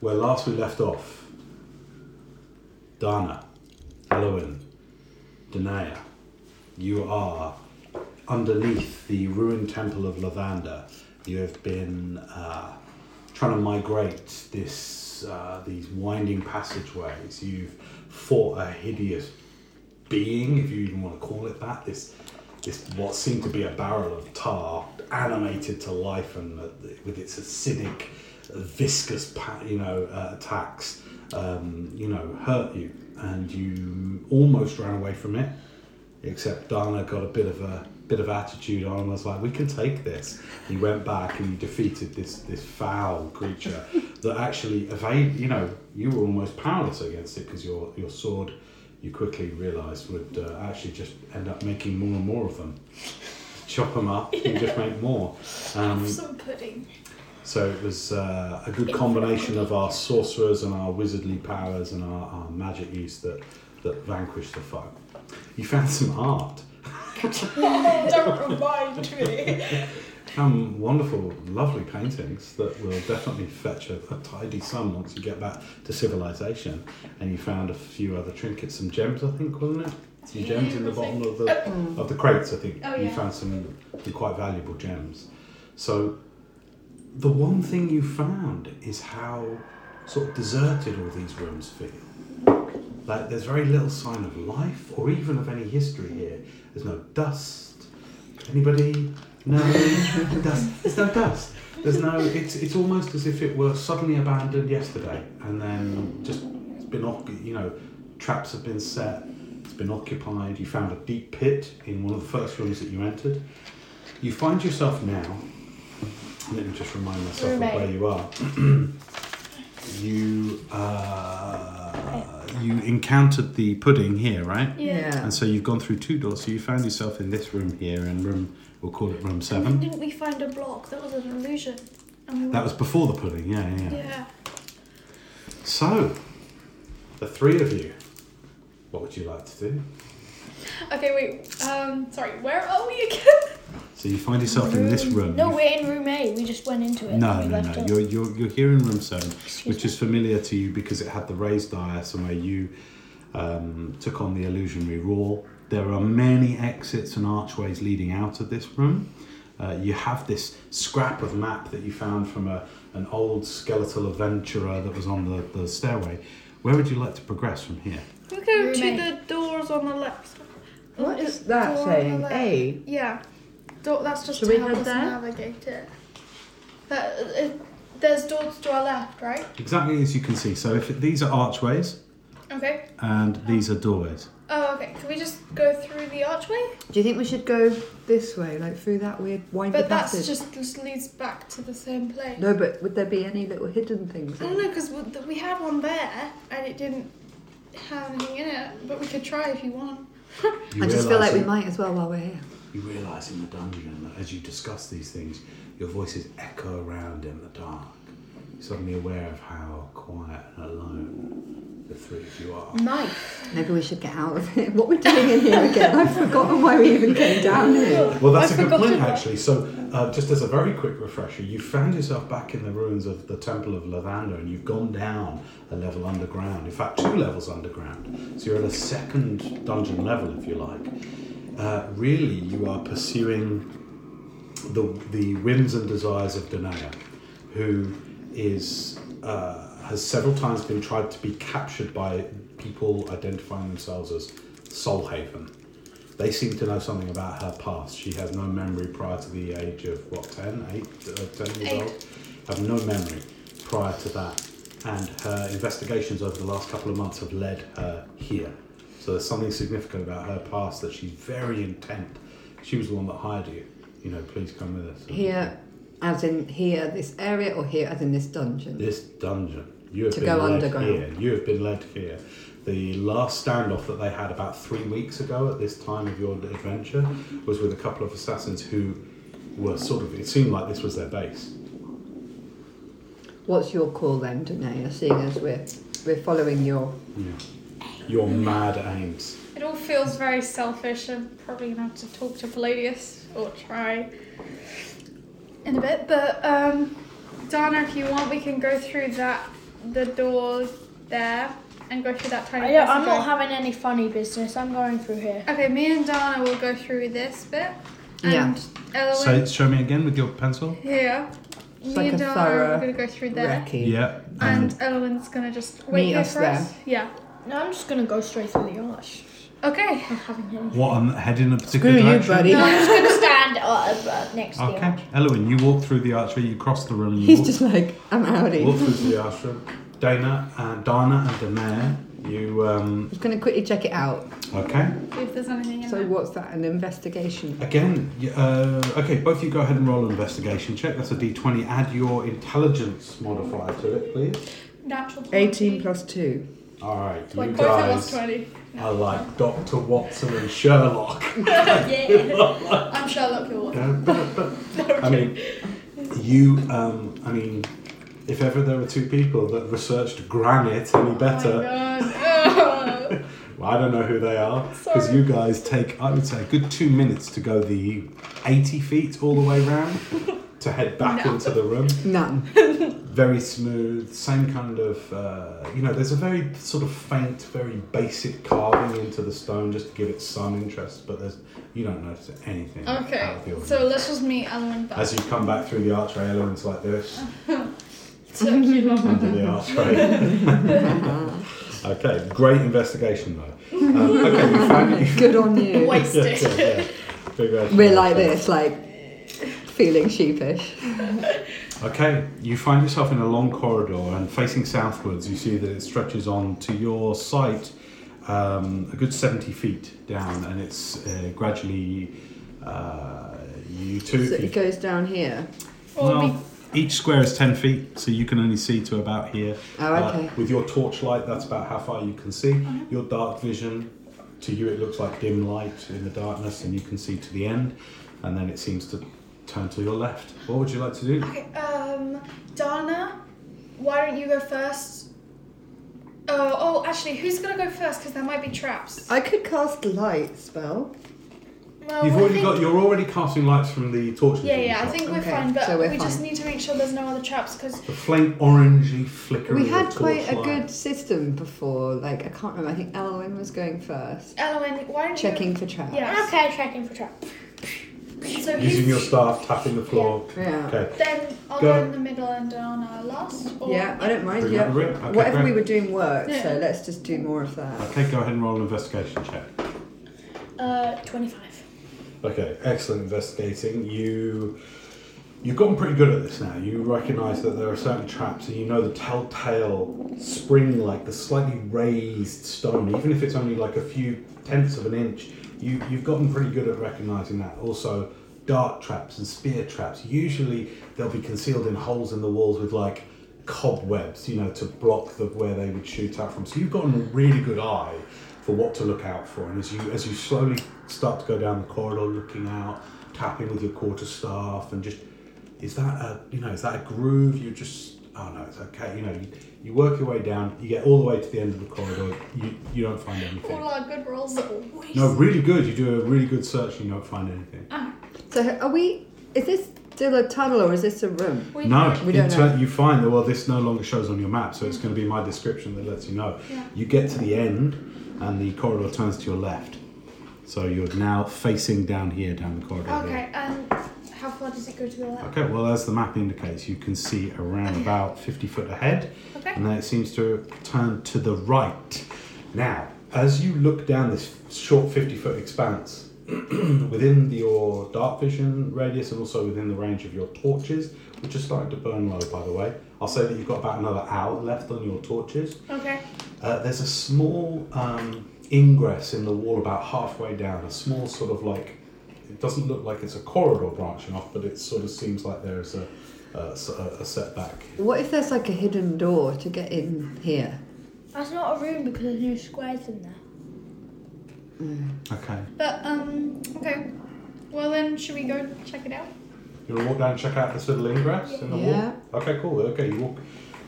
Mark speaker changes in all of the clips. Speaker 1: where last we left off, Dana, Eloin, Danae, you are underneath the ruined temple of Lavanda. You have been uh, trying to migrate this uh, these winding passageways. You've fought a hideous being, if you even want to call it that. This this what seemed to be a barrel of tar animated to life and uh, with its acidic, viscous, pa- you know, uh, attacks, um, you know, hurt you, and you almost ran away from it. Except Dana got a bit of a bit of attitude on and was like, "We can take this." He went back and you defeated this this foul creature that actually evade. You know, you were almost powerless against it because your your sword, you quickly realised, would uh, actually just end up making more and more of them. Chop them up and just make more. Um,
Speaker 2: Some pudding.
Speaker 1: so it was uh, a good combination of our sorcerers and our wizardly powers and our, our magic use that, that vanquished the foe. You found some art.
Speaker 2: Oh, Don't remind me.
Speaker 1: Some wonderful, lovely paintings that will definitely fetch a, a tidy sum once you get back to civilization. And you found a few other trinkets, some gems, I think, wasn't it? Some gems in the bottom of the of the crates, I think.
Speaker 2: Oh,
Speaker 1: You
Speaker 2: yeah.
Speaker 1: found some quite valuable gems. So the one thing you found is how sort of deserted all these rooms feel. Like there's very little sign of life or even of any history here. There's no dust. Anybody? No dust. There's no dust. There's no. It's it's almost as if it were suddenly abandoned yesterday and then just it's been oc- you know traps have been set. It's been occupied. You found a deep pit in one of the first rooms that you entered. You find yourself now. Let me just remind myself of where
Speaker 2: Roommate.
Speaker 1: you are. you uh, you encountered the pudding here, right?
Speaker 3: Yeah.
Speaker 1: And so you've gone through two doors. So you found yourself in this room here, in room we'll call it room
Speaker 2: And then
Speaker 1: seven.
Speaker 2: didn't we find a block? That was an illusion. And we
Speaker 1: That was
Speaker 2: went-
Speaker 1: before the pudding. Yeah, yeah. yeah.
Speaker 2: Yeah.
Speaker 1: So the three of you, what would you like to do?
Speaker 2: Okay, wait. Um, sorry. Where are we again?
Speaker 1: So you find yourself in this room.
Speaker 4: No,
Speaker 1: You
Speaker 4: we're in room A. We just went into it.
Speaker 1: No,
Speaker 4: and we
Speaker 1: no,
Speaker 4: left
Speaker 1: no.
Speaker 4: it.
Speaker 1: You're, you're, you're here in room seven,
Speaker 4: Excuse
Speaker 1: which is familiar to you because it had the raised dais and where you um, took on the illusionary rule. There are many exits and archways leading out of this room. Uh, you have this scrap of map that you found from a, an old skeletal adventurer that was on the, the stairway. Where would you like to progress from here?
Speaker 2: We go to the
Speaker 4: Roommate.
Speaker 2: doors on the left.
Speaker 3: What is that
Speaker 2: Door on the
Speaker 3: saying?
Speaker 2: left.
Speaker 3: A.
Speaker 2: Yeah. Door, that's just
Speaker 3: Should
Speaker 2: to
Speaker 3: we
Speaker 2: help
Speaker 3: head
Speaker 2: us
Speaker 3: there?
Speaker 2: navigate it. That, it. There's doors to our left, right?
Speaker 1: Exactly as you can see. So if these are archways
Speaker 2: Okay.
Speaker 1: and these are doorways.
Speaker 2: Oh, okay. Can we just go through the archway?
Speaker 3: Do you think we should go this way, like through that weird windy
Speaker 2: But that's
Speaker 3: passage?
Speaker 2: just, just leads back to the same place.
Speaker 3: No, but would there be any little hidden things?
Speaker 2: No, no, because we had one there and it didn't have anything in it. But we could try if you want.
Speaker 1: You
Speaker 3: I just feel
Speaker 1: realise
Speaker 3: like we
Speaker 1: that-
Speaker 3: might as well while we're here.
Speaker 1: You realise in the dungeon that as you discuss these things, your voices echo around in the dark. You're suddenly aware of how quiet and alone the three of you are.
Speaker 2: Knife.
Speaker 3: Maybe we should get out of here. What we're doing in here again? I've forgotten why we even came down here.
Speaker 1: Well, that's a
Speaker 2: I've
Speaker 1: good point,
Speaker 2: forgotten that.
Speaker 1: actually. So, uh, just as a very quick refresher, you found yourself back in the ruins of the Temple of Lavanda and you've gone down a level underground. In fact, two levels underground. So, you're at a second dungeon level, if you like. Uh, really, you are pursuing the, the whims and desires of Danaya, who is uh, has several times been tried to be captured by people identifying themselves as Soulhaven. They seem to know something about her past. She has no memory prior to the age of what 10, 8, uh, 10 years
Speaker 2: Eight.
Speaker 1: old. Have no memory prior to that, and her investigations over the last couple of months have led her here. So there's something significant about her past that she's very intent. She was the one that hired you. You know, please come with us.
Speaker 3: Here, as in here, this area, or here, as in this dungeon.
Speaker 1: This dungeon. You have
Speaker 3: To
Speaker 1: been
Speaker 3: go
Speaker 1: led
Speaker 3: underground.
Speaker 1: here. You have been led here. The last standoff that they had about three weeks ago at this time of your adventure was with a couple of assassins who were sort of. It seemed like this was their base.
Speaker 3: What's your call then, Danaya, seeing as we're, we're following your.
Speaker 1: Yeah. Your mad aims.
Speaker 2: It all feels very selfish. I'm probably gonna have to talk to Palladius or try in a bit. But um, Dana, if you want, we can go through that the door there and go through that tiny.
Speaker 5: I don't,
Speaker 2: place
Speaker 5: Oh, I'm
Speaker 2: and
Speaker 5: not
Speaker 2: go-
Speaker 5: having any funny business. I'm going through here.
Speaker 2: Okay, me and Dana will go through this bit.
Speaker 3: Yeah.
Speaker 2: And Eloise
Speaker 6: So show me again with your pencil.
Speaker 2: here. Me
Speaker 3: like
Speaker 2: and
Speaker 3: a
Speaker 2: Dana
Speaker 3: thorough
Speaker 2: are gonna go through there.
Speaker 3: Recce.
Speaker 6: Yeah.
Speaker 2: And Elwin's gonna just wait
Speaker 3: Meet
Speaker 2: here
Speaker 3: us
Speaker 2: for
Speaker 3: there.
Speaker 2: us. Yeah.
Speaker 5: No, I'm just gonna go straight through the arch.
Speaker 2: Okay.
Speaker 5: I'm having any.
Speaker 6: What? I'm heading in a particular
Speaker 3: Screw you,
Speaker 6: direction.
Speaker 3: buddy.
Speaker 5: No, I'm just gonna stand uh, uh, next to the
Speaker 6: Okay,
Speaker 5: arch.
Speaker 6: Elowin, you walk through the archway, you cross the room. You
Speaker 3: He's
Speaker 6: walk,
Speaker 3: just like, I'm outie.
Speaker 1: Walk through to the ashram. Dana, uh, Dana and Danair, you, um,
Speaker 3: just going to quickly check it out.
Speaker 1: okay.
Speaker 2: See if there's anything in
Speaker 3: So
Speaker 2: there.
Speaker 3: what's that? An investigation?
Speaker 1: Again, y- uh, okay, both of you go ahead and roll an investigation check. That's a d20. Add your intelligence modifier to it, please.
Speaker 2: Natural
Speaker 3: 18
Speaker 2: 20.
Speaker 3: plus two.
Speaker 1: All right, you
Speaker 2: Like both of us
Speaker 1: guys
Speaker 2: twenty.
Speaker 1: are like Dr. Watson and Sherlock.
Speaker 5: Yeah.
Speaker 2: I'm Sherlock Hill.
Speaker 1: I mean, you, um, I mean, if ever there were two people that researched granite any
Speaker 2: Oh my
Speaker 1: better,
Speaker 2: god. Ugh.
Speaker 1: well, I don't know who they are because you guys take, I would say, a good two minutes to go the 80 feet all the way round to head back
Speaker 2: No.
Speaker 1: into the room.
Speaker 3: None.
Speaker 1: very smooth, same kind of, uh, you know, there's a very sort of faint, very basic carving into the stone just to give it some interest, but there's, you don't notice anything out
Speaker 2: okay.
Speaker 1: of the ordinary.
Speaker 2: So let's just meet Elwin back.
Speaker 1: As you come back through the archway, elements like this,
Speaker 2: So cute.
Speaker 1: under the archway. okay, great investigation though. Um, okay, you found you.
Speaker 3: Good on you.
Speaker 1: Yeah,
Speaker 2: Wasted.
Speaker 1: yeah, yeah. Big red
Speaker 3: We're
Speaker 1: flag.
Speaker 3: like this, like feeling sheepish.
Speaker 1: Okay, you find yourself in a long corridor and facing southwards, you see that it stretches on to your site um, a good 70 feet down and it's uh, gradually uh, you two.
Speaker 3: So it goes down here.
Speaker 2: Or we
Speaker 1: well, each square is 10 feet, so you can only see to about here. Uh,
Speaker 3: Oh, okay. Uh-huh.
Speaker 1: with your torchlight, that's about how far you can see. Your dark vision, to you, it looks like dim light in the darkness, and you can see to the end, and then it seems to turn to your left. What would you like to
Speaker 3: Uh,
Speaker 1: do?
Speaker 2: Okay, um, Dana, why don't you go first? Uh, oh, actually, who's gonna go first? Because there might be traps.
Speaker 3: I could cast light spell.
Speaker 2: Well,
Speaker 1: You've
Speaker 2: I
Speaker 1: already
Speaker 2: think-
Speaker 1: got. You're already casting lights from the torches.
Speaker 2: Yeah,
Speaker 1: that you've
Speaker 2: yeah, I
Speaker 1: got.
Speaker 2: think we're
Speaker 3: Okay,
Speaker 2: fine, but
Speaker 3: so we're
Speaker 2: we just
Speaker 3: fine.
Speaker 2: need to make sure there's no other traps because
Speaker 1: the flame orangely flickering.
Speaker 3: We had
Speaker 1: of
Speaker 3: quite a
Speaker 1: torchlight.
Speaker 3: good system before. Like I can't remember. I think Elwyn was going first,
Speaker 2: Elwin, why don't
Speaker 3: checking for traps.
Speaker 2: you? Yeah.
Speaker 5: Okay, tracking for trap.
Speaker 2: So
Speaker 1: Using your
Speaker 2: who's
Speaker 1: staff, tapping the floor.
Speaker 3: Yeah.
Speaker 1: Okay.
Speaker 2: then I'll
Speaker 1: Go.
Speaker 2: go in the middle and Dana last. Or
Speaker 3: Yeah, I don't mind.
Speaker 1: Bring
Speaker 3: Yeah,
Speaker 1: out the ring. Okay,
Speaker 3: whatever we
Speaker 1: great.
Speaker 3: were doing worked, so
Speaker 2: Yeah.
Speaker 3: let's just do more of that.
Speaker 1: Okay, go ahead and roll an investigation check.
Speaker 5: Uh, 25.
Speaker 1: Okay, excellent investigating. You, you've gotten pretty good at this now. You recognise that there are certain traps, and you know the telltale spring-like, the slightly raised stone, even if it's only like a few tenths of an inch. You you've gotten pretty good at recognising that. Also, dart traps and spear traps. Usually, they'll be concealed in holes in the walls with like cobwebs, you know, to block the where they would shoot out from. So you've gotten a really good eye for what to look out for. And as you as you slowly start to go down the corridor, looking out, tapping with your quarter staff, and just is that a you know is that a groove? You just oh no, it's okay. You know, you, you work your way down, you get all the way to the end of the corridor, you you don't find anything.
Speaker 2: All our good rolls are always.
Speaker 1: No, really good. You do a really good search and you don't find anything.
Speaker 2: Ah,
Speaker 3: So are we? Is this still a tunnel or is this a room?
Speaker 2: We-
Speaker 1: No,
Speaker 3: We
Speaker 1: in
Speaker 3: don't
Speaker 1: turn-
Speaker 3: know.
Speaker 1: you find that well, this no longer shows on your map, so it's going to be my description that lets you know. You get to the end, and the corridor turns to your left, so you're now facing down here, down the corridor. here.
Speaker 2: Okay, and how far does it go to the left?
Speaker 1: Okay. Well, as the map indicates, you can see around about fifty foot ahead,
Speaker 2: Okay.
Speaker 1: and then it seems to turn to the right. Now, as you look down this short fifty foot expanse. within your dark vision radius and also within the range of your torches, which are starting to burn low, by the way. I'll say that you've got about another hour left on your torches.
Speaker 2: Okay.
Speaker 1: Uh, there's a small um, ingress in the wall about halfway down, a small sort of like, it doesn't look like it's a corridor branching off, but it sort of seems like there is a, a, a setback.
Speaker 3: What if there's like a hidden door to get in here?
Speaker 5: That's not a room because there's no squares in there.
Speaker 1: Okay.
Speaker 2: But um, okay. Well then, should we go check it out?
Speaker 1: You want to walk down and check out this little ingress in the
Speaker 3: Yeah.
Speaker 1: wall? Okay, cool. Okay, you walk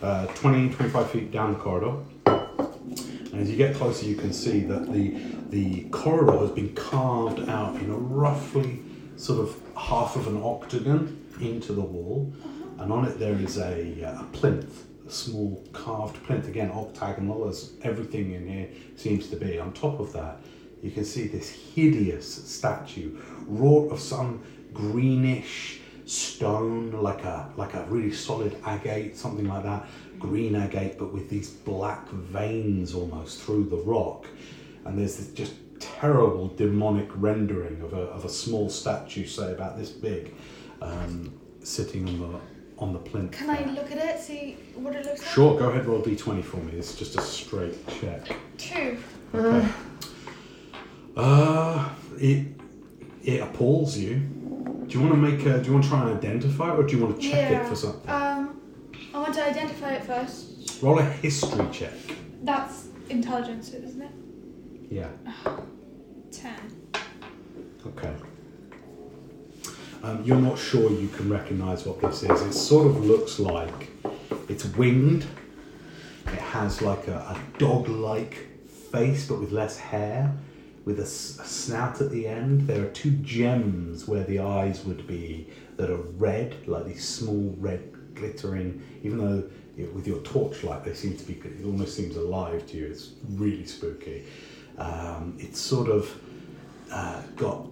Speaker 1: uh, 20, 25 feet down the corridor. And as you get closer, you can see that the, the corridor has been carved out in a roughly sort of half of an octagon into the wall. And on it, there is a, uh, a plinth, small carved plinth, again octagonal as everything in here seems to be. On top of that, you can see this hideous statue, wrought of some greenish stone, like a like a really solid agate, something like that, green agate, but with these black veins almost through the rock. And there's this just terrible demonic rendering of a, of a small statue, say about this big, um, sitting on the on the plinth.
Speaker 2: Can I
Speaker 1: there.
Speaker 2: look at it, see what it looks like?
Speaker 1: Sure, go ahead, roll d20 for me. It's just a straight check.
Speaker 2: Two.
Speaker 1: Okay. Uh, it it appalls you. Do you want to make a? Do you want to try and identify it, or do you want to check it
Speaker 2: yeah.
Speaker 1: for something?
Speaker 2: Um, I want to identify it first.
Speaker 1: Roll a history check.
Speaker 2: That's intelligence, isn't it?
Speaker 1: Yeah.
Speaker 2: Ten.
Speaker 1: Okay. Um, you're not sure you can recognise what this is. It sort of looks like it's winged. It has like a, a dog-like face, but with less hair, with a, s- a snout at the end. There are two gems where the eyes would be that are red, like these small red glittering. Even though it, with your torchlight, they seem to be. It almost seems alive to you. It's really spooky. Um, it's sort of uh, got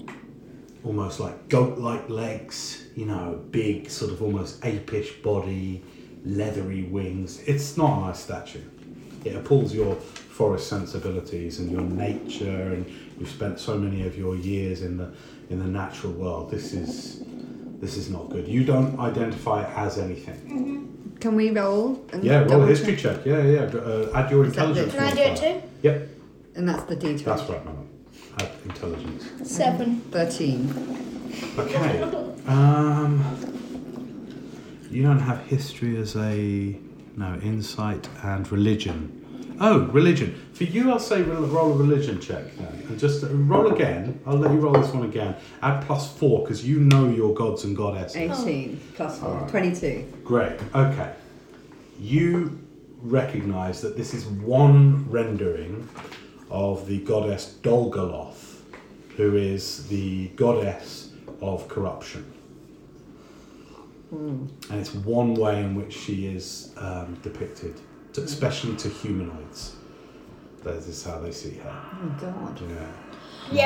Speaker 1: almost like goat-like legs, you know, big sort of almost apish body, leathery wings. It's not a nice statue. It appalls your forest sensibilities and your nature, and you've spent so many of your years in the in the natural world. This is this is not good. You don't identify it as
Speaker 5: Mm-hmm.
Speaker 1: anything.
Speaker 3: Can we roll? And
Speaker 1: Yeah, roll
Speaker 3: double
Speaker 1: a history
Speaker 3: check?
Speaker 1: check. Yeah, yeah. Uh, add your
Speaker 3: that
Speaker 1: intelligence.
Speaker 5: Can I do it
Speaker 1: modifier.
Speaker 5: too?
Speaker 1: Yep,
Speaker 3: And that's the D20.
Speaker 1: that's right, madam. Add intelligence.
Speaker 5: Seven.
Speaker 3: 13.
Speaker 1: Okay. Um, you don't have history as a no insight and religion. Oh, religion. For you, I'll say roll roll a religion check then, and just roll again. I'll let you roll this one again. Add plus four because you know your gods and goddesses.
Speaker 3: 18 plus 4.
Speaker 1: Alright.
Speaker 3: 22.
Speaker 1: Great. Okay. You recognize that this is one rendering of the goddess Dolgaloth, who is the goddess of corruption. And it's one way in which she is um, depicted, to, especially to humanoids. That is how they see her.
Speaker 3: Oh, God.
Speaker 1: Yeah.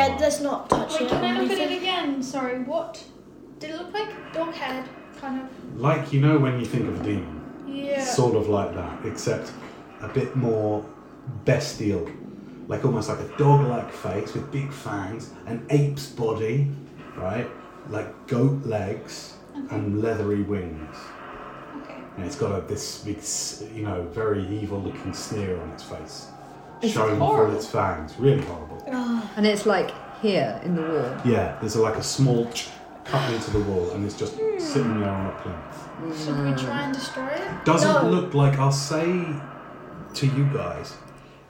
Speaker 5: Yeah, let's not touch
Speaker 2: Wait,
Speaker 5: it.
Speaker 2: can I look at
Speaker 5: Ethan.
Speaker 2: it again? Sorry, what did it look like? Dog head, kind of.
Speaker 1: Like you know when you think of a demon.
Speaker 2: Yeah.
Speaker 1: sort of like that, except a bit more bestial, like almost like a dog-like face with big fangs, an ape's body, right? Like goat legs and leathery wings,
Speaker 2: okay.
Speaker 1: and it's got a, this big, s- you know, very evil-looking sneer on its face,
Speaker 3: It's
Speaker 1: showing through
Speaker 3: horrible.
Speaker 1: its fangs. Really horrible.
Speaker 3: And it's like here in the wall.
Speaker 1: Yeah, there's like a small cut into the wall, and it's just sitting there on a plinth.
Speaker 2: Should we try and destroy it?
Speaker 1: doesn't
Speaker 5: No.
Speaker 1: look like I'll say to you guys,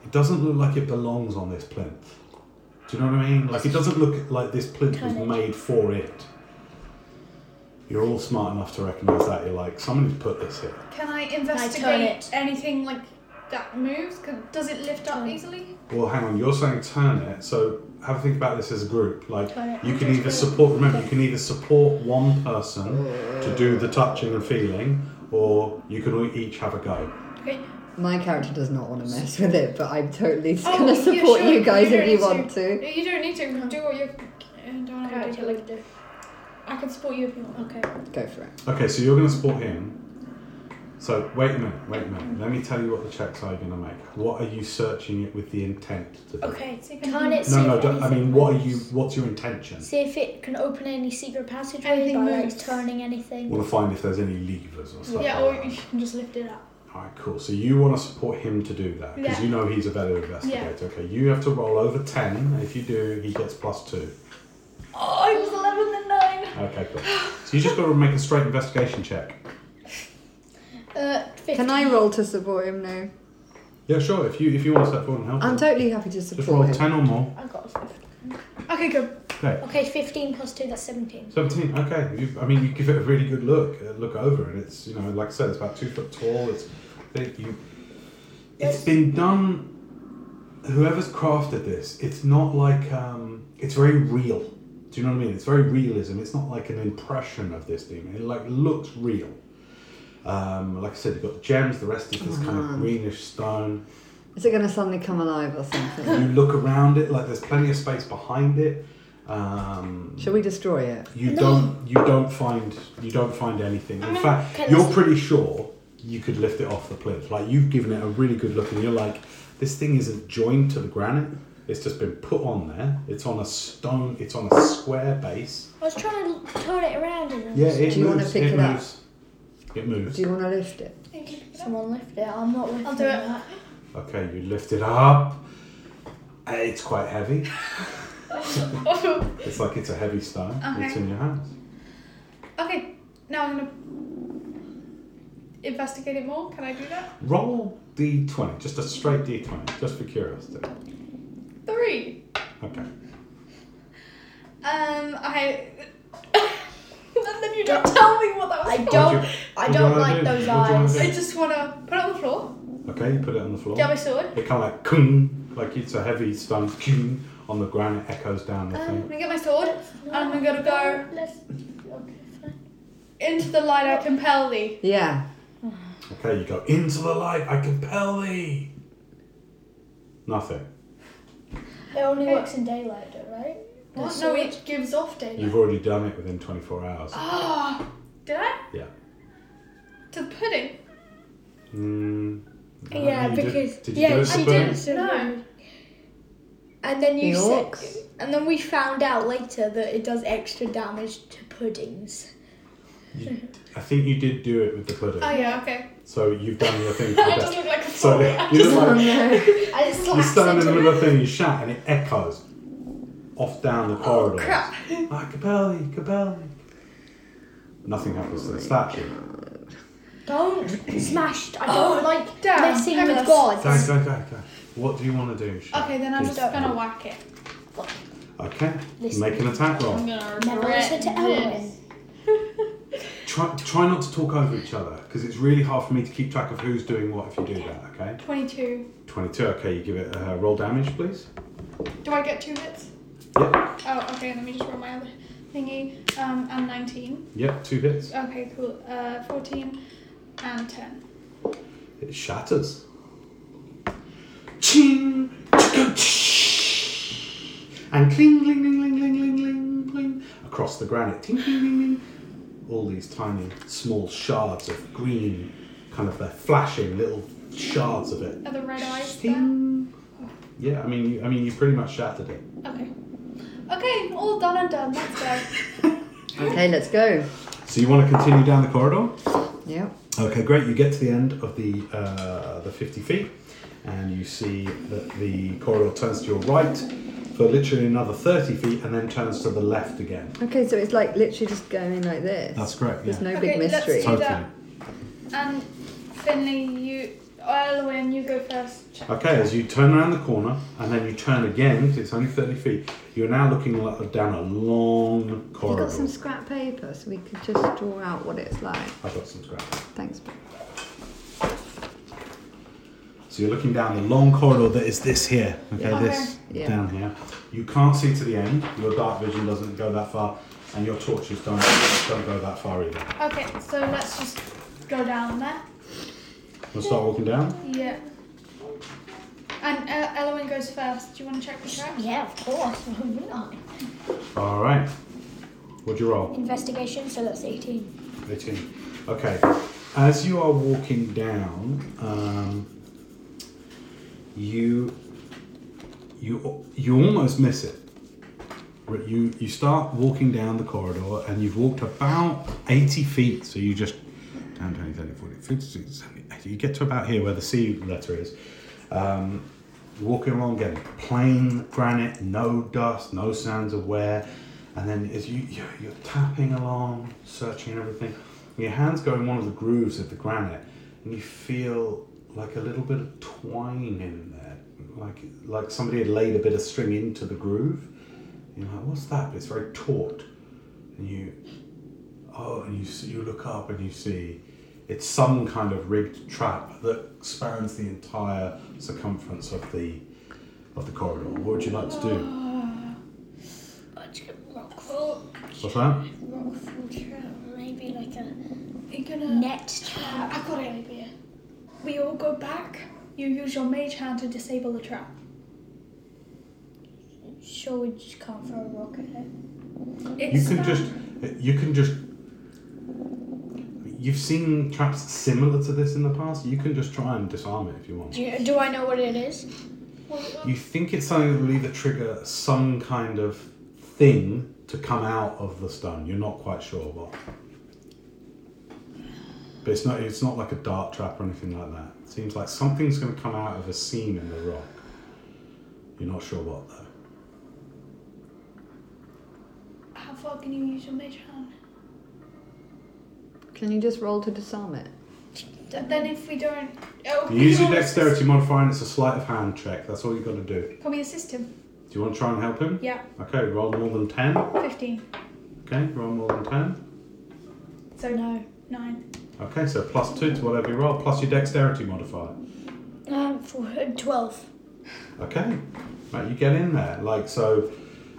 Speaker 1: it doesn't look like it belongs on this plinth. Do you know what I mean? Like it doesn't look like this plinth was
Speaker 5: Tonnage.
Speaker 1: made for it. You're all smart enough to recognise that. You're like, somebody's put this here.
Speaker 2: Can I
Speaker 5: turn
Speaker 2: investigate
Speaker 5: it.
Speaker 2: anything like that moves? Could- Does it lift up
Speaker 5: Turn.
Speaker 2: easily?
Speaker 1: Well, hang on. You're saying turn it, so have a think about this as a group. Like
Speaker 5: Turn it.
Speaker 1: you can either support. Remember, you can either support one person to do the touching and feeling, or you can all each have a go.
Speaker 2: Okay.
Speaker 3: My character does not want to mess with it, but I'm totally
Speaker 2: Oh,
Speaker 3: going to
Speaker 2: yeah,
Speaker 3: support
Speaker 2: sure,
Speaker 3: you guys
Speaker 2: you
Speaker 3: if you
Speaker 2: don't
Speaker 3: want to.
Speaker 2: You don't need to do what you. I don't
Speaker 5: Okay, I
Speaker 2: know.
Speaker 5: can look at it. I can support you if you want. Okay.
Speaker 3: Go for it.
Speaker 1: Okay, so you're going to support him. So wait a minute, wait a minute. Let me tell you what the checks are you're going to make. What are you searching it with the intent to do?
Speaker 5: Okay. Can it? see
Speaker 1: No, no.
Speaker 5: if
Speaker 1: Don't, I
Speaker 5: anything
Speaker 1: mean, what are you?
Speaker 5: moves?
Speaker 1: What's your intention?
Speaker 5: See if it can open any secret passageway by
Speaker 2: Anything
Speaker 5: like,
Speaker 2: moves.
Speaker 5: turning anything.
Speaker 1: Want to find if there's any levers or stuff.
Speaker 2: Yeah,
Speaker 1: Like
Speaker 2: or
Speaker 1: that.
Speaker 2: you can just lift it up.
Speaker 1: All right, cool. So you want to support him to do that because
Speaker 2: Yeah.
Speaker 1: you know he's a better investigator. Okay, you have to roll over ten. If you do, he gets plus two.
Speaker 2: Oh, it was 11 and 9.
Speaker 1: Okay, cool. So you just got to make a straight investigation check.
Speaker 5: Uh, 50.
Speaker 3: Can I roll to support him now?
Speaker 1: Yeah, sure. If you if you want to step forward and help,
Speaker 3: I'm
Speaker 1: him.
Speaker 3: totally happy to
Speaker 1: just roll
Speaker 3: support him.
Speaker 1: ten or more.
Speaker 5: I got a 50.
Speaker 2: Okay, good.
Speaker 1: Okay.
Speaker 5: Okay, 15 plus 2, that's 17.
Speaker 1: 17 okay you, i mean you give it a really good look uh, look over and it's you know like i said it's about two foot tall it's thick you it's been done whoever's crafted this it's not like um it's very real do you know what i mean it's very realism it's not like an impression of this demon it like looks real Um, like I said, you've got the gems, the rest is this kind of greenish stone.
Speaker 3: Is it going to suddenly come alive or something?
Speaker 1: You look around it, like there's plenty of space behind it. Um,
Speaker 3: Shall we destroy it?
Speaker 1: you
Speaker 5: No.
Speaker 1: don't you don't find you don't find anything. In
Speaker 5: I'm gonna-
Speaker 1: fact,
Speaker 5: okay,
Speaker 1: you're
Speaker 5: let's-
Speaker 1: pretty sure you could lift it off the plinth. Like you've given it a really good look, and you're like, this thing isn't joined to the granite. It's just been put on there. It's on a stone. It's on a square base.
Speaker 5: I was trying to turn it around and
Speaker 1: Yeah, it
Speaker 3: Do you wanna
Speaker 1: moves.
Speaker 3: pick
Speaker 1: it
Speaker 3: it up?
Speaker 1: moves. It moves.
Speaker 3: Do you want to lift it?
Speaker 5: someone lifted it. I'm not lifting
Speaker 2: I'll do it.
Speaker 5: that.
Speaker 1: Okay, you lift it up. Uh, It's quite heavy. It's like it's a heavy stone. It's
Speaker 2: Okay.
Speaker 1: in your hands.
Speaker 2: Okay, now I'm gonna investigate it more. Can I do that?
Speaker 1: Roll d20, just a straight d20, just for curiosity.
Speaker 2: Three.
Speaker 1: Okay.
Speaker 2: Um, I. and then you don't tell me what that was.
Speaker 5: I
Speaker 2: for.
Speaker 5: don't.
Speaker 1: What do you-
Speaker 5: I
Speaker 1: what do you
Speaker 5: don't
Speaker 1: wanna
Speaker 5: like
Speaker 1: do?
Speaker 5: those
Speaker 1: What do you wanna
Speaker 5: eyes.
Speaker 1: do?
Speaker 2: I just wanna put it on the floor.
Speaker 1: Okay, you put it on the floor.
Speaker 2: Get my sword.
Speaker 1: It kind of like, kung, like it's a heavy stone, kung, on the granite, echoes down the
Speaker 2: I'm
Speaker 1: thing.
Speaker 5: Um.
Speaker 2: gonna get my sword and I'm gonna go
Speaker 5: Let's. Okay, fine.
Speaker 2: into the light. I compel thee.
Speaker 3: Yeah.
Speaker 1: Okay, you go into the light, I compel thee. Nothing.
Speaker 5: It only
Speaker 2: Okay.
Speaker 5: works in daylight, though, right?
Speaker 2: What?
Speaker 5: The
Speaker 2: No,
Speaker 5: sword?
Speaker 2: it gives off daylight.
Speaker 1: You've already done it within 24 hours.
Speaker 5: Uh.
Speaker 2: Ah, did I?
Speaker 1: Yeah.
Speaker 2: To the pudding.
Speaker 1: Mm, I don't
Speaker 5: Yeah,
Speaker 1: know, you did-
Speaker 5: because
Speaker 1: did you
Speaker 5: yeah,
Speaker 1: do it
Speaker 5: she
Speaker 1: spoon?
Speaker 5: did. so-
Speaker 2: No.
Speaker 5: And then you
Speaker 3: The
Speaker 5: said,
Speaker 3: orcs.
Speaker 5: and then we found out later that it does extra damage to puddings.
Speaker 1: You- I think you did do it with the pudding.
Speaker 2: Oh yeah. Okay.
Speaker 1: So you've done your thing. For
Speaker 2: I
Speaker 1: the
Speaker 2: just look like a
Speaker 1: so
Speaker 2: fool.
Speaker 1: that- you look
Speaker 3: Oh
Speaker 1: like
Speaker 3: no.
Speaker 5: And it
Speaker 1: you
Speaker 5: slaps
Speaker 1: stand in
Speaker 5: into
Speaker 1: the middle of the thing, you shout, and it echoes off down
Speaker 5: Oh,
Speaker 1: the corridor.
Speaker 2: crap.
Speaker 1: Ah, Capelli, Capelli. Nothing happens to the statue.
Speaker 5: Don't smash! I don't like
Speaker 2: damn,
Speaker 5: messing
Speaker 2: I
Speaker 5: with
Speaker 2: missed.
Speaker 5: gods.
Speaker 1: Go, go, go, go. What do you want to do? Shay?
Speaker 2: Okay, then I'm just gonna whack it.
Speaker 1: Okay,
Speaker 5: Listen.
Speaker 1: make an attack
Speaker 2: I'm
Speaker 1: roll.
Speaker 2: gonna
Speaker 5: Never
Speaker 2: regret
Speaker 5: listen to
Speaker 2: this.
Speaker 5: Elwin.
Speaker 1: Try, try not to talk over each other because it's really hard for me to keep track of who's doing what if you do that. Okay,
Speaker 2: Twenty-two.
Speaker 1: twenty-two. Okay, you give it a roll damage, please.
Speaker 2: Do I get two hits?
Speaker 1: Yep,
Speaker 2: Oh, okay. Let me just roll my other thingy. Um, I'm nineteen.
Speaker 1: yep, two hits.
Speaker 2: Okay, cool. Uh, fourteen and ten.
Speaker 1: It shatters. Ching! And cling, cling, cling, cling, cling, cling, cling, cling. Across the granite. Ting, ting, ting, ting. All these tiny, small shards of green, kind of uh, flashing little shards of it.
Speaker 2: Are the red eyes there?
Speaker 1: Ting. Yeah, I mean, you, I mean, you pretty much shattered it.
Speaker 2: Okay. Okay, all done and done. Let's go.
Speaker 3: Okay, let's go.
Speaker 1: So you want to continue down the corridor?
Speaker 3: Yep.
Speaker 1: Okay, great. You get to the end of the uh, the fifty feet, and you see that the corridor turns to your right for literally another thirty feet, and then turns to the left again.
Speaker 3: Okay, so it's like literally just going like this.
Speaker 7: That's correct,
Speaker 3: There's
Speaker 7: yeah.
Speaker 3: no
Speaker 2: Okay,
Speaker 3: big
Speaker 2: let's
Speaker 3: mystery.
Speaker 2: do
Speaker 7: Totally.
Speaker 2: that. And Finley, you, Elwin, you go first. Check.
Speaker 1: Okay, as you turn around the corner, and then you turn again 'cause it's only thirty feet. You're now looking lo- down a long
Speaker 3: You
Speaker 1: corridor.
Speaker 3: got some scrap paper, so we could just draw out what it's like.
Speaker 1: I've got some scrap.
Speaker 3: Thanks. Bob.
Speaker 1: So you're looking down the long corridor that is this here. Okay,
Speaker 2: Okay.
Speaker 1: this
Speaker 3: Yeah.
Speaker 1: down here. You can't see to the end. Your dark vision doesn't go that far, and your torches don't don't go that far either.
Speaker 2: Okay, so let's just go down there.
Speaker 1: We'll start walking down.
Speaker 2: Yeah. And uh, Elwin goes first. Do you want to check the track?
Speaker 5: Yeah, of course. Why wouldn't I?
Speaker 1: All right. What'd you roll?
Speaker 5: Investigation. So that's eighteen.
Speaker 1: 18. Okay. As you are walking down, um, you you you almost miss it. Right, You you start walking down the corridor and you've walked about 80 feet. So you just down 20, 30, 40, 50, 60, 70, 80. You get to about here where the C letter is. Um, walking along again, plain granite, no dust, no sounds of wear. And then as you you're, you're tapping along, searching everything, and your hands go in one of the grooves of the granite, and you feel like a little bit of twine in there, like like somebody had laid a bit of string into the groove. You're like, what's that? But it's very taut, and you Oh, and you see, you look up and you see it's some kind of rigged trap that spans the entire circumference of the of the corridor. What would you like to
Speaker 2: Uh,
Speaker 1: do?
Speaker 5: Let's get rock roll.
Speaker 1: What's that?
Speaker 5: Rock roll trap. Maybe like a.
Speaker 2: you gonna?
Speaker 5: Net
Speaker 2: Uh,
Speaker 5: trap.
Speaker 2: I've got an idea. We all go back. You use your mage hand to disable the trap.
Speaker 5: Sure, we just can't throw a rock at it.
Speaker 2: It's
Speaker 1: You can
Speaker 2: um,
Speaker 1: just, you can just. You've seen traps similar to this in the past. You can just try and disarm it if you want.
Speaker 5: Do, you, do I know what it is?
Speaker 2: well,
Speaker 1: You think it's something that will either trigger some kind of thing to come out of the stone. You're not quite sure what. But it's not. It's not like a dart trap or anything like that. It seems like something's going to come out of a seam in the rock. You're not sure what though.
Speaker 2: how far can you use your mage hand?
Speaker 3: Can you just roll to disarm it?
Speaker 2: Th- Then if we don't, oh,
Speaker 1: You use
Speaker 2: can
Speaker 1: your
Speaker 2: we
Speaker 1: dexterity modifier and it's a sleight of hand check. That's all you've got to do.
Speaker 2: assist- Can we assist him?
Speaker 1: Do you want to try and help him?
Speaker 2: Yeah,
Speaker 1: Okay, roll more than 10.
Speaker 2: fifteen.
Speaker 1: Okay, roll more than 10.
Speaker 2: So no, nine.
Speaker 1: Okay, so plus 2 to whatever you roll, plus your dexterity modifier.
Speaker 5: Um, for, uh, 12.
Speaker 1: Okay, right, you get in there. Like, so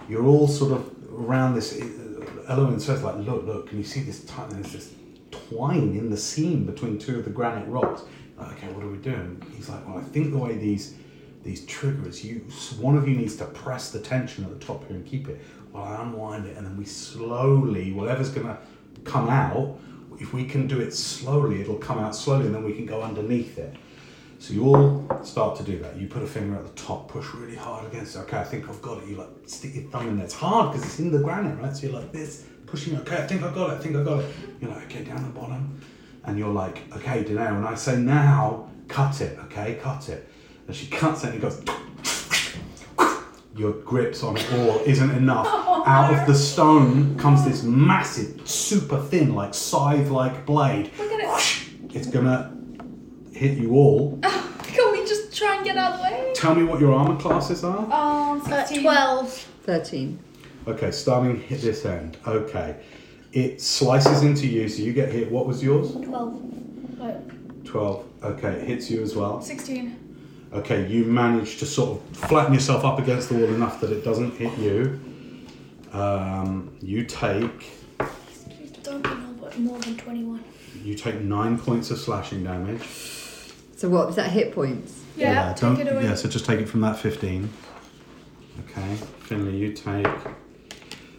Speaker 1: you're all sort of around this. Eloin says, like, look, look, can you see this? T- there's this twine in the seam between two of the granite rocks. Like, okay, what are we doing? He's like, well, I think the way these these triggers, you one of you needs to press the tension at the top here and keep it while I unwind it, and then we slowly, whatever's gonna come out, if we can do it slowly, it'll come out slowly, and then we can go underneath it. So you all start to do that. You put a finger at the top, push really hard against it. Okay, I think I've got it. You like stick your thumb in there. It's hard because it's in the granite, right? So you're like this, pushing it. Okay, I think I got it. I think I got it. You're like, okay, down the bottom. And you're like, okay, Danae, when I say now, cut it. Okay, cut it. And she cuts it and it goes, your grips on it all isn't enough.
Speaker 2: Oh,
Speaker 1: Out of the stone comes this massive, super thin, like scythe like blade.
Speaker 2: We're gonna.
Speaker 1: It's gonna hit you all.
Speaker 2: Can we just try and get out of the way?
Speaker 1: Tell me what your armor classes are.
Speaker 2: Um,
Speaker 5: Uh,
Speaker 2: 16.
Speaker 5: 12.
Speaker 3: 13.
Speaker 1: Okay, starting hit this end. Okay. It slices into you, so you get hit. What was yours?
Speaker 5: 12.
Speaker 1: 12. Okay, it hits you as well.
Speaker 2: 16.
Speaker 1: Okay, you manage to sort of flatten yourself up against the wall enough that it doesn't hit you. Um, you take
Speaker 5: Don't be no- but more than 21.
Speaker 1: you take nine points of slashing damage.
Speaker 3: So what was that hit points?
Speaker 2: Yeah,
Speaker 1: don't-
Speaker 2: take it away.
Speaker 1: Yeah, so just take it from that 15. Okay, Finley, you take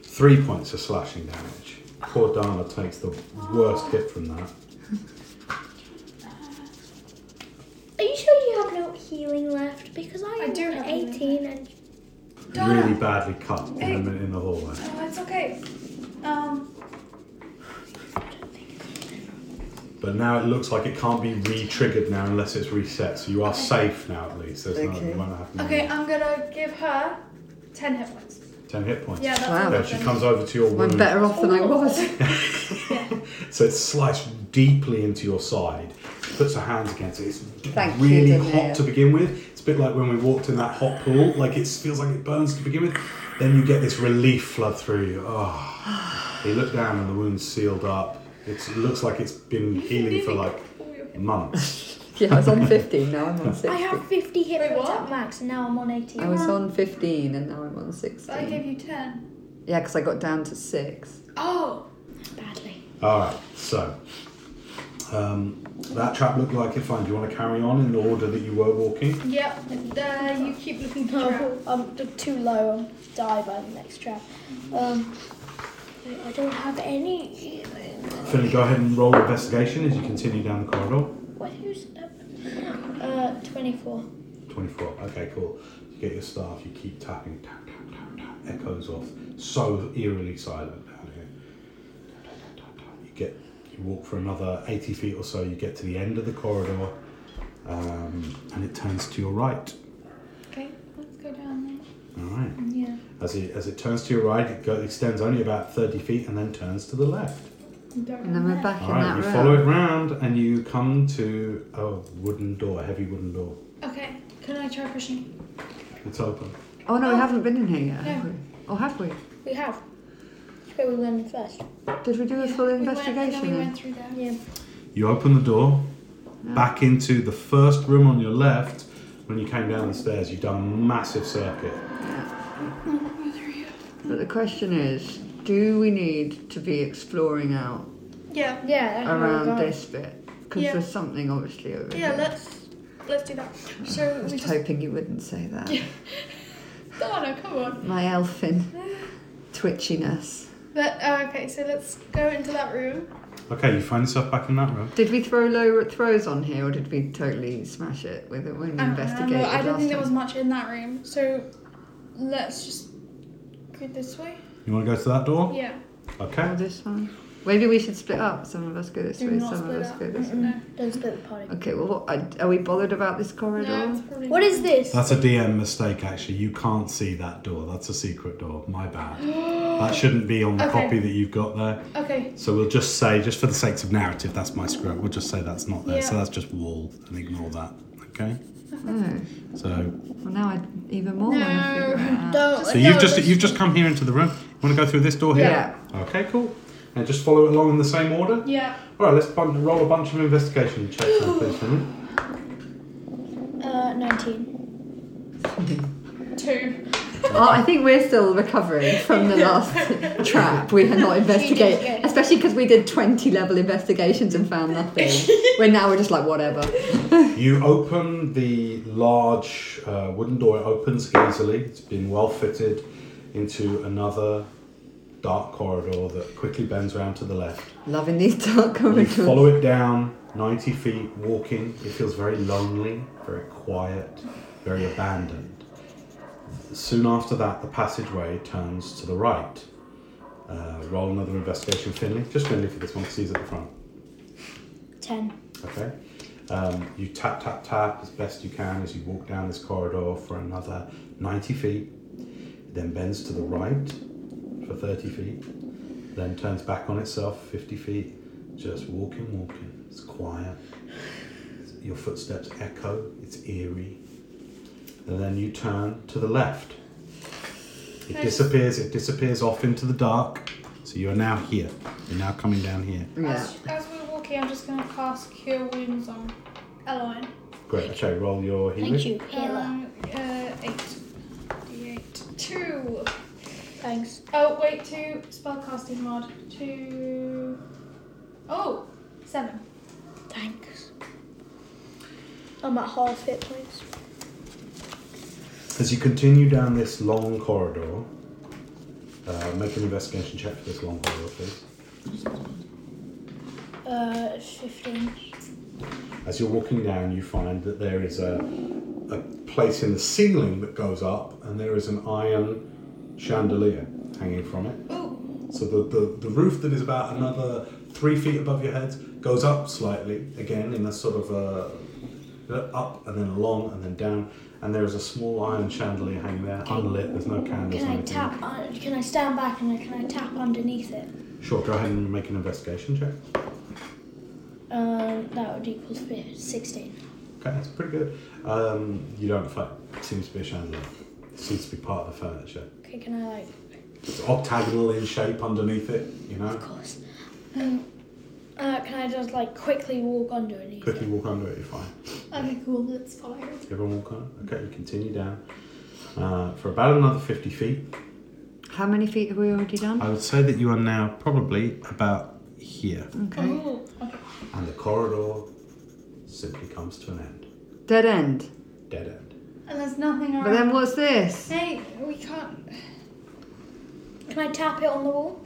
Speaker 1: three points of slashing damage. Poor Dana takes the worst hit from that.
Speaker 5: Are you sure you have no healing left? Because I,
Speaker 2: I
Speaker 5: am
Speaker 2: do have healing
Speaker 5: 18 and
Speaker 2: Donna!
Speaker 1: Really badly cut in,
Speaker 2: Hey.
Speaker 1: the, in the hallway.
Speaker 2: Oh, it's okay. Um,
Speaker 1: But now it looks like it can't be re triggered now unless it's reset, so you are safe now at least. There's no,
Speaker 3: Okay.
Speaker 1: you won't have to
Speaker 2: okay, I'm gonna give her 10 hit points.
Speaker 1: 10 hit points.
Speaker 2: Yeah, that's
Speaker 3: Wow.
Speaker 2: all
Speaker 1: Okay,
Speaker 2: of
Speaker 1: she
Speaker 2: them.
Speaker 1: comes over to your
Speaker 3: I'm
Speaker 1: wound.
Speaker 3: better off than I was.
Speaker 1: So it's sliced deeply into your side, puts her hands against it. It's
Speaker 3: Thank you,
Speaker 1: really
Speaker 3: Danielle.
Speaker 1: hot to begin with. It's a bit like when we walked in that hot pool, like it feels like it burns to begin with. Then you get this relief flood through you. Oh. you look down and the wound's sealed up. It's, it looks like it's been healing for like
Speaker 2: Oh, you're-
Speaker 1: months.
Speaker 3: yeah, I was on 15, now I'm on 60.
Speaker 5: I have 50 hit
Speaker 2: Wait,
Speaker 5: points
Speaker 2: what?
Speaker 5: at max and now I'm on 18.
Speaker 3: I was on 15 and now I'm on 16.
Speaker 2: I gave you 10.
Speaker 3: Yeah, because I got down to 6.
Speaker 2: Oh!
Speaker 5: Badly.
Speaker 1: All right, so um, that trap looked like it. Fine. Do you want to carry on in the order that you were walking?
Speaker 2: Yep, uh, you keep looking for her.
Speaker 5: No, I'm d- too low. I'll die by the next trap. Um, wait, I don't have any healing.
Speaker 1: Finley, go ahead and roll investigation as you continue down the corridor.
Speaker 5: What, who's up? Uh, 24.
Speaker 1: 24. Okay, cool. You get your staff, you keep tapping, tap, tap, tap, tap, echoes off. So eerily silent down here. Tap, tap, tap, tap, tap. You get, you walk for another 80 feet or so, you get to the end of the corridor, um, and it turns to your right.
Speaker 2: Okay, let's go down
Speaker 1: All right.
Speaker 2: there. Yeah.
Speaker 1: As it, as it turns to your right, it go, extends only about 30 feet and then turns to the left.
Speaker 2: Go
Speaker 3: And then we're
Speaker 2: down
Speaker 3: back
Speaker 1: All
Speaker 3: in
Speaker 1: right,
Speaker 3: that
Speaker 1: you
Speaker 3: room.
Speaker 1: follow it round and you come to a wooden door, a heavy wooden door.
Speaker 2: there. Okay, can I try pushing?
Speaker 1: It's open.
Speaker 3: Oh no, we haven't been in here yet, have
Speaker 2: No.
Speaker 3: we? Or have we?
Speaker 5: We have. Okay, we went in first.
Speaker 3: Did we do a full
Speaker 2: We went- then
Speaker 3: investigation?
Speaker 2: we
Speaker 3: then?
Speaker 2: went through there.
Speaker 5: Yeah.
Speaker 1: You open the door, back into the first room on your left. When you came down the stairs, you've done a massive circuit.
Speaker 3: But the question is, do we need to be exploring out
Speaker 2: Yeah,
Speaker 5: Yeah, that's where we
Speaker 3: around
Speaker 5: go.
Speaker 3: this bit because
Speaker 2: Yeah.
Speaker 3: there's something obviously over
Speaker 2: yeah.
Speaker 3: here.
Speaker 2: Let's let's do that. So
Speaker 3: I
Speaker 2: we
Speaker 3: was
Speaker 2: just
Speaker 3: hoping you wouldn't say that.
Speaker 2: Donna, come on.
Speaker 3: My elfin twitchiness.
Speaker 2: But uh, okay, so let's go into that room.
Speaker 8: Okay, you find yourself back in that room.
Speaker 3: Did we throw low throws on here, or did we totally smash it with it when we
Speaker 2: I don't remember.
Speaker 3: investigated
Speaker 2: Uh, I don't
Speaker 3: last
Speaker 2: think there was
Speaker 3: time?
Speaker 2: much in that room. So let's just go this way.
Speaker 8: You want to go to that door?
Speaker 2: Yeah.
Speaker 8: Okay.
Speaker 3: Or this one? Maybe we should split up. Some of us go this
Speaker 2: Do
Speaker 3: way,
Speaker 2: not
Speaker 3: some
Speaker 2: split
Speaker 3: of us
Speaker 2: up.
Speaker 3: go this way.
Speaker 2: No.
Speaker 5: Don't split the party.
Speaker 3: Okay, well, what, are- are we bothered about this corridor?
Speaker 2: No. It's probably
Speaker 5: What is this?
Speaker 8: That's a DM mistake, actually. You can't see that door. That's a secret door. My bad. That shouldn't be on the
Speaker 2: Okay.
Speaker 8: copy that you've got there.
Speaker 2: okay.
Speaker 8: So we'll just say, just for the sakes of narrative, that's my script. We'll just say that's not there. So
Speaker 2: Yeah.
Speaker 8: that's just wall and ignore that. Okay.
Speaker 3: Oh,
Speaker 8: So,
Speaker 3: well, now I even more want to
Speaker 2: No.
Speaker 3: figure it out.
Speaker 5: Don't.
Speaker 8: so you've just you've just come here into the room. You want to go through this door here?
Speaker 3: Yeah.
Speaker 8: Okay, cool. And just follow it along in the same order.
Speaker 2: Yeah.
Speaker 8: All right, let's bun- roll a bunch of investigation checks, then, please, for me.
Speaker 5: Uh, 19.
Speaker 2: Two.
Speaker 3: Oh, I think we're still recovering from the last trap. We had not investigated,
Speaker 5: good.
Speaker 3: especially because we did 20 level investigations and found nothing. we're now we're just like, whatever.
Speaker 8: You open.
Speaker 1: open the large uh, wooden door. It opens easily. It's been well fitted into another dark corridor that quickly bends around to the left.
Speaker 3: Loving these dark
Speaker 1: You
Speaker 3: corridors.
Speaker 1: follow it down 90 feet, walking. It feels very lonely, very quiet, very abandoned. Soon after that, the passageway turns to the right. Uh, roll another investigation, Finley. Just Finley for this one, 'cause he's at the front.
Speaker 5: 10.
Speaker 1: Okay. Um, you tap, tap, tap as best you can as you walk down this corridor for another 90 feet, then bends to the right for 30 feet, then turns back on itself 50 feet, just walking, walking. It's quiet. Your footsteps echo, it's eerie. And then you turn to the left. It
Speaker 2: Nice.
Speaker 1: disappears, it disappears off into the dark. So you're now here. You're now coming down here.
Speaker 3: Yeah.
Speaker 2: As, as we're walking, I'm just gonna cast Cure Wounds on Eloine.
Speaker 1: Great, okay, roll your healing.
Speaker 5: Thank you, Kayla.
Speaker 2: Um, uh, eight. D8. Two.
Speaker 5: Thanks.
Speaker 2: Oh wait, two spellcasting mod. Two. Oh, seven.
Speaker 5: Thanks. I'm at half hit points.
Speaker 1: As you continue down this long corridor, uh, make an investigation check for this long corridor, please.
Speaker 5: Uh, 15.
Speaker 1: As you're walking down, you find that there is a, a place in the ceiling that goes up, and there is an iron chandelier hanging from it.
Speaker 2: Ooh.
Speaker 1: So the, the, the roof that is about another three feet above your heads goes up slightly again in a sort of a up and then along and then down, and there is a small iron chandelier hanging there, unlit. There's no candles.
Speaker 5: Can
Speaker 1: or
Speaker 5: I
Speaker 1: anything.
Speaker 5: tap? Uh, can I stand back and can I tap underneath it?
Speaker 1: Sure, go ahead and make an investigation check.
Speaker 5: Uh, that would equal fi- 16.
Speaker 1: Okay, that's pretty good. Um, you don't fight. Seems to be a chandelier. Seems to be part of the furniture.
Speaker 5: Okay, can I like?
Speaker 1: It's octagonal in shape underneath it. You know,
Speaker 5: Of course. Um, uh, can I just like quickly walk underneath
Speaker 1: quickly
Speaker 5: it?
Speaker 1: walk under it. You're fine.
Speaker 2: Okay, cool. Let's follow.
Speaker 1: Everyone walk on. Okay, you continue down uh, for about another fifty feet.
Speaker 3: How many feet have we already done?
Speaker 8: I would say that you are now probably about here.
Speaker 2: Mm.
Speaker 3: Okay.
Speaker 2: Ooh. Okay.
Speaker 1: and the corridor simply comes to an end.
Speaker 3: Dead end.
Speaker 1: Dead end.
Speaker 2: And there's nothing around.
Speaker 3: But then what's this?
Speaker 2: Hey, we can't.
Speaker 5: Can I tap it on the wall?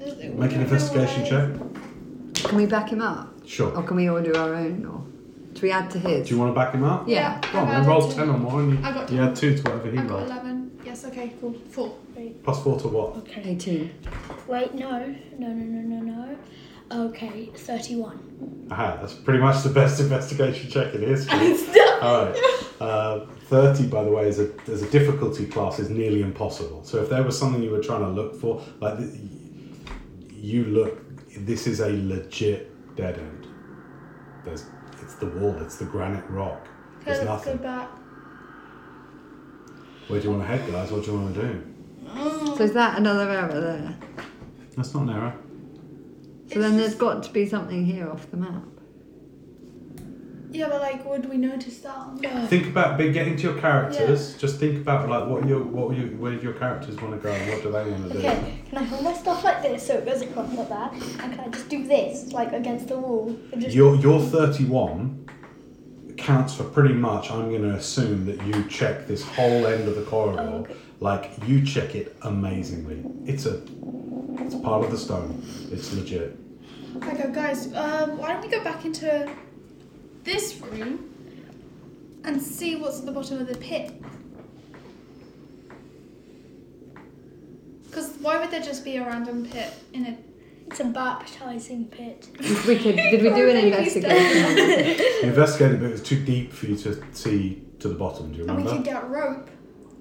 Speaker 1: Make an investigation check.
Speaker 3: Can we back him up,
Speaker 1: Sure.
Speaker 3: or can we all do our own? Or do we add to his?
Speaker 1: Do you want to back him up?
Speaker 3: yeah.
Speaker 2: Yeah.
Speaker 8: Go on,
Speaker 2: I've
Speaker 8: then
Speaker 2: added
Speaker 8: roll
Speaker 2: two.
Speaker 8: 10 or more, and you,
Speaker 2: I've got
Speaker 8: you
Speaker 2: 10.
Speaker 8: add 2 to whatever he
Speaker 2: I've got
Speaker 8: rolled.
Speaker 2: eleven. Yes. Okay. Cool. Four.
Speaker 1: Plus four to what?
Speaker 5: Okay.
Speaker 3: Eighteen.
Speaker 5: Wait, no, no, no, no, no, no. Okay, 31.
Speaker 1: Aha, that's pretty much the best investigation check in history.
Speaker 2: It's not-
Speaker 1: All right. Uh, 30, by the way, is a, is a difficulty class is nearly impossible. So if there was something you were trying to look for, like th- you look, this is a legit dead end. There's, it's the wall, it's the granite rock. There's
Speaker 2: Okay, let's go
Speaker 1: nothing.
Speaker 2: back.
Speaker 1: Where do you want to head, guys? What do you want to do?
Speaker 3: So is that another error there?
Speaker 8: That's not an error.
Speaker 3: So then there's got to be something here off the map.
Speaker 2: Yeah, but like, would we notice that? on
Speaker 5: Oh.
Speaker 2: the-
Speaker 1: Think about but get into your characters. Just think about like what your what you where your characters want to go and what do they want to do.
Speaker 5: Okay, can I hold my stuff like this so it goes across like that? And can I just do this, like against the wall? And just
Speaker 1: Your your thirty one counts for pretty much. I'm going to assume that you check this whole end of the corridor.
Speaker 5: Oh, okay.
Speaker 1: Like you check it amazingly. It's a it's part of the stone. It's legit.
Speaker 2: I go, guys, um, why don't we go back into this room and see what's at the bottom of the pit? Because why would there just be a random pit in a.
Speaker 5: It's a baptizing pit.
Speaker 3: We could, did we do an investigation?
Speaker 1: You investigated, but it was too deep for you to see to the bottom. Do you
Speaker 2: And we
Speaker 1: remember?
Speaker 2: could get rope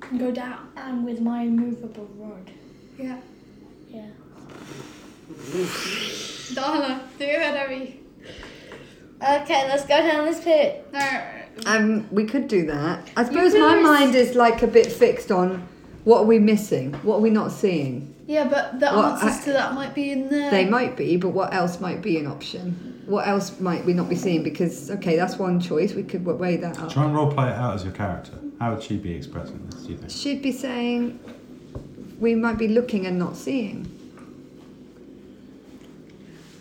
Speaker 2: and go down.
Speaker 5: And with my immovable rod.
Speaker 2: Yeah.
Speaker 5: Yeah.
Speaker 2: Donna, do it, Abby.
Speaker 5: Okay, let's go down this pit.
Speaker 2: No.
Speaker 3: um, we could do that. I suppose
Speaker 2: could
Speaker 3: my
Speaker 2: always-
Speaker 3: mind is like a bit fixed on what are we missing? What are we not seeing?
Speaker 2: Yeah, but the
Speaker 3: Well,
Speaker 2: answers
Speaker 3: I-
Speaker 2: to that might be in there.
Speaker 3: They might be, but what else might be an option? What else might we not be seeing? Because, okay, that's one choice. We could weigh that up.
Speaker 1: Try and role play it out as your character. How would she be expressing this? Do you think?
Speaker 3: She'd be saying we might be looking and not seeing.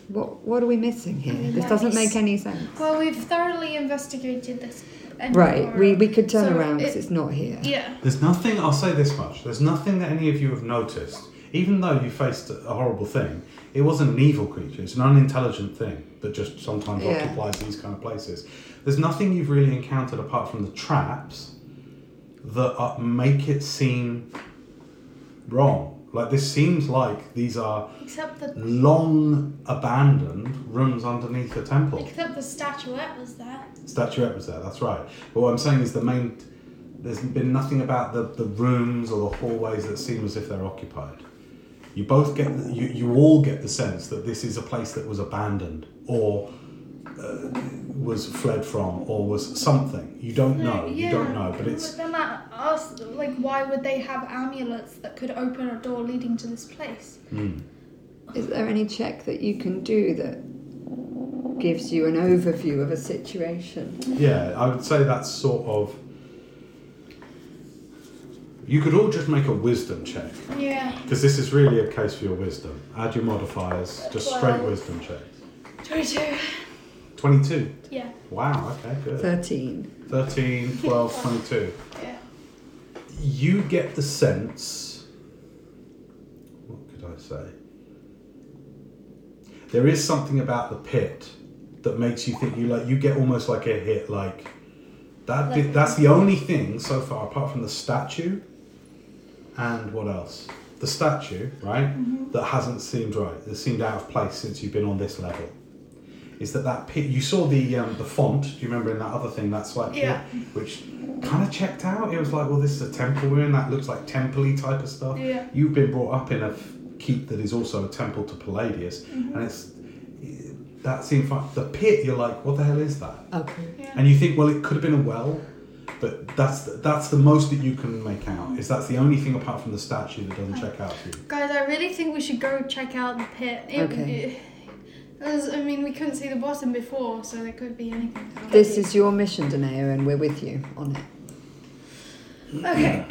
Speaker 3: What what are we missing here? This
Speaker 5: might
Speaker 3: doesn't
Speaker 5: be
Speaker 3: make any sense.
Speaker 2: Well, we've thoroughly investigated this. and-
Speaker 3: Right, we, we could turn
Speaker 2: So
Speaker 3: around because
Speaker 2: it-
Speaker 3: it's not here.
Speaker 2: Yeah.
Speaker 1: There's nothing, I'll say this much, there's nothing that any of you have noticed. Even though you faced a horrible thing, it wasn't an evil creature, it's an unintelligent thing that just sometimes
Speaker 3: Yeah.
Speaker 1: occupies these kind of places. There's nothing you've really encountered apart from the traps that are, make it seem wrong. Like, this seems like these are
Speaker 2: Except the
Speaker 1: long abandoned rooms underneath the temple.
Speaker 2: except the statuette was there.
Speaker 1: Statuette was there, that's right. But what I'm saying is the main. There's been nothing about the, the rooms or the hallways that seem as if they're occupied. You both get. You, you all get the sense that this is a place that was abandoned or uh, was fled from or was something. You don't know. You don't know. But it's.
Speaker 2: But then that us like, why would they have amulets that could open a door leading to this place?
Speaker 3: Is there any check that you can do that gives you an overview of a situation?
Speaker 1: Yeah, I would say that's sort of. You could all just make a wisdom check.
Speaker 2: Yeah.
Speaker 1: Because this is really a case for your wisdom. Add your modifiers, just straight
Speaker 5: Twelve.
Speaker 1: wisdom checks.
Speaker 2: Twenty-two.
Speaker 1: 22.
Speaker 5: Yeah.
Speaker 1: Wow, okay, good.
Speaker 3: Thirteen.
Speaker 1: 13, 12, 22.
Speaker 2: Yeah.
Speaker 1: You get the sense. What could I say? There is something about the pit that makes you think you like, you get almost like a hit, like. That,
Speaker 5: Like-
Speaker 1: that's the only thing so far, apart from the statue and what else? The statue, right? That hasn't seemed right. That seemed out of place since you've been on this level. Is that that pit? You saw the um, the font. Do you remember in that other thing? That's like
Speaker 2: Yeah.
Speaker 1: which kind of checked out. It was like, well, this is a temple we're in. That looks like temple-y type of stuff.
Speaker 2: Yeah.
Speaker 1: You've been brought up in a f- keep that is also a temple to Palladius, and it's that seemed fine. The pit. You're like, what the hell is that?
Speaker 3: Okay.
Speaker 1: and you think, well, it could have been a well, but that's that's the most that you can make out. Is that's the only thing apart from the statue that doesn't check out for you.
Speaker 2: Guys, I really think we should go check out the pit. It-
Speaker 3: Okay.
Speaker 2: it- as- I mean, we couldn't see the bottom before, so there could be anything. down
Speaker 3: This is your mission, Danae, and we're with you on it.
Speaker 2: there. Okay.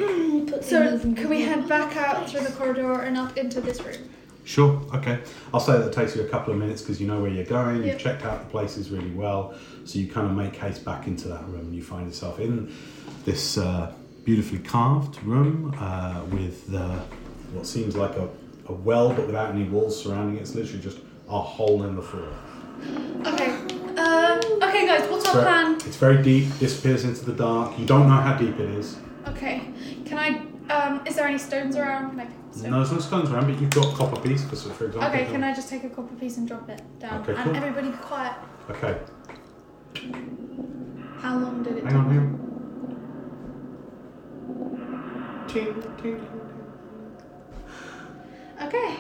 Speaker 5: Put the
Speaker 2: So
Speaker 5: immovable
Speaker 2: can we
Speaker 5: rod-
Speaker 2: head back out through the corridor and up into this room?
Speaker 1: Sure, okay. I'll say that it takes you a couple of minutes because you know where you're going.
Speaker 2: Yeah.
Speaker 1: You've checked out the places really well, so you kind of make haste back into that room. and You find yourself in this uh, beautifully carved room uh, with uh, what seems like a, a well, but without any walls surrounding it. It's literally just a hole in the floor.
Speaker 2: Okay. Um, okay, guys. What's
Speaker 1: It's
Speaker 2: our
Speaker 1: very-
Speaker 2: plan?
Speaker 1: It's very deep, disappears into the dark. You don't know how deep it is.
Speaker 2: Okay. Can I? Um, is there any stones around? Can I pick up stones?
Speaker 1: No, there's no stones around, but you've got copper piece, for, for example.
Speaker 2: Okay, can I just take a copper piece and drop it down?
Speaker 1: Okay,
Speaker 2: and
Speaker 1: cool.
Speaker 2: everybody be quiet.
Speaker 1: Okay,
Speaker 2: How long did it
Speaker 1: hang
Speaker 2: take?
Speaker 1: on, hang on.
Speaker 2: Okay.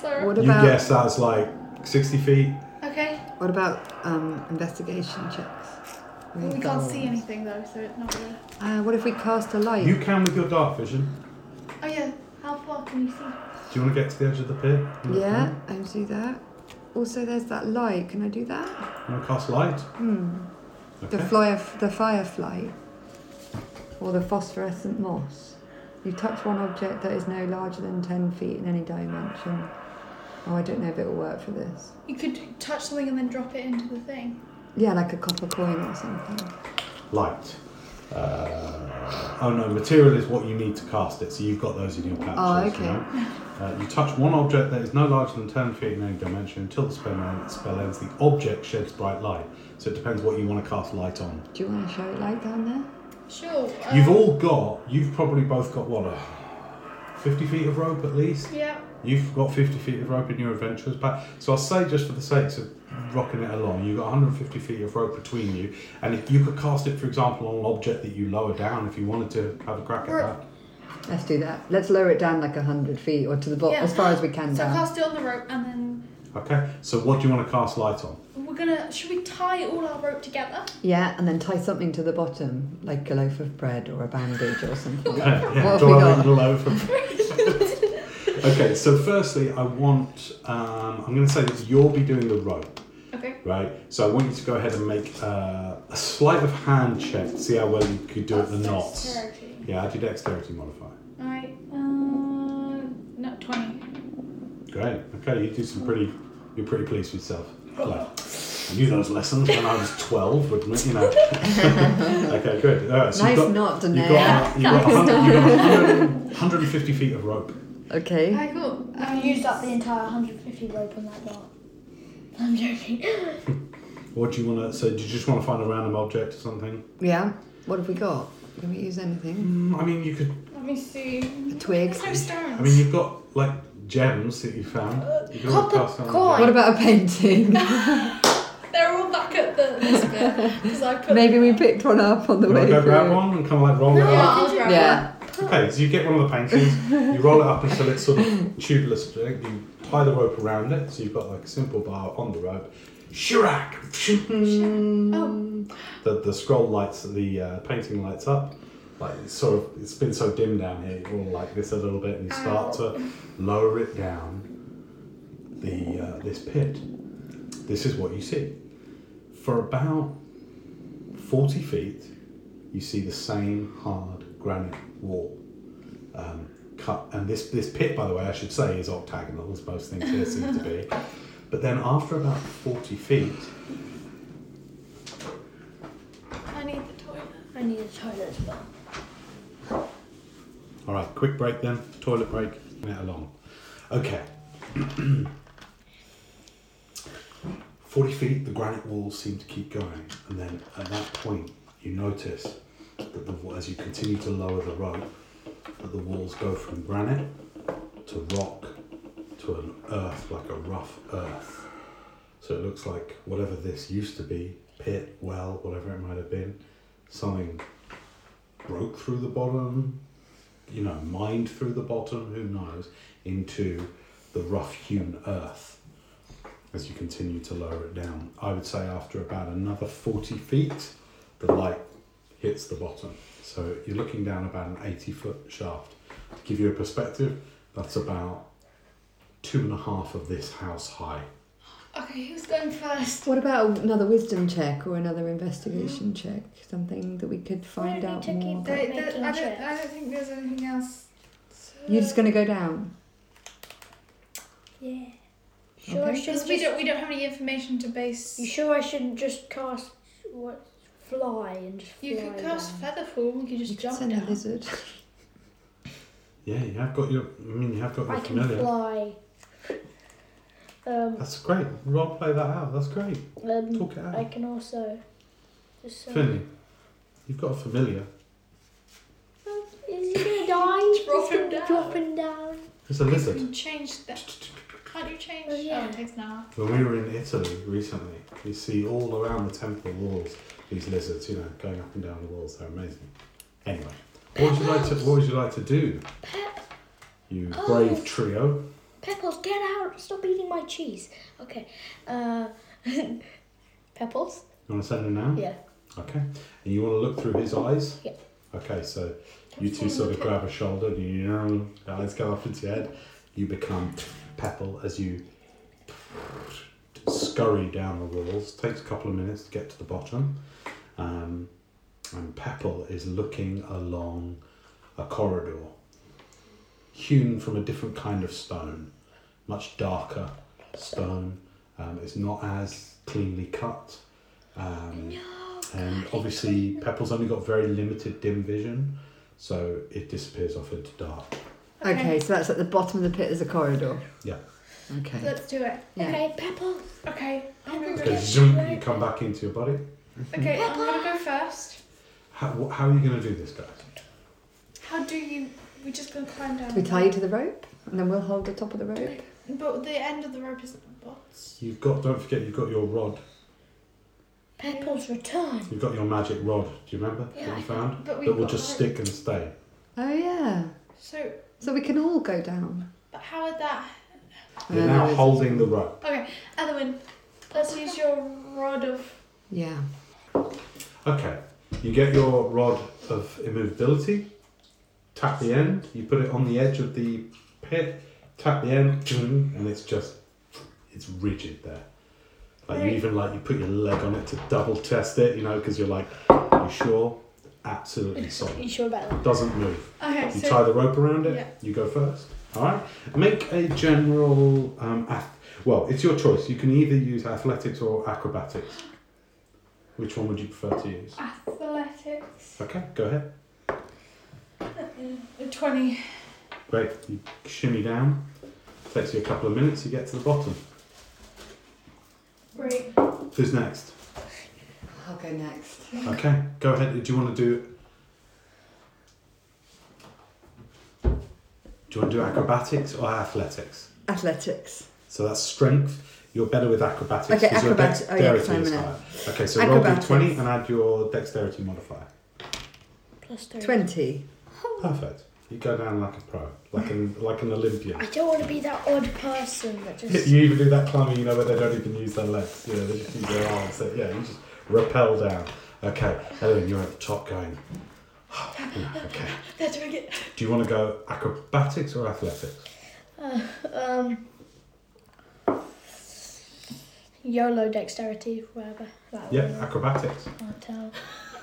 Speaker 2: So
Speaker 3: What
Speaker 1: You
Speaker 3: about
Speaker 1: guess that's like 60 feet.
Speaker 2: okay.
Speaker 3: what about um, investigation checks?
Speaker 2: Well, we can't see
Speaker 3: Goals.
Speaker 2: anything though, so it's not really.
Speaker 3: Uh, what if we cast a light?
Speaker 1: You can with your dark vision.
Speaker 2: Oh yeah. How far can you see?
Speaker 1: Do you want to get to the edge of the pit?
Speaker 3: Yeah, I do that. Also, there's that light. Can I do that?
Speaker 1: You want to cast light?
Speaker 3: Hmm. The fly, the firefly, or the phosphorescent moss. You touch one object that is no larger than ten feet in any dimension. Oh, I don't know if it will work for this.
Speaker 2: You could touch something and then drop it into the thing.
Speaker 3: Yeah, like a copper coin or something.
Speaker 1: Light. Uh, oh no, material is what you need to cast it, so you've got those in your pouches.
Speaker 3: Oh,
Speaker 1: you
Speaker 3: okay.
Speaker 1: know? Uh, you touch one object that is no larger than 10 feet in any dimension until the spell ends, spell ends. The object sheds bright light, so it depends what you want to cast light on.
Speaker 3: Do you want to show it like down there?
Speaker 2: Sure. uh,
Speaker 1: You've all got, you've probably both got what, a 50 feet of rope at least?
Speaker 2: Yeah.
Speaker 1: You've got 50 feet of rope in your adventurer's pack. So I'll say, just for the sakes of rocking it along, you've got 150 feet of rope between you. And if you could cast it, for example, on an object that you lower down, if you wanted to have a crack at
Speaker 2: Right.
Speaker 1: that.
Speaker 3: Let's do that. Let's lower it down like hundred feet or to the bottom
Speaker 2: Yeah.
Speaker 3: as far as we can
Speaker 2: So
Speaker 3: down.
Speaker 2: cast it on the rope and then
Speaker 1: Okay, so what do you want to cast light on?
Speaker 2: we're gonna. Should we tie all our rope together?
Speaker 3: Yeah, and then tie something to the bottom, like a loaf of bread or a bandage or something.
Speaker 1: Yeah,
Speaker 3: have
Speaker 1: draw
Speaker 3: we
Speaker 1: a
Speaker 3: got?
Speaker 1: little over. okay, so firstly, I want, um, I'm going to say that you'll be doing the rope,
Speaker 2: Okay.
Speaker 1: right? So I want you to go ahead and make uh, a sleight of hand check, to see how well you could do at the knots.
Speaker 2: Dexterity.
Speaker 1: Yeah, add your dexterity modifier.
Speaker 2: Alright. Uh, no, 20.
Speaker 1: Great. Okay, you do some pretty. You're pretty pleased with yourself. Like, I knew those lessons when I was twelve, wouldn't it? You know. okay, good. All right, so
Speaker 3: nice
Speaker 1: you've got,
Speaker 3: knot,
Speaker 1: you've
Speaker 3: Danae.
Speaker 1: got, you've got, 100, you've got 100, 150 feet of rope.
Speaker 3: Okay.
Speaker 2: Okay, cool. Um,
Speaker 5: I've used up the entire 150 rope on that dart. I'm joking.
Speaker 1: What do you want to? So, do you just want to find a random object or something?
Speaker 3: Yeah. What have we got? Can we use anything?
Speaker 1: Mm, I mean, you could.
Speaker 2: Let me see.
Speaker 3: Twigs.
Speaker 2: There's no stones.
Speaker 1: I mean, you've got like gems that you found. You can always
Speaker 2: Copper
Speaker 1: pass on a
Speaker 2: coin.
Speaker 1: gem.
Speaker 3: What about a painting?
Speaker 2: They're all back at the this bit because I put.
Speaker 3: Maybe we picked one up on the
Speaker 1: You
Speaker 3: way
Speaker 1: want to go grab
Speaker 3: through.
Speaker 1: one and kind of like roll it
Speaker 2: Yeah,
Speaker 1: up?
Speaker 2: I'll grab one.
Speaker 3: Yeah.
Speaker 1: Okay, so you get one of the paintings, you roll it up until it's sort of tubeless, you tie the rope around it, so you've got like a simple bar on the rope. Shirak!
Speaker 2: Mm.
Speaker 3: Oh.
Speaker 1: The, the scroll lights, the uh, painting lights up. Like it's sort of, it's been so dim down here, you're all like this a little bit, and you start to lower it down the uh, this pit. This is what you see. For about 40 feet, you see the same hard granite wall um, cut. And this, this pit, by the way, I should say, is octagonal, as most things here seem to be. But then after about 40 feet,
Speaker 2: I need the toilet.
Speaker 5: I need a toilet as well.
Speaker 1: all right, quick break then, toilet break, and it along. Okay. 40 feet, the granite walls seem to keep going. And then at that point, you notice that the, as you continue to lower the rope, that the walls go from granite to rock to an earth, like a rough earth. So it looks like whatever this used to be pit, well, whatever it might have been something broke through the bottom, you know, mined through the bottom, who knows, into the rough hewn earth as you continue to lower it down. I would say after about another 40 feet, the light hits the bottom. So you're looking down about an 80 foot shaft. To give you a perspective, that's about two and a half of this house high.
Speaker 2: Okay, who's going first?
Speaker 3: What about another wisdom check or another investigation check? Something that we could find
Speaker 5: need
Speaker 3: out
Speaker 5: to keep
Speaker 3: more.
Speaker 5: the-
Speaker 3: About.
Speaker 2: They- they-
Speaker 5: Making
Speaker 2: I, don't,
Speaker 5: checks.
Speaker 2: I don't think there's anything else.
Speaker 3: You're just gonna go down.
Speaker 5: Yeah. Sure, I
Speaker 3: Okay.
Speaker 5: should
Speaker 2: Because we don't, we don't have any information to base.
Speaker 5: You sure I shouldn't just cast what fly and just
Speaker 2: You
Speaker 5: fly
Speaker 2: could cast
Speaker 5: down?
Speaker 2: feather form. You could just
Speaker 3: You could
Speaker 2: jump
Speaker 3: send a
Speaker 2: down.
Speaker 3: lizard.
Speaker 1: Yeah, you have got your, I mean, you have got your
Speaker 5: I can
Speaker 1: familiar.
Speaker 5: fly. Um,
Speaker 1: That's great. Roleplay that out. That's great.
Speaker 5: um,
Speaker 1: Talk it out.
Speaker 5: I can also just say,
Speaker 1: Finley, you've got a familiar.
Speaker 5: "Oh, is he gonna die?
Speaker 2: Drop
Speaker 5: He's
Speaker 2: him
Speaker 5: gonna
Speaker 2: down.
Speaker 5: Drop him down.
Speaker 1: It's a
Speaker 2: You
Speaker 1: lizard.
Speaker 2: can change that. Can't you change?
Speaker 5: Oh, yeah.
Speaker 2: oh it takes an hour.
Speaker 1: When we were in Italy recently, you see all around the temple walls these lizards, you know, going up and down the walls. They're amazing. Anyway, what would you like to? What would you like to do? You brave trio.
Speaker 5: Pepples, get out! Stop eating my cheese. Okay. Uh, Pepples.
Speaker 1: You want to send him now?
Speaker 5: Yeah.
Speaker 1: Okay. And you want to look through his eyes.
Speaker 5: Yeah.
Speaker 1: Okay, so you two sort of grab a shoulder. and You know, the eyes go up into your head. You become Pepple as you scurry down the walls. Takes a couple of minutes to get to the bottom. Um, and Peppel is looking along a corridor hewn from a different kind of stone, much darker stone. Um, it's not as cleanly cut. Um, and obviously, Peppel's only got very limited dim vision, so it disappears off into dark.
Speaker 2: Okay.
Speaker 3: Okay. so that's at the bottom of the pit. There's a corridor.
Speaker 1: Yeah.
Speaker 3: Okay.
Speaker 2: Let's do it.
Speaker 3: Yeah.
Speaker 5: Okay, Pepper.
Speaker 2: Okay. I'm gonna
Speaker 1: Okay,
Speaker 2: go.
Speaker 1: zoom, you come back into your body.
Speaker 2: Okay, I'm gonna go first.
Speaker 1: How, wh- how are you going to do this, guys?
Speaker 2: How do you? We're just gonna climb down.
Speaker 3: We tie you to the rope, and then we'll hold the top of the rope.
Speaker 2: But the end of the rope is bots.
Speaker 1: You've got, don't forget, you've got your rod.
Speaker 5: Pepper's return.
Speaker 1: You've got your magic rod. Do you remember
Speaker 5: Yeah,
Speaker 1: that
Speaker 5: I
Speaker 1: you found?
Speaker 2: But we.
Speaker 1: That will just stick and stay.
Speaker 3: Oh yeah.
Speaker 2: So,
Speaker 3: So we can all go down.
Speaker 2: but how would that?
Speaker 1: You're
Speaker 3: Uh,
Speaker 1: now
Speaker 3: there's-
Speaker 1: holding the rope.
Speaker 2: Okay, Ethelwyn, let's use your rod of.
Speaker 3: Yeah.
Speaker 1: Okay, you get your rod of immovability. Tap the end. You put it on the edge of the pit. Tap the end, ding, and it's just, it's rigid there. Like you
Speaker 2: Right.
Speaker 1: even like you put your leg on it to double test it, you know, because you're like, you sure, absolutely solid.
Speaker 5: You sure about that?
Speaker 1: Doesn't move.
Speaker 2: Okay,
Speaker 1: You
Speaker 2: so
Speaker 1: tie the rope around it.
Speaker 2: Yeah.
Speaker 1: You go first. All right. Make a general. Um, ath- well, it's your choice. You can either use athletics or acrobatics. Which one would you prefer to use?
Speaker 2: athletics.
Speaker 1: Okay, go ahead.
Speaker 2: Twenty.
Speaker 1: Great. You shimmy down. Takes you a couple of minutes. You get to the bottom.
Speaker 2: Great.
Speaker 1: Who's next?
Speaker 3: I'll go next.
Speaker 1: Okay, go ahead. Do you want to do? Do you want to do acrobatics or athletics?
Speaker 3: Athletics.
Speaker 1: So that's strength. You're better with acrobatics.
Speaker 3: Okay,
Speaker 1: 'cause your
Speaker 3: acrobat- oh, yeah, 'cause
Speaker 1: dexterity is
Speaker 3: I'm an-
Speaker 1: higher. Okay, so roll
Speaker 3: Acrobatics.
Speaker 1: d20 and add your dexterity modifier.
Speaker 5: Plus three.
Speaker 3: Twenty.
Speaker 1: Perfect. You go down like a pro, like an like an Olympian.
Speaker 5: I don't want to be that odd person that just.
Speaker 1: you even do that climbing, you know, where they don't even use their legs. You know, they just use their arms. So yeah, you just rappel down. Okay, Ellen, you're at the top going. okay.
Speaker 2: That's what I get.
Speaker 1: Do you want to go acrobatics or athletics?
Speaker 5: Um. YOLO dexterity, whatever. That
Speaker 1: Yeah,
Speaker 5: one.
Speaker 1: acrobatics.
Speaker 5: I'll tell.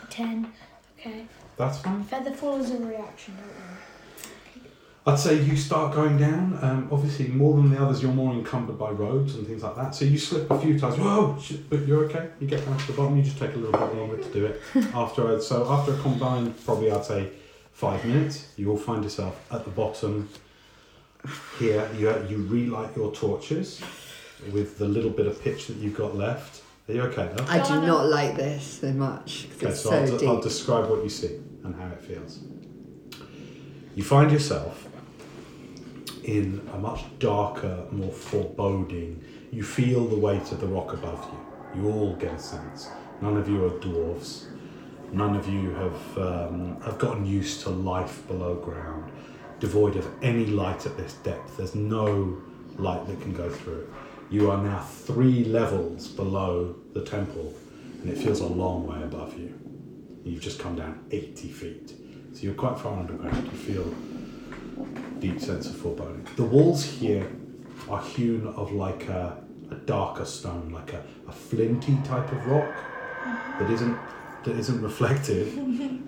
Speaker 5: Ten. Okay.
Speaker 1: That's fine.
Speaker 5: Feather fall is a reaction, don't worry.
Speaker 1: I'd say you start going down. Um, obviously, more than the others, you're more encumbered by roads and things like that. So you slip a few times. Whoa! shit, But you're okay. You get down to the bottom. You just take a little bit longer to do it. After a, so after a combined, probably I'd say five minutes, you will find yourself at the bottom. Here, you you relight your torches with the little bit of pitch that you've got left. Are you okay now?
Speaker 3: I do
Speaker 2: Donna.
Speaker 3: not like this so much 'cause
Speaker 1: Okay,
Speaker 3: it's
Speaker 1: so,
Speaker 3: so,
Speaker 1: I'll, de-
Speaker 3: deep.
Speaker 1: I'll describe what you see and how it feels. You find yourself in a much darker, more foreboding. You feel the weight of the rock above you. You all get a sense. None of you are dwarves. None of you have um, have gotten used to life below ground, devoid of any light at this depth. There's no light that can go through it. You are now three levels below the temple, and it feels a long way above you. You've just come down 80 feet, so you're quite far underground. You feel deep sense of foreboding. The walls here are hewn of like a, a darker stone, like a, a flinty type of rock that isn't that isn't reflective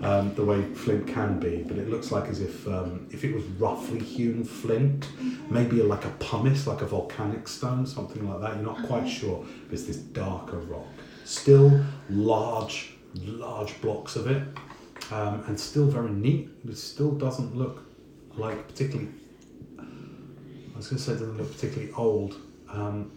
Speaker 1: um, the way flint can be, but it looks like as if um, if it was roughly hewn flint, maybe like a pumice, like a volcanic stone, something like that. You're not quite sure. It's this darker rock, still large, large blocks of it, um, and still very neat. It still doesn't look like particularly. I was going to say doesn't look particularly old. Um,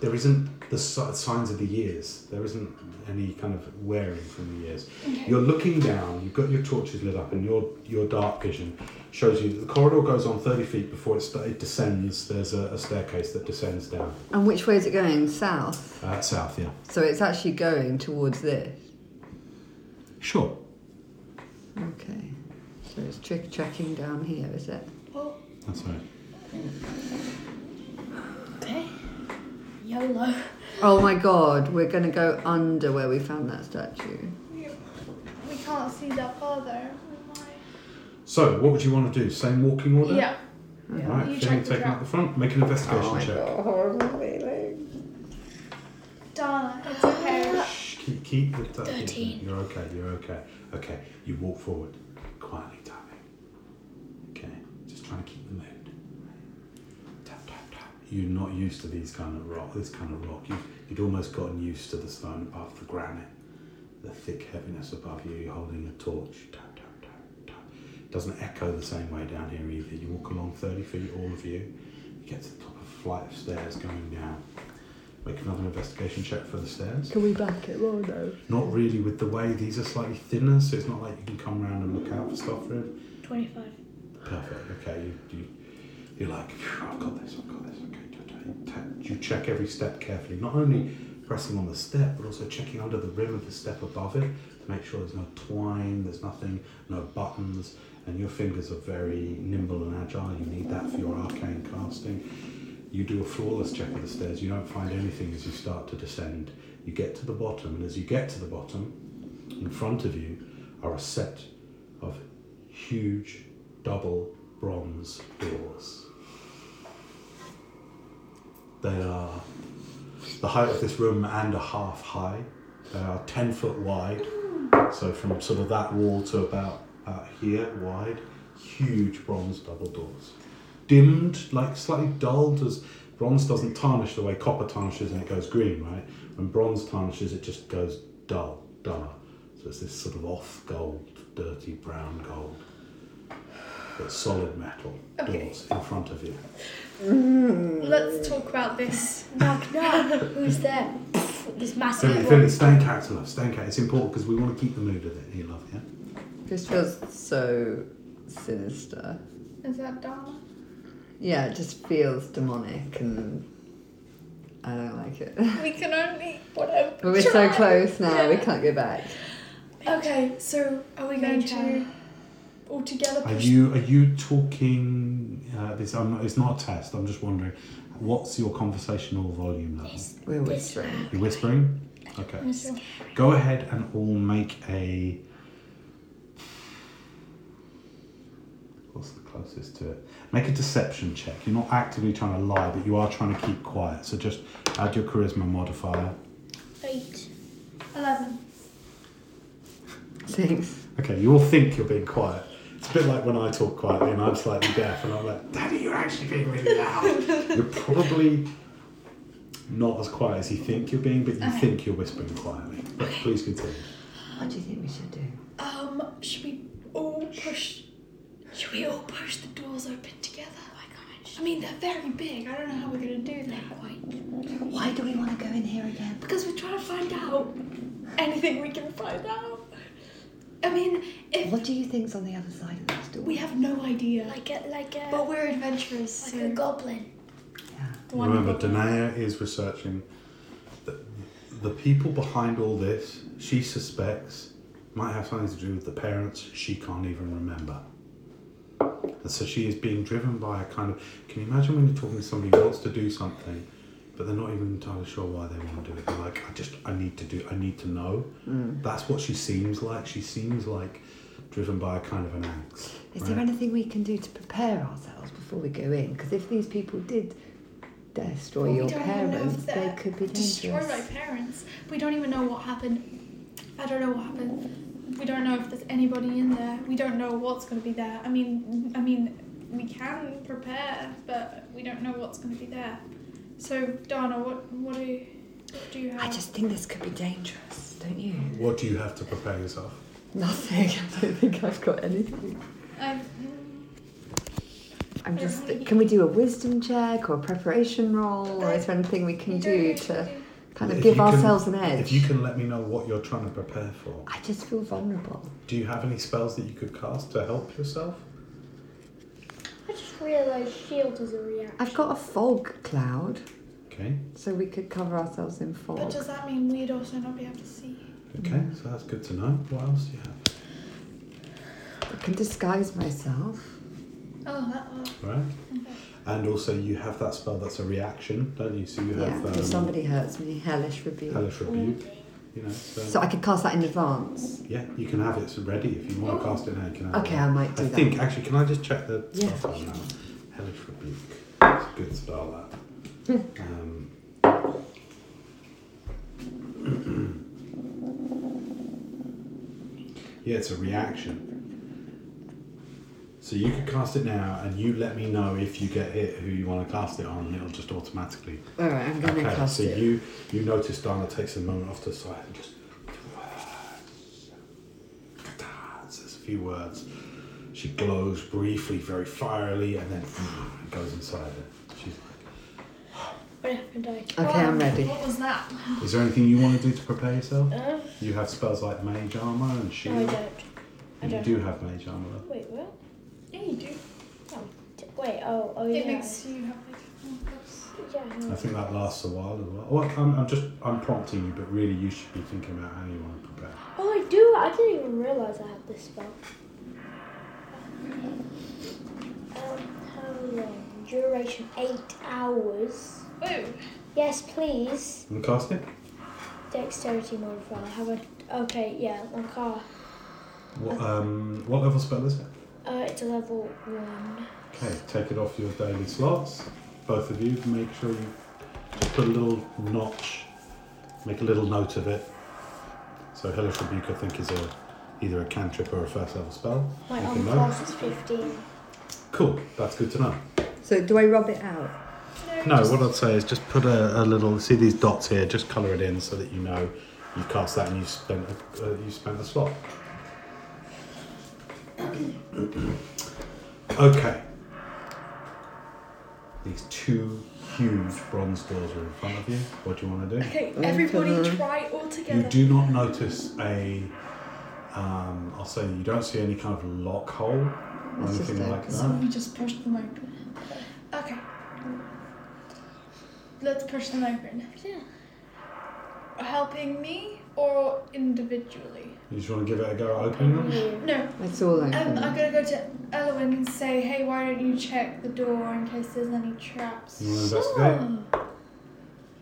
Speaker 1: there isn't the si- signs of the years. There isn't any kind of wearing from the years. You're looking down. You've got your torches lit up, and your your dark vision shows you that the corridor goes on thirty feet before it, sta it descends. There's a, a staircase that descends down
Speaker 3: And which way is it going? South.
Speaker 1: uh, south. Yeah.
Speaker 3: So it's actually going towards this.
Speaker 1: Sure.
Speaker 3: Okay. So it's trick tracking down here, is it?
Speaker 2: Oh,
Speaker 1: That's right.
Speaker 5: Okay. YOLO.
Speaker 3: Oh my god, we're gonna go under where we found that statue.
Speaker 2: we, we can't see that far though.
Speaker 1: So, what would you want to do? Same walking order.
Speaker 2: Yeah.
Speaker 1: All right.
Speaker 2: You
Speaker 1: Finn
Speaker 2: check the
Speaker 1: taking
Speaker 2: trap.
Speaker 1: out the front. Make an
Speaker 3: Oh
Speaker 1: investigation check.
Speaker 3: god, horrible feeling.
Speaker 2: Donna, it's okay.
Speaker 1: Shh, keep, keep the thirteen.
Speaker 5: 13.
Speaker 1: You're okay. You're okay. Okay. You walk forward quietly, tapping. Okay. Just trying to keep the mood. Tap tap tap. You're not used to these kind of rock. This kind of rock. You, you'd almost gotten used to the stone above the granite, the thick heaviness above you. You're holding a torch. Tap tap tap tap. Doesn't echo the same way down here either. You walk along thirty feet, all of you. You get to the top of a flight of stairs going down. Make another investigation check for the stairs.
Speaker 3: Can we back it more though?
Speaker 1: Not really with the way these are slightly thinner, so it's not like you can come round and look out for stuff for it.
Speaker 5: 25.
Speaker 1: Perfect. Okay, you, you you're like, "Phew, I've got this, I've got this. Okay, da- da." You ta- you check every step carefully, not only pressing on the step, but also checking under the rim of the step above it to make sure there's no twine, there's nothing, no buttons, and your fingers are very nimble and agile. You need that for your arcane casting. You do a flawless check of the stairs. You don't find anything as you start to descend. You get to the bottom, and as you get to the bottom, in front of you are a set of huge double bronze doors. They are the height of this room and a half high. They are 10 foot wide, so from sort of that wall to about, about here wide, huge bronze double doors. Dimmed, like slightly dulled, as bronze doesn't tarnish the way copper tarnishes and it goes green, right? When bronze tarnishes, it just goes dull, duller. So it's this sort of off gold, dirty brown gold but solid metal
Speaker 2: Okay.
Speaker 1: doors in front of you.
Speaker 2: Let's talk about this.
Speaker 5: Knock, knock. Who's there? This massive
Speaker 1: Finley,
Speaker 5: one.
Speaker 1: Finley, stay in character, love. Stay in character. It's important because we want to keep the mood of it here, love. Yeah.
Speaker 3: This feels so sinister.
Speaker 2: Is that Dharma?
Speaker 3: Yeah, it just feels demonic and I don't like it. But
Speaker 2: We can only whatever.
Speaker 3: we're so close now, we can't go back.
Speaker 2: Okay, so are we going to all together?
Speaker 1: Are
Speaker 2: push-
Speaker 1: you are you talking? Uh, this I'm not, it's not a test. I'm just wondering, what's your conversational volume level?
Speaker 5: This-
Speaker 3: We're
Speaker 5: this
Speaker 3: whispering.
Speaker 1: You're whispering. Okay. Go ahead and all make a. What's the closest to it? Make a deception check. You're not actively trying to lie, but you are trying to keep quiet. So just add your charisma modifier.
Speaker 5: Eight.
Speaker 2: Eleven.
Speaker 3: Six.
Speaker 1: Okay, you all think you're being quiet. It's a bit like when I talk quietly and I'm slightly deaf and I'm like, Daddy, you're actually being really loud. you're probably not as quiet as you think you're being, but you think you're whispering quietly. But please continue.
Speaker 3: What do you think we should do?
Speaker 2: Um, should we all push?
Speaker 5: Should we all push the doors open together? Why can't I just
Speaker 2: I mean, they're very big. I don't know how we're gonna do that.
Speaker 5: wait?
Speaker 3: Why do we want to go in here again?
Speaker 2: Because we're trying to find out anything we can find out. I mean, if
Speaker 3: What do you think's on the other side of this door?
Speaker 2: we have no idea,
Speaker 5: Like a like a
Speaker 2: but we're adventurers,
Speaker 5: like
Speaker 2: so
Speaker 5: a goblin.
Speaker 3: Yeah.
Speaker 2: one
Speaker 1: Remember,
Speaker 2: goblin.
Speaker 1: Danaya is researching the, the people behind all this. She suspects might have something to do with the parents she can't even remember. And so she is being driven by a kind of. Can you imagine when you're talking to somebody who wants to do something, but they're not even entirely sure why they want to do it? They're like, I just, I need to do, I need to know.
Speaker 3: Mm.
Speaker 1: That's what she seems like. She seems like driven by a kind of an angst.
Speaker 3: Is
Speaker 1: right?
Speaker 3: there anything we can do to prepare ourselves before we go in? Because if these people did destroy
Speaker 2: Well, we
Speaker 3: your
Speaker 2: don't even know
Speaker 3: parents,
Speaker 2: if
Speaker 3: they
Speaker 2: they're
Speaker 3: could be dangerous.
Speaker 2: destroy my parents. We don't even know what happened. I don't know what happened. We don't know if there's anybody in there. We don't know what's going to be there. I mean, I mean, we can prepare, but we don't know what's going to be there. So, Dana, what what do you, what do you have?
Speaker 3: I just think this could be dangerous, don't you?
Speaker 1: What do you have to prepare yourself?
Speaker 3: Nothing. I don't think I've got anything.
Speaker 2: I,
Speaker 3: I'm
Speaker 2: I don't
Speaker 3: just.
Speaker 2: really-
Speaker 3: Can we do a wisdom check or a preparation roll, or is there anything we can do to kind of
Speaker 1: If
Speaker 3: give
Speaker 1: you can-
Speaker 3: ourselves an
Speaker 1: If you
Speaker 3: edge?
Speaker 1: can let me know what you're trying to prepare for.
Speaker 3: I just feel vulnerable.
Speaker 1: Do you have any spells that you could cast to help yourself?
Speaker 5: I just realised shield is a reaction.
Speaker 3: I've got a fog cloud,
Speaker 1: Okay.
Speaker 3: so we could cover ourselves in
Speaker 2: But
Speaker 3: fog.
Speaker 2: does that mean we'd also not be able to see?
Speaker 1: Okay, so that's good to know. What else do you have?
Speaker 3: I can disguise myself.
Speaker 2: Oh, that one.
Speaker 1: Right.
Speaker 2: Okay.
Speaker 1: And also, you have that spell that's a reaction, don't you? So you have um,
Speaker 3: yeah. If somebody hurts me, hellish rebuke.
Speaker 1: hellish rebuke. You know. So,
Speaker 3: So I could cast that in advance.
Speaker 1: yeah, you can have it so ready if you want to cast it now. You can have
Speaker 3: Okay,
Speaker 1: it.
Speaker 3: I might do
Speaker 1: I
Speaker 3: that.
Speaker 1: think actually, can I just check the
Speaker 3: Yeah.
Speaker 1: spell file now? Hellish rebuke. It's a good spell
Speaker 3: Hmm.
Speaker 1: that. um, Yeah, it's a reaction. So you could cast it now, and you let me know if you get hit who you want to cast it on, and it'll just automatically.
Speaker 9: All right, I'm gonna
Speaker 1: Okay,
Speaker 9: cast
Speaker 1: so
Speaker 9: it.
Speaker 1: you you notice Dana takes a moment off to the side and just says a few words. She glows briefly, very fierily, and then goes inside it. She's like,
Speaker 5: What happened? I.
Speaker 9: Okay, I'm ready.
Speaker 2: What was that?
Speaker 1: "Is there anything you want to do to prepare yourself?
Speaker 5: Uh,
Speaker 1: You have spells like mage armor and
Speaker 5: no, Oh, I
Speaker 1: shield.
Speaker 5: don't. I
Speaker 1: you
Speaker 5: don't.
Speaker 1: do have mage armor. though.
Speaker 5: Wait, what?
Speaker 2: Yeah, you do.
Speaker 5: T- Wait, oh, oh yeah.
Speaker 2: It makes you have like. oh, that's-
Speaker 5: Yeah, I know.
Speaker 1: I think that lasts a while as well. well I'm, I'm just I'm prompting you, but really you should be thinking about how you want to prepare.
Speaker 5: Oh, I do. I didn't even realize I had this spell. Um, how long? Duration eight hours.
Speaker 2: Ooh.
Speaker 5: Yes, please.
Speaker 1: And cast it.
Speaker 5: Dexterity modifier. Have a. Okay, yeah, my car.
Speaker 1: What um what level spell is it?
Speaker 5: Uh, it's a level one.
Speaker 1: Okay, take it off your daily slots. Both of you, make sure you put a little notch, make a little note of it. So Hellish Rebuke, I think, is a either a cantrip or a first level spell.
Speaker 5: My
Speaker 1: Make a
Speaker 5: arm
Speaker 1: note.
Speaker 5: class is fifteen.
Speaker 1: Cool, that's good to know.
Speaker 3: So do I rub it out?
Speaker 2: Oh,
Speaker 1: No, what I'd say is just put a, a little. See these dots here. Just colour it in so that you know you cast that and you spent a, uh, you spent the slot. okay. These two huge bronze doors are in front of you. What do you want to do?
Speaker 2: Okay, everybody
Speaker 9: Okay.
Speaker 2: try all
Speaker 1: Mm-hmm. You
Speaker 2: together.
Speaker 1: do not notice a. Um, I'll say you don't see any kind of lock hole or
Speaker 3: It's just
Speaker 1: anything
Speaker 3: a-
Speaker 1: like
Speaker 3: it's
Speaker 2: So
Speaker 1: that.
Speaker 2: we just push them open. Okay. Let's push them open.
Speaker 5: Yeah.
Speaker 2: Helping me or individually?
Speaker 1: You just want to give it a go at opening them.
Speaker 2: No,
Speaker 3: It's all open.
Speaker 2: Um, I'm gonna go to Elwyn and say, hey, why don't you check the door in case there's any traps?
Speaker 1: You wanna investigate?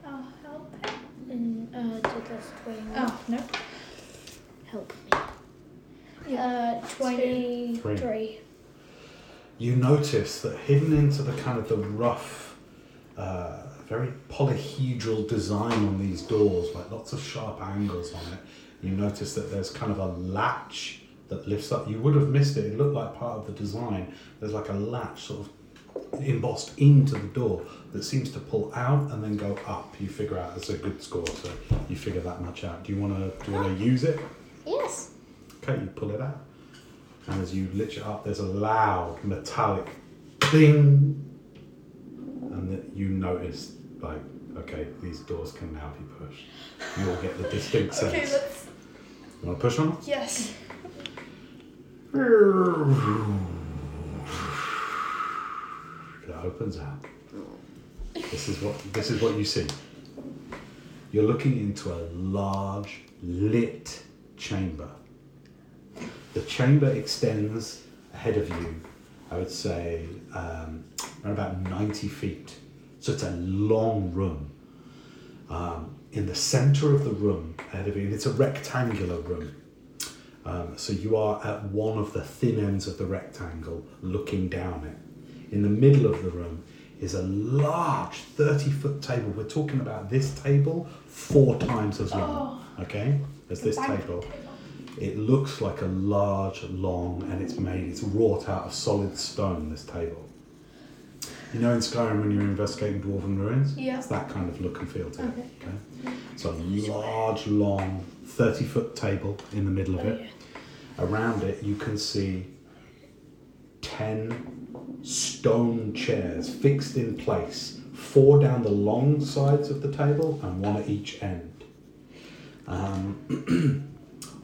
Speaker 2: I'll help him.
Speaker 5: And uh, did that's twenty.
Speaker 2: Oh, no.
Speaker 5: Help me. Uh, twenty-three.
Speaker 1: you notice that hidden into the kind of the rough, uh, very polyhedral design on these doors, like lots of sharp angles on it, you notice that there's kind of a latch that lifts up. You would have missed it, it looked like part of the design. There's like a latch sort of embossed into the door that seems to pull out and then go up. You figure out it's a good score, so you figure that much out. Do you wanna do you wanna use it?
Speaker 5: Yes.
Speaker 1: Okay, you pull it out. And as you lift it up, there's a loud metallic ding. And that you notice, like, okay, these doors can now be pushed. You all get the distinct sense.
Speaker 2: Okay, let's.
Speaker 1: you want to push on?
Speaker 2: Yes.
Speaker 1: It opens out. This is what this is what you see. You're looking into a large lit chamber. The chamber extends ahead of you, I would say, um, around about 90 feet. So it's a long room. Um, in the center of the room, ahead of you, and it's a rectangular room. Um, so you are at one of the thin ends of the rectangle looking down it. In the middle of the room is a large 30 foot table. We're talking about this table four times as long. Okay? As this
Speaker 2: Bank
Speaker 1: table. It looks like a large, long, and it's made, it's wrought out of solid stone, this table. You know in Skyrim when you're investigating dwarven ruins?
Speaker 2: Yeah.
Speaker 1: It's that kind of look and feel to it.
Speaker 2: Okay.
Speaker 1: Okay? So a large, long, 30 foot table in the middle of it.
Speaker 2: Oh,
Speaker 1: Around it, you can see 10 stone chairs fixed in place, four down the long sides of the table and one at each end.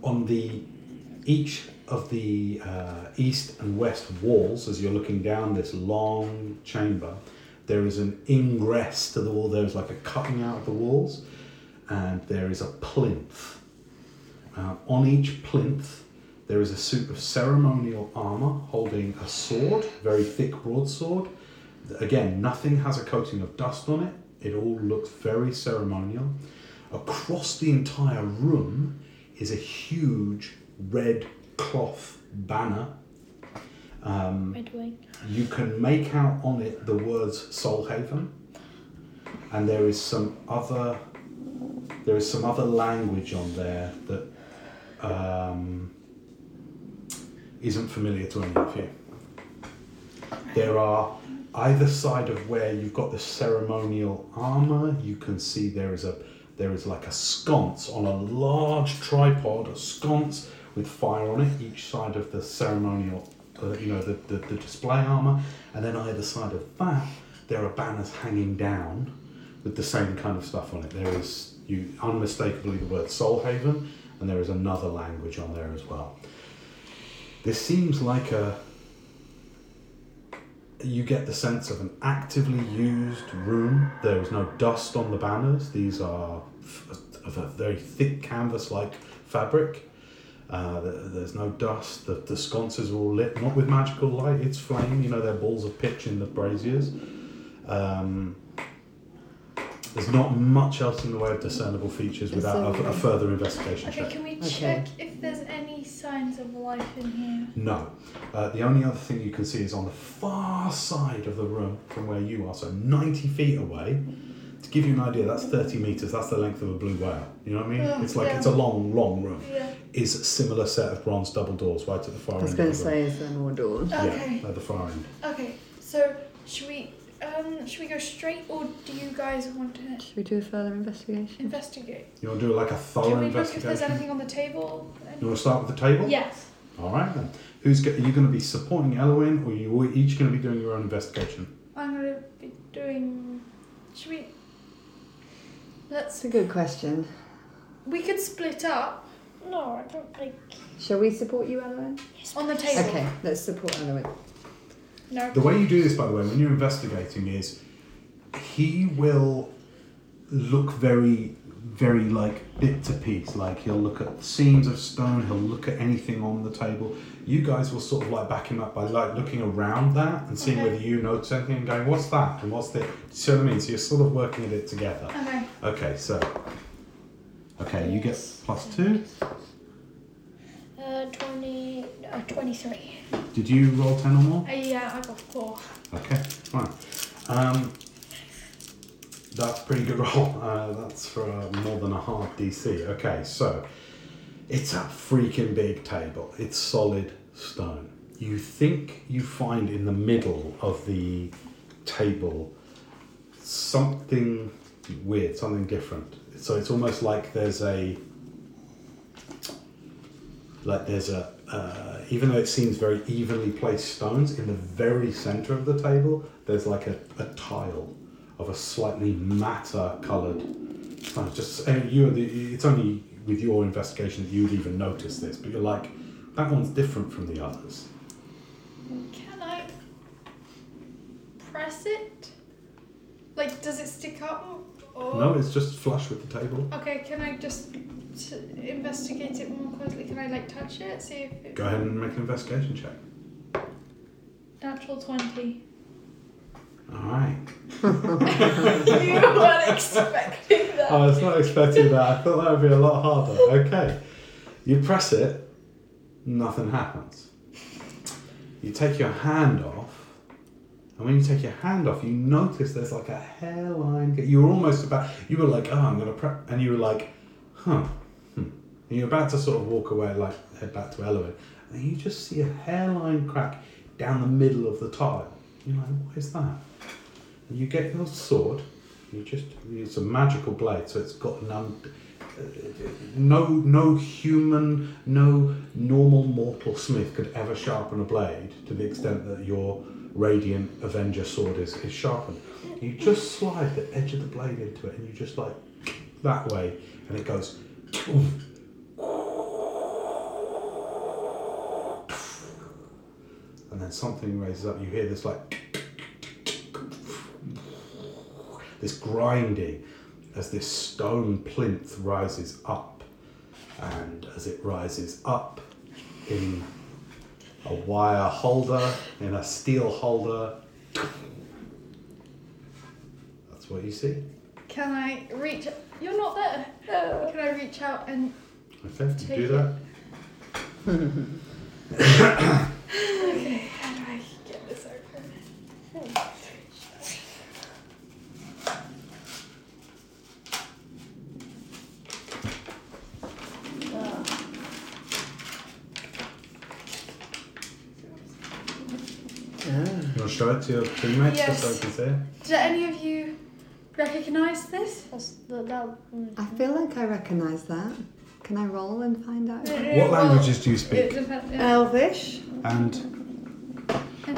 Speaker 1: on the each of the uh, east and west walls as you're looking down this long chamber there is an ingress to the wall there's like a cutting out of the walls and there is a plinth Uh, on each plinth there is a suit of ceremonial armor holding a sword very thick broadsword again nothing has a coating of dust on it it all looks very ceremonial across the entire room is a huge red cloth banner. Um,
Speaker 5: Red wing.
Speaker 1: You can make out on it the words Soulhaven, and there is some other there is some other language on there that um, isn't familiar to any of you. There are either side of where you've got the ceremonial armor, you can see there is a there is like a sconce on a large tripod, a sconce with fire on it, each side of the ceremonial, uh, you know, the, the, the display armor, and then either side of that, there are banners hanging down with the same kind of stuff on it. There is you unmistakably the word Soulhaven, and there is another language on there as well. This seems like a you get the sense of an actively used room. There is no dust on the banners. These are f- of a very thick canvas like fabric. Uh, th- there's no dust. The, the sconces are all lit, not with magical light, it's flame. You know, they're balls of pitch in the braziers. Um, there's not much else in the way of discernible features
Speaker 3: Is
Speaker 1: without
Speaker 3: there-
Speaker 1: a, a further investigation
Speaker 2: Okay,
Speaker 1: check.
Speaker 2: can we
Speaker 3: Okay.
Speaker 2: check if there's any signs of life in here?
Speaker 1: No. Uh, the only other thing you can see is on the far side of the room from where you are, so 90 feet away. To give you an idea, that's 30 meters. That's the length of a blue whale. You know what I mean?
Speaker 2: Yeah,
Speaker 1: it's like
Speaker 2: Oh, yeah.
Speaker 1: it's a long, long room.
Speaker 2: Yeah.
Speaker 1: Is a similar set of bronze double doors right at the far
Speaker 3: I
Speaker 1: end.
Speaker 3: was
Speaker 1: of
Speaker 3: going to
Speaker 1: the room.
Speaker 3: say, is there more doors?
Speaker 2: Okay.
Speaker 1: Yeah, at the far end.
Speaker 2: Okay. So should we um should we go straight or do you guys want to
Speaker 3: Should we do a further investigation?
Speaker 2: investigate?
Speaker 1: You want to do like a
Speaker 2: Do
Speaker 1: thorough
Speaker 2: we look if
Speaker 1: investigation?
Speaker 2: there's anything on the table?
Speaker 1: You want to start with the table?
Speaker 2: Yes.
Speaker 1: All right then. Who's go- are you going to be supporting Elowin, or are you all each going to be doing your own investigation?
Speaker 2: I'm gonna be doing. Should we? Let's.
Speaker 3: That's a good question.
Speaker 2: We could split up
Speaker 5: No, I don't think.
Speaker 3: Shall we support you, Elwin?
Speaker 2: on the table.
Speaker 3: Okay, let's support Elwin.
Speaker 2: No.
Speaker 1: The way you do this, by the way, when you're investigating, is he will look very, very like bit to piece. Like he'll look at seams of stone. He'll look at anything on the table. You guys will sort of like back him up by like looking around that and seeing
Speaker 2: Okay.
Speaker 1: whether you notice anything and going, "What's that?" and "What's that?" See what I mean? So you're sort of working at it together.
Speaker 2: Okay.
Speaker 1: Okay, so okay, you get plus two.
Speaker 5: Uh, 20, uh, 23.
Speaker 1: Did you roll ten or more?
Speaker 2: Uh, yeah, I got four.
Speaker 1: Okay, fine. Um, that's a pretty good roll. Uh, that's for uh, more than a half DC. Okay, so it's a freaking big table. It's solid stone. You think you find in the middle of the table something weird, something different. So it's almost like there's a like there's a uh, even though it seems very evenly placed stones in the very center of the table there's like a, a tile of a slightly matter colored stone just and you the, it's only with your investigation that you would even notice this but you're like that one's different from the others
Speaker 2: Can I press it? Like, does it stick up? Or...
Speaker 1: no it's just flush with the table
Speaker 2: Okay. Can I just t- investigate it more closely? Can I like touch it? See if it...
Speaker 1: go ahead and make an investigation check
Speaker 2: natural twenty.
Speaker 1: all right
Speaker 2: you weren't expecting that.
Speaker 1: Oh, I was not expecting that. I thought that would be a lot harder. Okay. You press it, nothing happens. You take your hand off, and when you take your hand off, you notice there's like a hairline. You were almost about, you were like, oh, I'm going to prep. And you were like, huh. Hmm. And you're about to sort of walk away, like head back to Elowin, and then you just see a hairline crack down the middle of the tile. You're like, what is that? And you get your sword. You just it's a magical blade, so it's got no no no human, no normal mortal smith could ever sharpen a blade to the extent that your radiant Avenger sword is, is sharpened. You just slide the edge of the blade into it, and you just like that way, and it goes. And then something raises up. You hear this like this grinding as this stone plinth rises up. And as it rises up in a wire holder, in a steel holder, that's what you see.
Speaker 2: Can I reach? You're not there. Can I reach out and?
Speaker 1: Okay, you do that.
Speaker 2: Okay. How do I get this open?
Speaker 1: You want to show it to your teammates just
Speaker 2: Yes.
Speaker 1: so they can see it?
Speaker 2: Did any of you recognise this?
Speaker 5: That's the, that, mm.
Speaker 3: I feel like I recognise that. Can I roll and find out?
Speaker 1: What languages do you
Speaker 2: It
Speaker 1: speak?
Speaker 2: depends. yeah.
Speaker 3: Elvish.
Speaker 1: And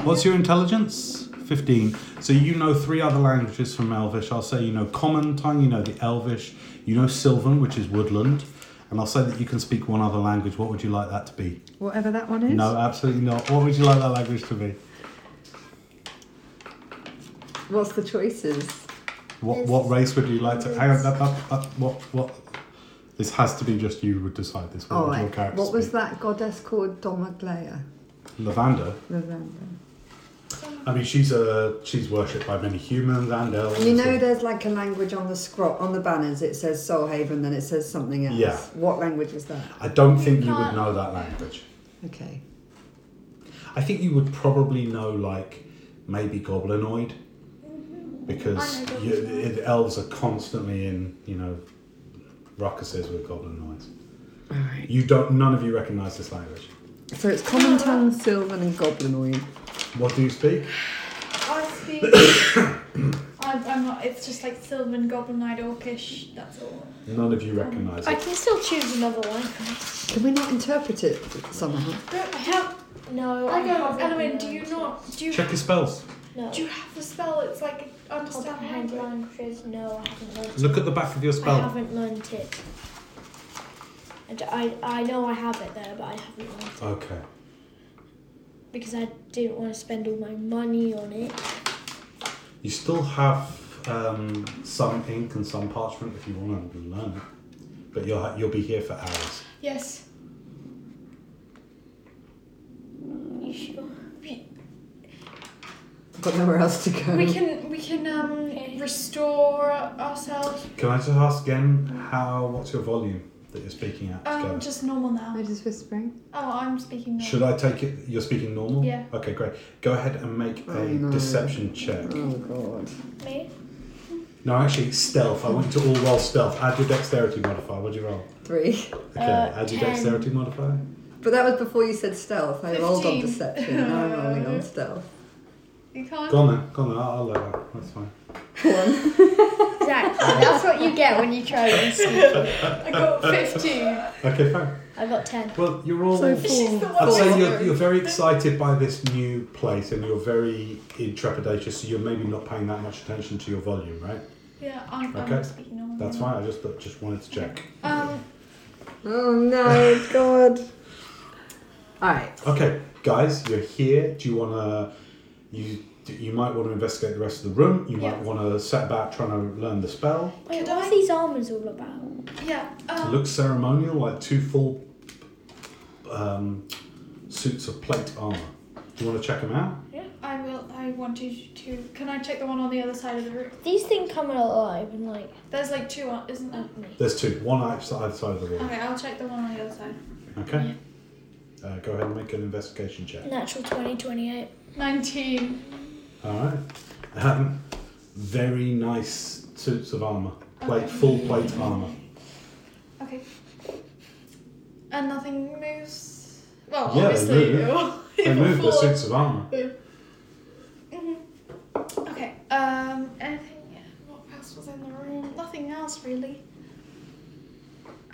Speaker 1: what's your intelligence? 15. So you know three other languages from Elvish. I'll say you know Common Tongue, you know the Elvish, you know Sylvan, which is woodland, and I'll say that you can speak one other language. What would you like that to be?
Speaker 3: Whatever that one is.
Speaker 1: No, absolutely not. What would you like that language to be?
Speaker 3: What's the choices?
Speaker 1: What what race would you like to? Hang on, up, up, up, what what? This has to be just you would decide this. What
Speaker 3: All
Speaker 1: would your
Speaker 3: right.
Speaker 1: character
Speaker 3: Oh, What was
Speaker 1: speak?
Speaker 3: that goddess called? Domaglea.
Speaker 1: Lavanda.
Speaker 3: Lavender.
Speaker 1: I mean, she's a she's worshipped by many humans and elves.
Speaker 3: You know,
Speaker 1: and-
Speaker 3: there's like a language on the scrot on the banners. It says Soulhaven, then it says something else.
Speaker 1: Yeah.
Speaker 3: What language is that?
Speaker 1: I don't think you would
Speaker 2: Can't-
Speaker 1: know that language.
Speaker 3: Okay.
Speaker 1: I think you would probably know like maybe goblinoid because
Speaker 2: I know
Speaker 1: you, it, elves are constantly in you know ruckuses with goblinoids.
Speaker 3: All right.
Speaker 1: You don't. None of you recognise this language.
Speaker 3: So it's common tongue, sylvan, and goblinoid.
Speaker 1: What do you speak?
Speaker 2: I speak. I'm, I'm not. It's just like Sylvan Goblin-eyed Orcish. That's all.
Speaker 1: None of you
Speaker 2: Um,
Speaker 1: recognise
Speaker 5: I
Speaker 1: it.
Speaker 5: can still choose another language.
Speaker 3: Can we not interpret it somehow?
Speaker 2: Don't help.
Speaker 5: No.
Speaker 2: I go.
Speaker 5: haven't
Speaker 2: Elwyn, do you
Speaker 5: learned
Speaker 2: not? Do you
Speaker 1: Check your spells.
Speaker 5: No.
Speaker 2: do you have the spell? It's like understand
Speaker 5: comprehend
Speaker 2: language.
Speaker 5: languages? No, I haven't learned
Speaker 1: Look
Speaker 5: it.
Speaker 1: at the back of your
Speaker 5: I
Speaker 1: spell.
Speaker 5: haven't learned it. And I, I know I have it there, but I haven't learned it.
Speaker 1: Okay.
Speaker 5: Because I didn't want to spend all my money on it.
Speaker 1: You still have um, some ink and some parchment if you want to learn it, but you'll ha- you'll be here for hours.
Speaker 2: Yes.
Speaker 5: You sure?
Speaker 2: We,
Speaker 3: I've got nowhere else to go.
Speaker 2: we can we can um
Speaker 5: Okay.
Speaker 2: restore ourselves.
Speaker 1: Can I just ask again how? What's your volume that you're speaking at?
Speaker 2: Um,
Speaker 1: together?
Speaker 2: just normal now.
Speaker 3: We're just whispering.
Speaker 2: Oh, I'm speaking now.
Speaker 1: Should I take it? You're speaking normal.
Speaker 2: Yeah.
Speaker 1: Okay, great. Go ahead and make a
Speaker 3: Oh, no.
Speaker 1: deception check.
Speaker 3: Oh god.
Speaker 5: Me?
Speaker 1: No, actually, stealth. I want you to all roll stealth. Add your dexterity modifier. What'd you roll?
Speaker 3: Three.
Speaker 1: Okay.
Speaker 5: Uh,
Speaker 1: add your
Speaker 5: 10.
Speaker 1: dexterity modifier.
Speaker 3: But that was before you said stealth. I rolled on
Speaker 2: Fifteen.
Speaker 3: deception. Now I'm rolling on stealth.
Speaker 2: You can't.
Speaker 1: Go on then. Go on then. I'll, I'll let her. That's fine.
Speaker 3: One.
Speaker 5: Exactly. That's what you get when you try and
Speaker 2: I got fifteen.
Speaker 1: Okay, fine.
Speaker 5: I got 10.
Speaker 1: Well, you're all.
Speaker 3: So
Speaker 2: She's the
Speaker 3: four.
Speaker 2: one.
Speaker 1: I'd say you're,
Speaker 3: Sorry.
Speaker 1: you're very excited by this new place and you're very intrepidatious, so you're maybe not paying that much attention to your volume, right?
Speaker 2: Yeah, I'm,
Speaker 1: Okay.
Speaker 2: I'm speaking normal.
Speaker 1: That's
Speaker 2: now.
Speaker 1: fine, I just just wanted to check.
Speaker 2: Um,
Speaker 3: Oh no, god. All right.
Speaker 1: Okay, guys, you're here. Do you want to. You, you might want to investigate the rest of the room. You might
Speaker 2: Yeah.
Speaker 1: want to set about trying to learn the spell.
Speaker 5: Wait,
Speaker 2: Could
Speaker 5: what
Speaker 2: I-
Speaker 5: are these almonds all about?
Speaker 2: yeah.
Speaker 1: It
Speaker 2: Um,
Speaker 1: looks ceremonial, like two full um, suits of plate armor. Do you want to check them out?
Speaker 2: I will. I want you to. Can I check the one on the other side of the room?
Speaker 5: These things come out alive and like.
Speaker 2: There's like two, on, isn't there?
Speaker 1: There's two, one outside side of the wall.
Speaker 2: Okay, I'll check the one on the other side.
Speaker 1: Okay? Uh, go ahead and make an investigation check.
Speaker 5: Natural 20, 28.
Speaker 2: Nineteen.
Speaker 1: All right. Um, very nice suits of armor, plate,
Speaker 2: Okay.
Speaker 1: full plate armor.
Speaker 2: Okay. And nothing moves. Well,
Speaker 1: Yeah, they
Speaker 2: obviously
Speaker 1: move, yeah.
Speaker 2: it will.
Speaker 1: They
Speaker 2: it will
Speaker 1: move the
Speaker 2: fall.
Speaker 1: suits of armor.
Speaker 2: Mhm. Okay. Um. Anything? What else was in the room? Nothing else really.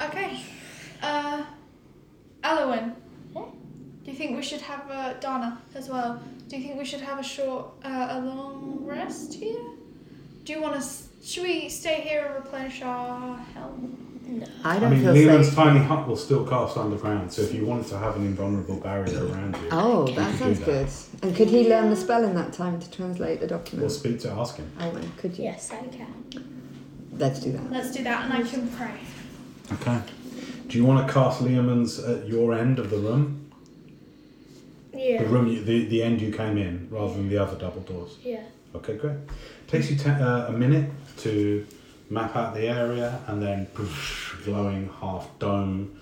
Speaker 2: Okay. Uh, Alowin.
Speaker 5: Huh?
Speaker 2: Do you think we should have a Donna as well? Do you think we should have a short, uh, a long rest here? Do you want us? Should we stay here and replenish our health?
Speaker 5: No.
Speaker 3: I
Speaker 1: I
Speaker 3: don't
Speaker 1: mean,
Speaker 3: feel
Speaker 1: Leland's
Speaker 3: safe.
Speaker 1: tiny hut will still cast underground, so if you wanted to have an invulnerable barrier around you,
Speaker 3: Oh,
Speaker 1: You
Speaker 3: that
Speaker 1: could do
Speaker 3: sounds
Speaker 1: that.
Speaker 3: good. And could he learn the spell in that time to translate the
Speaker 1: we'll
Speaker 3: document?
Speaker 1: speak to ask him.
Speaker 3: Alan, could you?
Speaker 5: Yes, I can.
Speaker 3: Let's do that.
Speaker 2: Let's do that, and I can pray.
Speaker 1: Okay. Do you want to cast Leoman's at your end of the room? The
Speaker 5: Yeah.
Speaker 1: room, you, the, the end you came in, rather than the other double doors.
Speaker 5: Yeah.
Speaker 1: Okay, great. Takes you te- uh, a minute to map out the area, and then poof, glowing half dome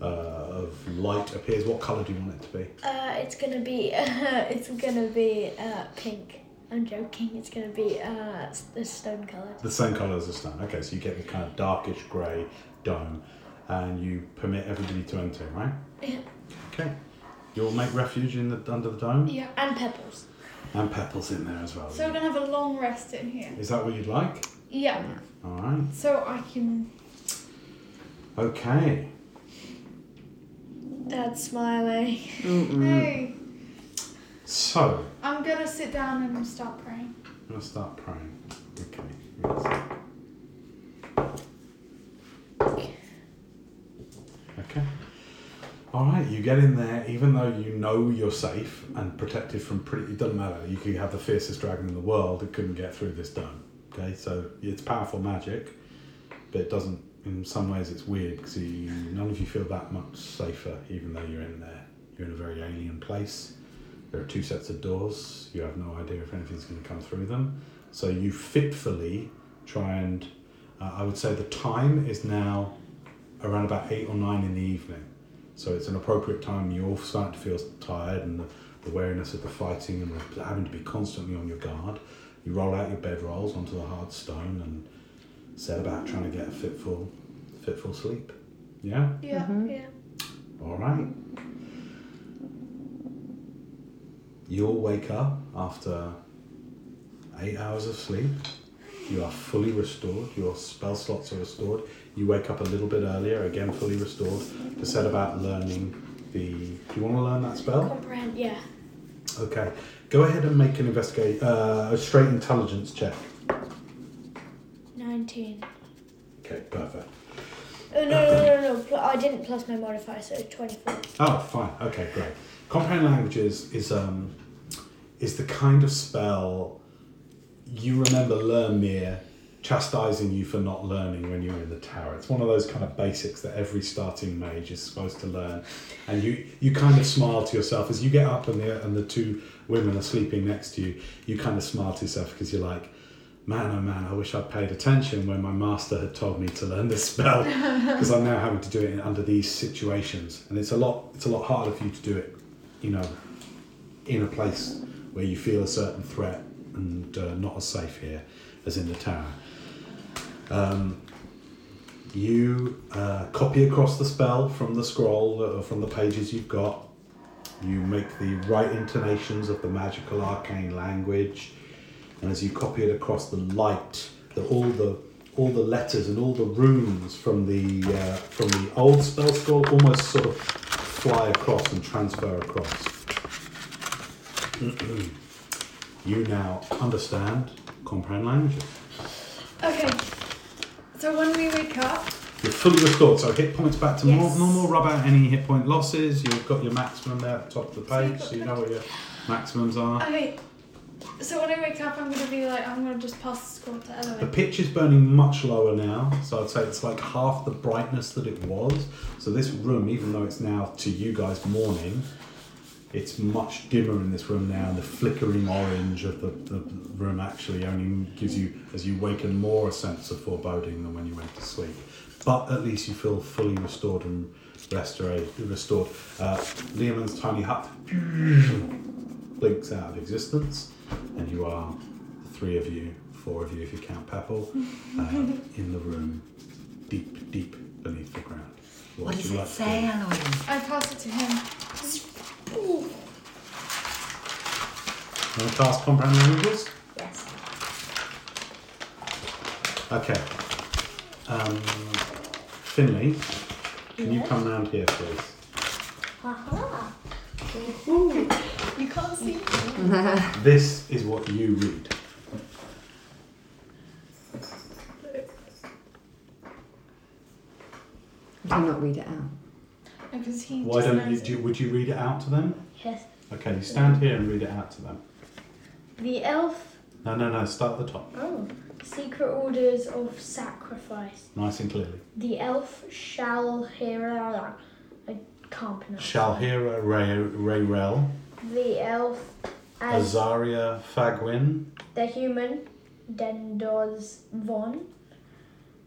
Speaker 1: uh, of light appears. What color do you want it to be?
Speaker 5: Uh, it's gonna be. it's gonna be uh, pink. I'm joking. It's gonna be uh, s- the stone color.
Speaker 1: The same color as the stone. Okay, so you get the kind of darkish grey dome, and you permit everybody to enter, right?
Speaker 5: Yeah.
Speaker 1: Okay. You'll make refuge in the under the dome.
Speaker 2: Yeah.
Speaker 5: And pebbles.
Speaker 10: And Pepple's in there as well.
Speaker 2: So we're gonna have a long rest in here.
Speaker 1: Is that what you'd like?
Speaker 2: Yeah.
Speaker 10: All right.
Speaker 2: So I can.
Speaker 10: Okay.
Speaker 5: That's my way.
Speaker 3: Mm.
Speaker 2: Hey,
Speaker 1: So,
Speaker 2: I'm gonna sit down and start praying.
Speaker 1: I'm going to start praying. Okay. yes. Okay. All right, you get in there, even though you know you're safe and protected from pretty. It doesn't matter. You could have the fiercest dragon in the world; it couldn't get through this dome. Okay, so it's powerful magic, but it doesn't. In some ways, it's weird because you, none of you feel that much safer, even though you're in there. You're in a very alien place. There are two sets of doors. You have no idea if anything's going to come through them. So you fitfully try and. Uh, I would say the time is now around about eight or nine in the evening. So it's an appropriate time. You all start to feel tired and the, the wariness of the fighting and the, having to be constantly on your guard. You roll out your bedrolls onto the hard stone and set about trying to get a fitful, fitful sleep. Yeah.
Speaker 2: Yeah.
Speaker 5: Yeah.
Speaker 1: All right. You'll wake up after eight hours of sleep. You are fully restored. Your spell slots are restored. You wake up a little bit earlier, again fully restored, to set about learning the. Do you want to learn that spell?
Speaker 5: Comprehend. Yeah.
Speaker 1: Okay. Go ahead and make an investigate uh, a straight intelligence check.
Speaker 5: Nineteen.
Speaker 1: Okay, perfect.
Speaker 5: Oh no no no no! no. Pl- I didn't plus my modifier, so twenty-four.
Speaker 1: Oh, fine. Okay, great. Comprehend languages is um, is the kind of spell you remember Lermir chastising you for not learning when you were in the tower. It's one of those kind of basics that every starting mage is supposed to learn, and you you kind of smile to yourself as you get up and the and the two women are sleeping next to you. You kind of smile to yourself because you're like. Man, oh man, I wish I'd paid attention when my master had told me to learn this spell because I'm now having to do it in- under these situations, and it's a lot. It's a lot harder for you to do it, you know, in a place where you feel a certain threat and uh, not as safe here as in the tower. Um, you uh, copy across the spell from the scroll that- or from the pages you've got. You make the right intonations of the magical arcane language, and as you copy it across the light, the, all the all the letters and all the runes from the uh, from the old spell scroll almost sort of fly across and transfer across. Hmm. you now understand comprehend languages.
Speaker 2: Okay. So when we wake up,
Speaker 1: You're fully restored, so hit points back to
Speaker 5: Yes.
Speaker 1: nor- normal. Rub out any hit point losses. You've got your maximum there at the top of the
Speaker 2: So you've
Speaker 1: page,
Speaker 2: got
Speaker 1: so you know what your maximums are.
Speaker 2: okay. So when I wake up, I'm gonna be like, I'm gonna just pass the scroll to
Speaker 1: The
Speaker 2: Eloise.
Speaker 1: pitch is burning much lower now, so I'd say it's like half the brightness that it was. So this room, even though it's now to you guys morning, it's much dimmer in this room now. The flickering orange of the, the room actually only gives you, as you waken, more a sense of foreboding than when you went to sleep. But at least you feel fully restored and restored. restored. Uh, Lehman's tiny hut blinks out of existence, and you are the three of you, four of you if you count Papple, uh, in the room, deep, deep beneath the ground.
Speaker 3: What
Speaker 1: would
Speaker 3: does
Speaker 1: you
Speaker 3: it
Speaker 1: like to
Speaker 3: say,
Speaker 1: do?
Speaker 3: Eloise?
Speaker 2: I pass it to him.
Speaker 1: Want to cast comprehend languages?
Speaker 5: Yes.
Speaker 1: Okay. Um, Finley, can you
Speaker 5: Yes?
Speaker 1: come round here, please?
Speaker 5: Aha.
Speaker 2: You can't see. me.
Speaker 1: This is what you read.
Speaker 3: Do not read it out.
Speaker 2: Because he.
Speaker 1: Why
Speaker 2: just
Speaker 1: don't you,
Speaker 2: knows
Speaker 1: do, would you read it out to them?
Speaker 5: Yes.
Speaker 1: Okay, you stand here and read it out to them.
Speaker 5: The elf.
Speaker 1: No, no, no, start at the top,
Speaker 5: Oh. Secret orders of sacrifice.
Speaker 1: nice and clearly.
Speaker 5: The elf shall hear. I can't pronounce.
Speaker 1: Shalhira Ray Rayrel,
Speaker 5: The elf as
Speaker 1: Azaria Fagwin,
Speaker 5: the human Dendoz Von.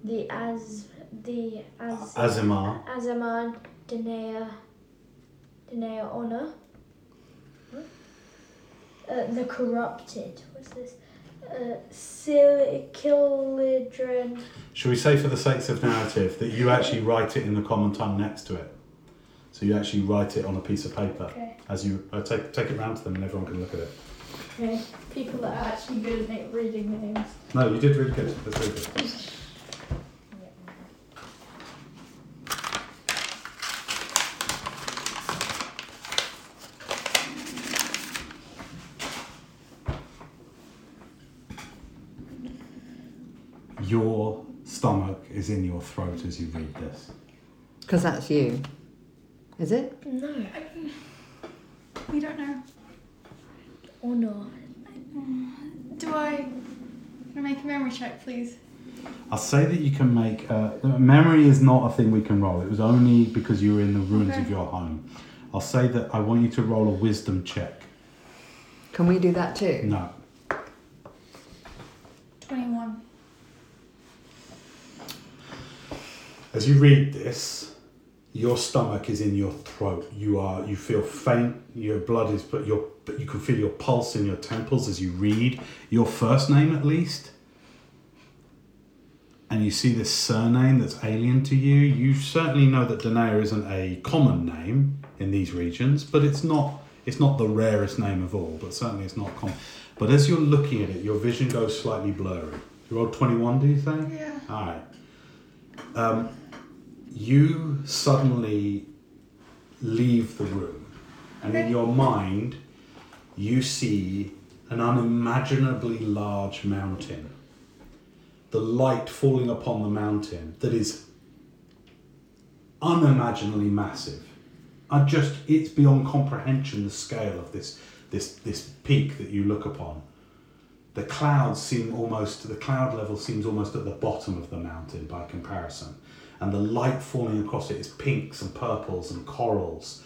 Speaker 5: The as the as
Speaker 1: Uh, Azimar,
Speaker 5: Azamar Denea Denea Honor. Uh, the corrupted. What's this? Uh, Sil- Kilidren.
Speaker 1: Shall we say, for the sakes of narrative, that you actually write it in the common tongue next to it? So you actually write it on a piece of paper
Speaker 5: Okay.
Speaker 1: as you uh, take take it round to them, and everyone can look at it.
Speaker 2: Okay. People that are actually good at reading names.
Speaker 1: No, you did really good. That's really good. Your stomach is in your throat as you read this.
Speaker 3: Because that's you. Is it?
Speaker 5: No.
Speaker 2: I mean, we don't know.
Speaker 5: Or not.
Speaker 2: Do I? Can I make a memory check, please?
Speaker 1: I'll say that you can make uh, memory is not a thing we can roll. It was only because you were in the ruins
Speaker 2: Okay.
Speaker 1: of your home. I'll say that I want you to roll a wisdom check.
Speaker 3: Can we do that too?
Speaker 1: No,
Speaker 2: Twenty-one.
Speaker 1: As you read this, your stomach is in your throat. You are you feel faint. Your blood is but your but you can feel your pulse in your temples as you read your first name at least. And you see this surname that's alien to you. You certainly know that Danae isn't a common name in these regions, but it's not it's not the rarest name of all. But certainly it's not common. But as you're looking at it, your vision goes slightly blurry. You're old twenty one, do you think?
Speaker 2: Yeah.
Speaker 1: All right. Um, you suddenly leave the room, and in
Speaker 2: Okay.
Speaker 1: your mind, you see an unimaginably large mountain. The light falling upon the mountain that is unimaginably massive. I just it's beyond comprehension the scale of this this this peak that you look upon the clouds seem almost the cloud level seems almost at the bottom of the mountain by comparison and the light falling across it is pinks and purples and corals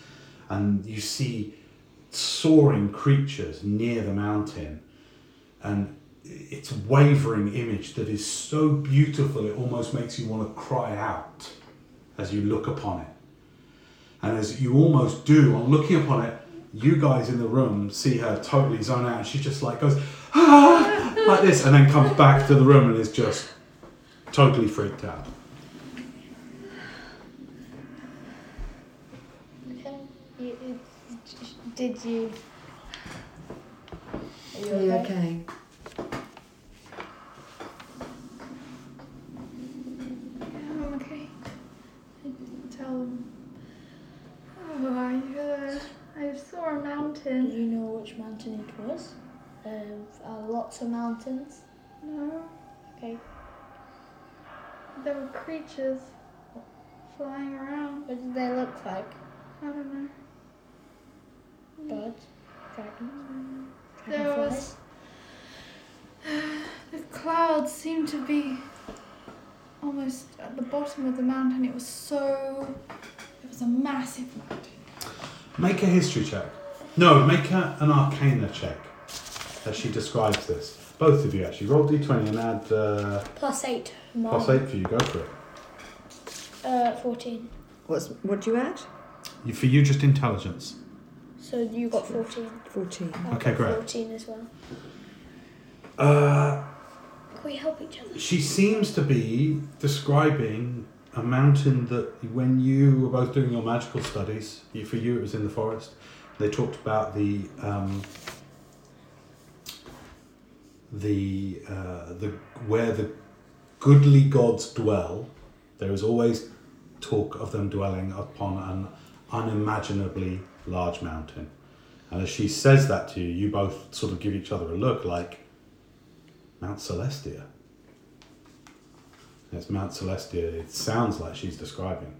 Speaker 1: and you see soaring creatures near the mountain and it's a wavering image that is so beautiful it almost makes you want to cry out as you look upon it and as you almost do on looking upon it, you guys in the room see her totally zone out, and she just like goes, ah, like this, and then comes back to the room and is just totally freaked out.
Speaker 5: Okay. You, you- did you? Are you
Speaker 3: Are you okay?
Speaker 2: Yeah, I'm okay. I tell them. Oh, I, uh, I saw a
Speaker 5: Do
Speaker 2: mountain.
Speaker 5: you know which mountain it was? There are lots of mountains.
Speaker 2: No,
Speaker 5: Okay.
Speaker 2: there were creatures flying around.
Speaker 5: What did they look like?
Speaker 2: I don't know.
Speaker 5: Birds? Dragons?
Speaker 2: There
Speaker 5: Dragonflies?
Speaker 2: The clouds seemed to be almost at the bottom of the mountain. It was so. It was a massive mountain.
Speaker 1: Make a history check. No, make her an arcana check as she describes this. Both of you actually. Roll d20 and add uh,
Speaker 5: Plus eight. Mom.
Speaker 1: plus 8 for you. Go for it.
Speaker 5: Uh, 14.
Speaker 3: What's what do you add?
Speaker 1: You, for you, just intelligence.
Speaker 5: So you got 14.
Speaker 3: Fourteen.
Speaker 5: I
Speaker 1: Okay,
Speaker 5: got
Speaker 1: great.
Speaker 5: 14 as well.
Speaker 1: Uh,
Speaker 5: Can we help each other?
Speaker 1: She seems to be describing a mountain that when you were both doing your magical studies, you- for you it was in the forest, they talked about the um, the uh, the where the goodly gods dwell. There is always talk of them dwelling upon an unimaginably large mountain. And as she says that to you, you both sort of give each other a look like Mount Celestia. It's Mount Celestia. It sounds like she's describing.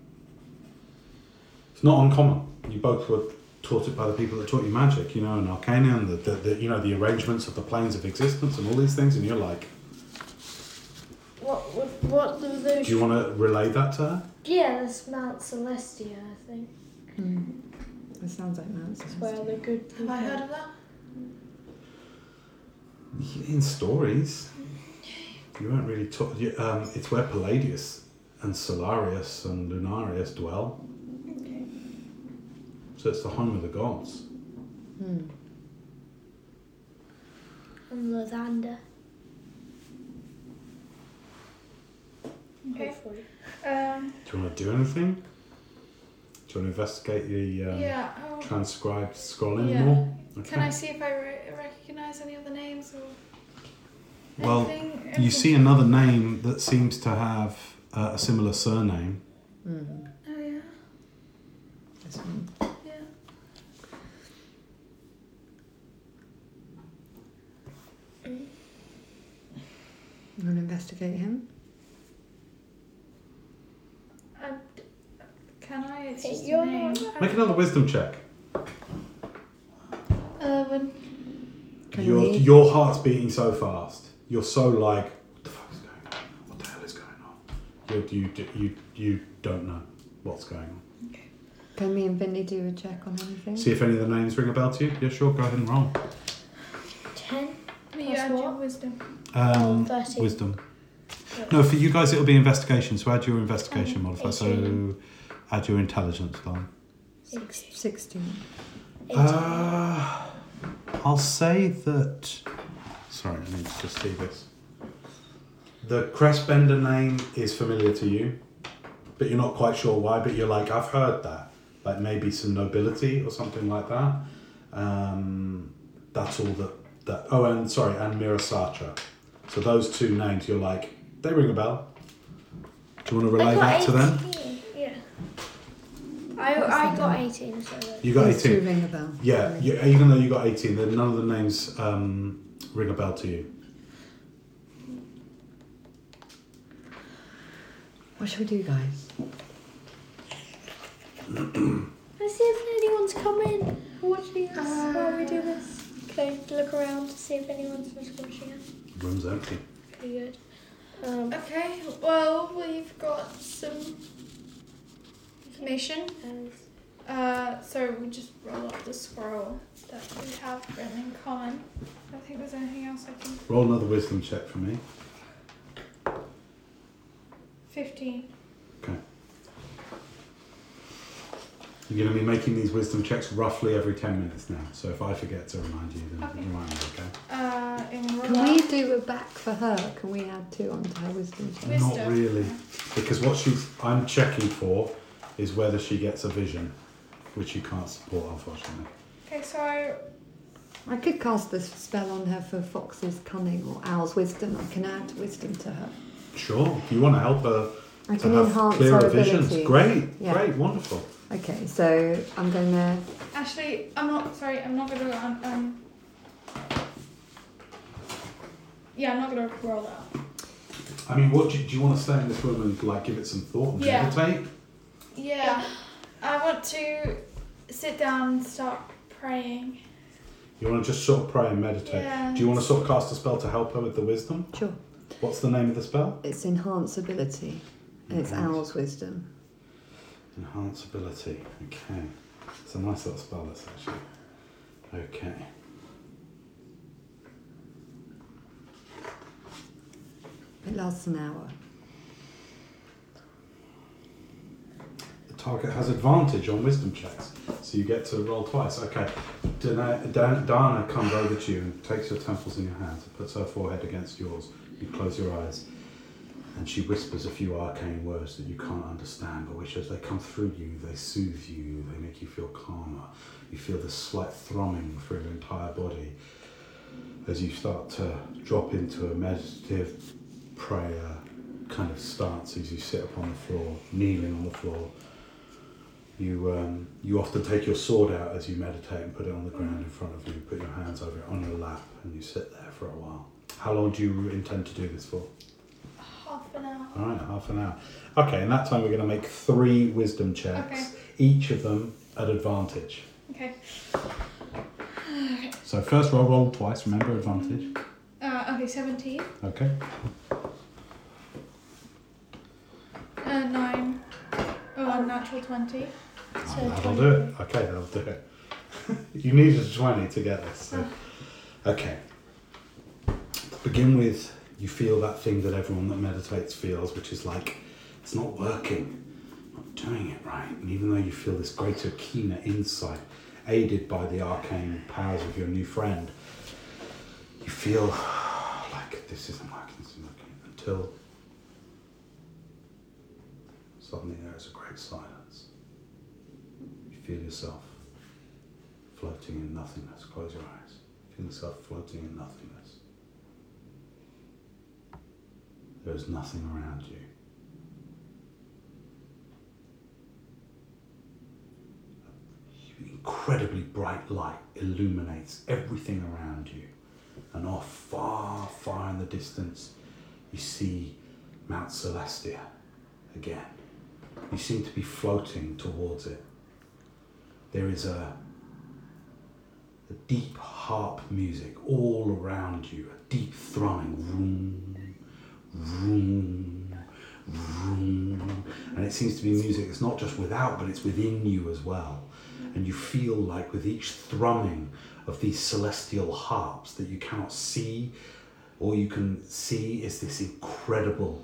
Speaker 1: It's not uncommon. You both were taught it by the people that taught you magic, you know, and arcana, and the, the, the you know the arrangements of the planes of existence and all these things, and you're like,
Speaker 5: What, what, what do those...
Speaker 1: do you want to relay that to her?
Speaker 5: Yeah, that's Mount Celestia, I think.
Speaker 3: That sounds like Mount
Speaker 5: That's where
Speaker 3: Celestia.
Speaker 5: the good
Speaker 2: Have I heard of that?
Speaker 1: In stories, you weren't really taught. you- Um, it's where Palladius and Solarius and Lunarius dwell.
Speaker 2: Okay.
Speaker 1: So it's the home of the gods.
Speaker 3: Hmm.
Speaker 5: And Lathander.
Speaker 2: Okay.
Speaker 5: Hopefully.
Speaker 2: Um,
Speaker 1: Do you want to do anything? Do you want to investigate the um,
Speaker 2: yeah. Oh,
Speaker 1: transcribed scrolling
Speaker 2: Yeah.
Speaker 1: more?
Speaker 2: Can I see if I re- recognize any of the names or
Speaker 1: Well,
Speaker 2: anything?
Speaker 1: You
Speaker 2: Anything?
Speaker 1: see another name that seems to have uh, a similar surname.
Speaker 2: Oh yeah,
Speaker 3: That's fine.
Speaker 2: yeah.
Speaker 3: You want to investigate him?
Speaker 2: Uh, d- can I? It's
Speaker 5: Hey,
Speaker 2: just a
Speaker 5: you're
Speaker 2: name.
Speaker 1: Make another wisdom check.
Speaker 2: Eleven.
Speaker 3: Can
Speaker 1: your,
Speaker 3: we-
Speaker 1: your heart's beating so fast. You're so like, what the fuck is going on? What the hell is going on? You, you, you, you don't know what's going on.
Speaker 3: Can me and Vinny do a check on anything?
Speaker 1: See if any of the names ring a bell to you. Yeah, sure. Go ahead and roll.
Speaker 5: Ten.
Speaker 2: Me
Speaker 5: Plus
Speaker 2: add your
Speaker 5: what?
Speaker 2: wisdom.
Speaker 1: Um,
Speaker 5: Thirteen.
Speaker 1: wisdom. No, for you guys it'll be investigation. So add your investigation modifier. So
Speaker 5: eighteen.
Speaker 1: add your intelligence line.
Speaker 5: Six.
Speaker 3: 16.
Speaker 5: Eight.
Speaker 1: Uh, I'll say that. Sorry, I need to just see this. The Crestbender name is familiar to you, but you're not quite sure why. But you're like, I've heard that, like maybe some nobility or something like that. Um, that's all that. That oh, and sorry, and Mirasatra. So those two names, you're like, they ring a bell. Do you want to
Speaker 5: I
Speaker 1: relay
Speaker 5: got
Speaker 1: that to them?
Speaker 5: 18, Yeah. I,
Speaker 3: That's
Speaker 5: I
Speaker 3: not
Speaker 5: got
Speaker 3: bad.
Speaker 5: 18, so
Speaker 1: You got
Speaker 3: These two
Speaker 1: eighteen.
Speaker 3: ring a bell.
Speaker 1: Yeah, you, even though you got 18, then none of the names um, ring a bell to you.
Speaker 3: What shall we do, guys?
Speaker 5: Let's see if anyone's come in watching us while we do this. Okay, look around to see if anyone's just watching us.
Speaker 1: Room's empty.
Speaker 5: Pretty good. Um,
Speaker 2: Okay. Well, we've got some information.
Speaker 5: and
Speaker 2: Uh, so we just roll up the scroll that we have written in common. I don't think there's anything else I can.
Speaker 1: Roll another wisdom check for me.
Speaker 2: Fifteen.
Speaker 1: Okay. You're going to be making these wisdom checks roughly every 10 minutes now. So if I forget to remind you, then
Speaker 2: Okay.
Speaker 1: remind me, okay?
Speaker 2: Uh, in
Speaker 3: Can
Speaker 2: roll
Speaker 3: we do a back for her? Can we add two onto her wisdom check?
Speaker 2: Wisdom.
Speaker 1: Not really. Because what she's I'm checking for is whether she gets a vision, which you can't support, unfortunately.
Speaker 2: Okay, so I
Speaker 3: I could cast this spell on her for Fox's cunning or Owl's wisdom. I can add wisdom to her.
Speaker 1: Sure, you want to help her
Speaker 3: I
Speaker 1: to
Speaker 3: can
Speaker 1: have
Speaker 3: enhance her
Speaker 1: clearer
Speaker 3: ability.
Speaker 1: visions. Great,
Speaker 3: Yeah.
Speaker 1: great, wonderful.
Speaker 3: Okay, so I'm going to.
Speaker 2: actually I'm not sorry. I'm not gonna um. um yeah, I'm not gonna roll that.
Speaker 1: I mean, what do you, do you want to stay in this room and like give it some thought and
Speaker 2: Yeah.
Speaker 1: meditate?
Speaker 2: Yeah. I want to sit down and start praying.
Speaker 1: You want to just sort of pray and meditate.
Speaker 2: Yeah.
Speaker 1: Do you want to sort of cast a spell to help her with the wisdom?
Speaker 3: Sure.
Speaker 1: What's the name of the spell?
Speaker 3: It's enhance ability. And it's
Speaker 1: Enhance.
Speaker 3: Owl's wisdom.
Speaker 1: Enhance ability. Okay. It's a nice little spell, this actually. Okay.
Speaker 3: It lasts an hour.
Speaker 1: The target has advantage on wisdom checks, so you get to roll twice. Okay. Dana, Dan, Dana comes over to you and takes your temples in your hands and puts her forehead against yours. You close your eyes. And she whispers a few arcane words that you can't understand, but which, as they come through you, they soothe you, they make you feel calmer. You feel this slight thrumming through your entire body as you start to drop into a meditative prayer kind of stance as you sit upon the floor, kneeling on the floor. You um, you often take your sword out as you meditate and put it on the ground in front of you. Put your hands over it on your lap, and you sit there for a while. How long do you intend to do this for?
Speaker 2: Half an hour.
Speaker 1: All right, half an hour. Okay, and that time we're going to make three wisdom checks,
Speaker 2: Okay.
Speaker 1: each of them at advantage.
Speaker 2: Okay.
Speaker 1: So first roll, roll twice. Remember advantage.
Speaker 2: Uh, okay, seventeen.
Speaker 1: Okay.
Speaker 2: Uh, nine. Oh, unnatural twenty.
Speaker 5: So
Speaker 1: that'll do it. Okay, that'll do it. you needed a 20 to get this. So. Okay. To begin with, you feel that thing that everyone that meditates feels, which is like, it's not working, not doing it right. And even though you feel this greater, keener insight, aided by the arcane powers of your new friend, you feel like this isn't working, this isn't working, until suddenly there is a great silence. You feel yourself floating in nothingness. Close your eyes. Feel yourself floating in nothingness. There is nothing around you. Incredibly bright light illuminates everything around you, and off far, far in the distance, you see Mount Celestia again. You seem to be floating towards it. There is a, a deep harp music all around you, a deep thrumming. Vroom, vroom, vroom. And it seems to be music that's not just without, but it's within you as well. And you feel like with each thrumming of these celestial harps that you cannot see, all you can see is this incredible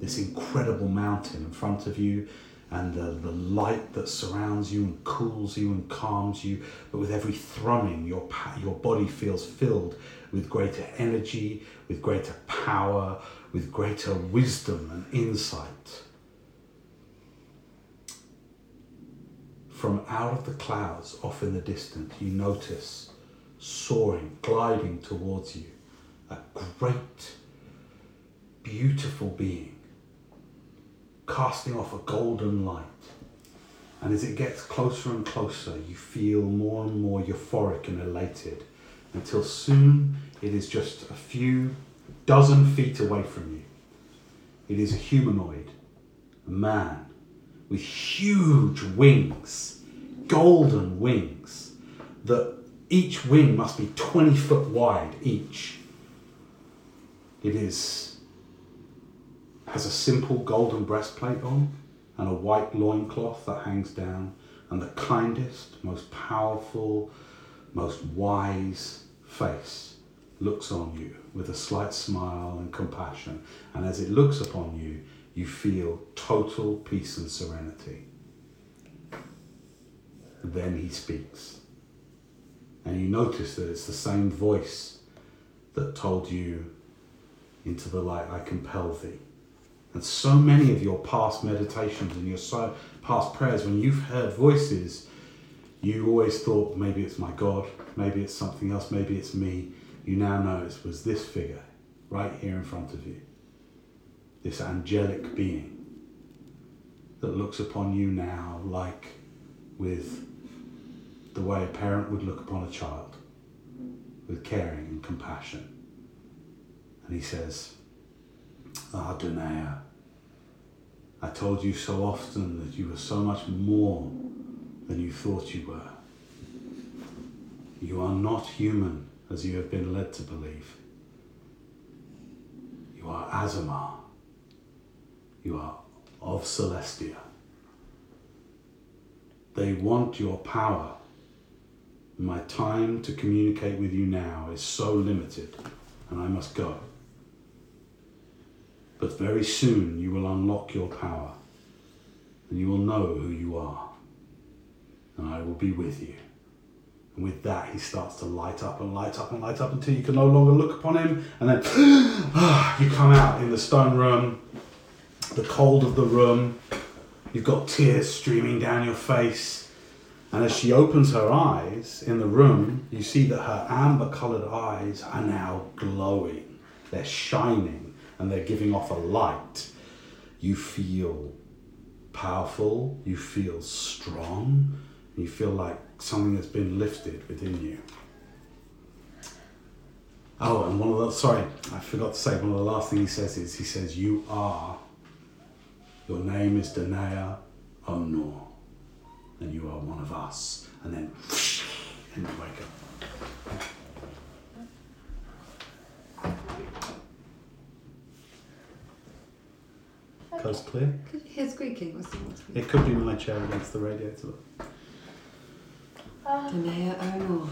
Speaker 1: this incredible mountain in front of you and the, the light that surrounds you and cools you and calms you but with every thrumming your pa- your body feels filled with greater energy with greater power with greater wisdom and insight from out of the clouds off in the distance you notice soaring gliding towards you a great beautiful being casting off a golden light. And as it gets closer and closer, you feel more and more euphoric and elated until soon it is just a few dozen feet away from you. It is a humanoid, a man with huge wings, golden wings, that each wing must be 20 foot wide each. It is has a simple golden breastplate on and a white loincloth that hangs down, and the kindest, most powerful, most wise face looks on you with a slight smile and compassion. And as it looks upon you, you feel total peace and serenity. Then he speaks. And you notice that it's the same voice that told you, Into the light I compel thee. And so many of your past meditations and your so past prayers, when you've heard voices, you always thought maybe it's my God, maybe it's something else, maybe it's me. You now know it was this figure right here in front of you, this angelic being that looks upon you now like with the way a parent would look upon a child, with caring and compassion. And he says, Ah, Danae, I told you so often that you were so much more than you thought you were. You are not human as you have been led to believe. You are Azamar. You are of Celestia. They want your power. My time to communicate with you now is so limited, and I must go but very soon you will unlock your power and you will know who you are. And I will be with you. And with that, he starts to light up and light up and light up until you can no longer look upon him. And then ah, you come out in the stone room, the cold of the room. You've got tears streaming down your face. And as she opens her eyes in the room, you see that her amber colored eyes are now glowing. They're shining and they're giving off a light. You feel powerful, you feel strong, you feel like something has been lifted within you. Oh, and one of the, sorry, I forgot to say, one of the last things he says is he says, You are, your name is Danaya Onor, and you are one of us. And then, and you wake up. Coast clear.
Speaker 3: Could you hear squeaking? Was someone squeaking?
Speaker 1: It could be my chair against the radiator.
Speaker 3: Danea Onor,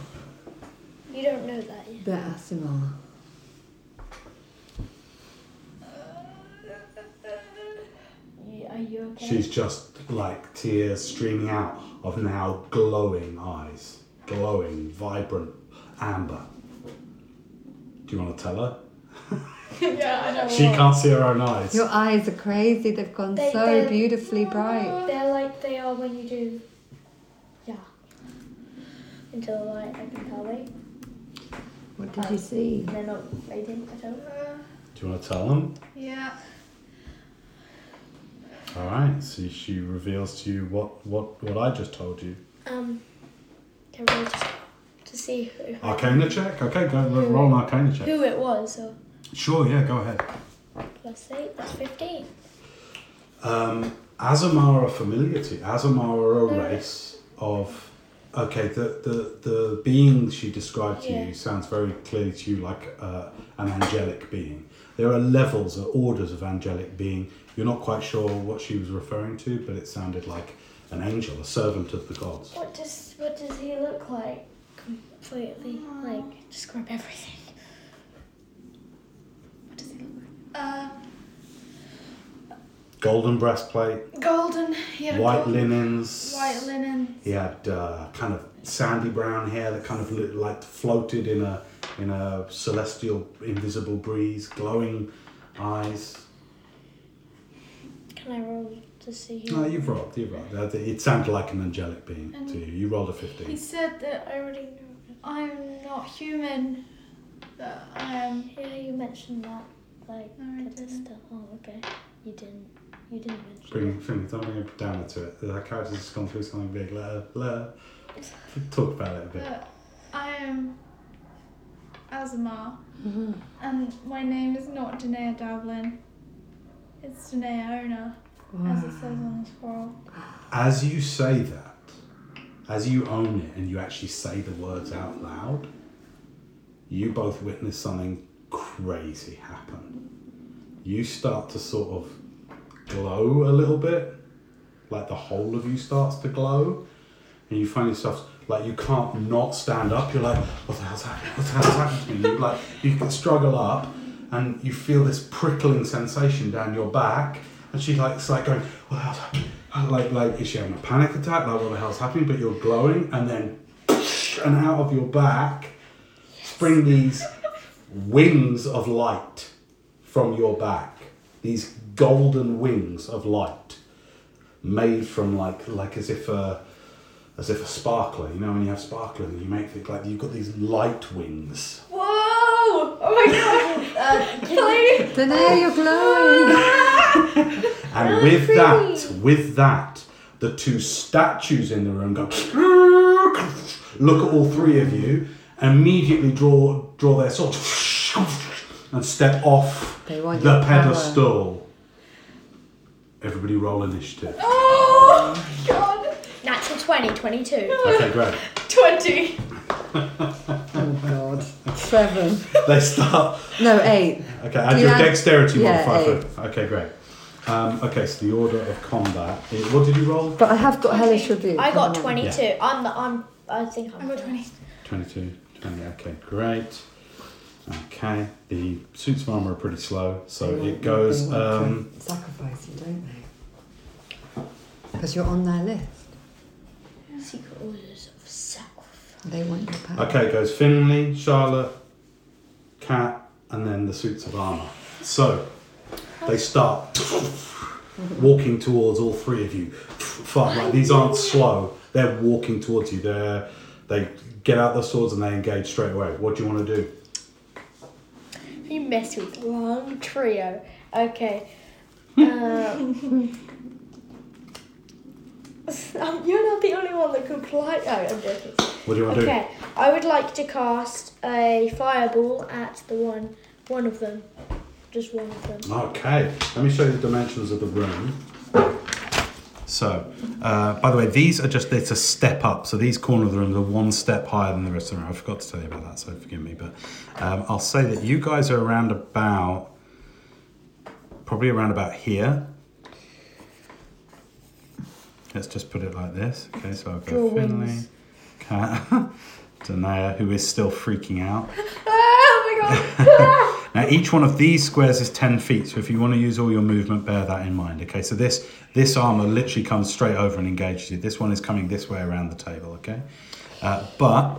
Speaker 5: You don't know that yet.
Speaker 3: the Asimar.
Speaker 5: Y- Are you okay?
Speaker 1: She's just like tears streaming out of now glowing eyes. Glowing, vibrant amber. Do you want to tell her?
Speaker 11: yeah, I know.
Speaker 1: She can't see her own eyes.
Speaker 3: Your eyes are crazy. They've gone
Speaker 5: They-
Speaker 3: so
Speaker 5: they're-
Speaker 3: beautifully bright.
Speaker 5: They're like they are when you do. Yeah. into the light. I can tell they
Speaker 3: What did you see?
Speaker 5: they're not fading at all.
Speaker 1: Do you want to tell them?
Speaker 2: Yeah.
Speaker 1: All right. So she reveals to you what what what I just told you.
Speaker 5: Um, can we just to see who
Speaker 1: Arcana check. Okay, go ro- roll an arcana check.
Speaker 5: who it was? So
Speaker 1: Sure. Yeah. Go ahead.
Speaker 5: plus eight. That's fifteen.
Speaker 1: Um, Azamara are familiar to you. Azamara are a race of. Okay, the, the, the being she described to
Speaker 5: Yeah.
Speaker 1: you sounds very clearly to you like uh, an angelic being. There are levels or orders of angelic being. You're not quite sure what she was referring to, but it sounded like an angel, a servant of the gods.
Speaker 5: What does what does he look like? Completely like describe everything. What does he look like?
Speaker 2: Uh,
Speaker 1: Golden breastplate,
Speaker 2: golden. He had a
Speaker 1: white
Speaker 2: golden-
Speaker 1: linens.
Speaker 2: White linen.
Speaker 1: He had uh, kind of sandy brown hair that kind of looked like floated in a in a celestial invisible breeze, glowing eyes.
Speaker 5: Can I roll to see
Speaker 1: No,
Speaker 5: who?
Speaker 1: you've rolled, you've rolled. Uh, It sounded like an angelic being to you. You rolled a
Speaker 2: He
Speaker 1: 15.
Speaker 2: said that
Speaker 5: I already know.
Speaker 2: I'm not human. That I am.
Speaker 5: Yeah, you mentioned that like
Speaker 2: No, I
Speaker 5: at the
Speaker 2: didn't.
Speaker 5: start. Oh, okay. You didn't. You didn't mention.
Speaker 1: Bring, bring, don't bring it down to it. That character's just gone through something big. Let her, let her talk about it a bit.
Speaker 2: That I am. Azamar. And my name is not Danae Davlin. It's Danae Ona, as it says on the scroll.
Speaker 1: As you say that, as you own it and you actually say the words out loud, you both witness something crazy happen. You start to sort of glow a little bit, like the whole of you starts to glow, and you find yourself like you can't not stand up. You're like, what the hell's happening? What the hell's happening? You like you can struggle up, and you feel this prickling sensation down your back, and she like it's like going, what the hell's happening? Like like is she having a panic attack? Like what the hell's happening? But you're glowing, and then and out of your back spring these wings of light from your back. These golden wings of light, made from like like as if a as if a sparkler. You know when you have sparkler and you make it like you've got these light wings.
Speaker 2: Whoa! Oh my god! Please!
Speaker 3: Danae, you're
Speaker 1: Oh
Speaker 3: glowing!
Speaker 1: And with that, with that, the two statues in the room go look at all three of you, immediately draw draw their swords and step off
Speaker 3: They want
Speaker 1: the
Speaker 3: your power.
Speaker 1: pedestal. Everybody roll initiative.
Speaker 2: Oh god!
Speaker 5: Natural 20, 22.
Speaker 1: Okay, great.
Speaker 2: 20!
Speaker 3: Oh god. Seven.
Speaker 1: They start
Speaker 3: No, eight.
Speaker 1: Okay, and
Speaker 3: you
Speaker 1: your
Speaker 3: add-
Speaker 1: dexterity
Speaker 3: yeah,
Speaker 1: modifier. for- Okay, great. Um, okay, so the order of combat. is- What did you roll?
Speaker 3: But I have got hellish rebuke.
Speaker 5: I got
Speaker 3: haven't
Speaker 5: 22. I'm the, I'm I think I'm
Speaker 2: I got 20.
Speaker 1: 22, 20, okay, great. Okay, the suits of armor are pretty slow, so
Speaker 3: They
Speaker 1: it
Speaker 3: want-
Speaker 1: goes.
Speaker 3: they want to
Speaker 1: Um,
Speaker 3: sacrifice you, don't they? Because you're on their list.
Speaker 5: Secret orders of self.
Speaker 3: They want your power.
Speaker 1: okay, it goes Finley, Charlotte, Cat, and then the suits of armor. So they start walking towards all three of you. Fuck, like these aren't slow. They're walking towards you. They're they get out their swords and they engage straight away. What do you want to do?
Speaker 5: You mess with wrong trio. Okay. Um, um, you're not the only one that could fly. No, I'm joking.
Speaker 1: What do you want to
Speaker 5: Okay, I would like to cast a fireball at the one, one of them, just one of them.
Speaker 1: do? Okay, let me show you the dimensions of the room. So, uh, by the way, these are just, it's a step up. So these corner of the rooms are one step higher than the rest of the room. I forgot to tell you about that, so forgive me. But um, I'll say that you guys are around about, probably around about here. Let's just put it like this. Okay, so I'll go
Speaker 5: Draw wings.
Speaker 1: Finley, Cat, Danaya, who is still freaking out.
Speaker 2: Oh my god!
Speaker 1: Now, each one of these squares is 10 feet, so if you want to use all your movement, bear that in mind. Okay, so this this armor literally comes straight over and engages you. This one is coming this way around the table, okay? Uh, but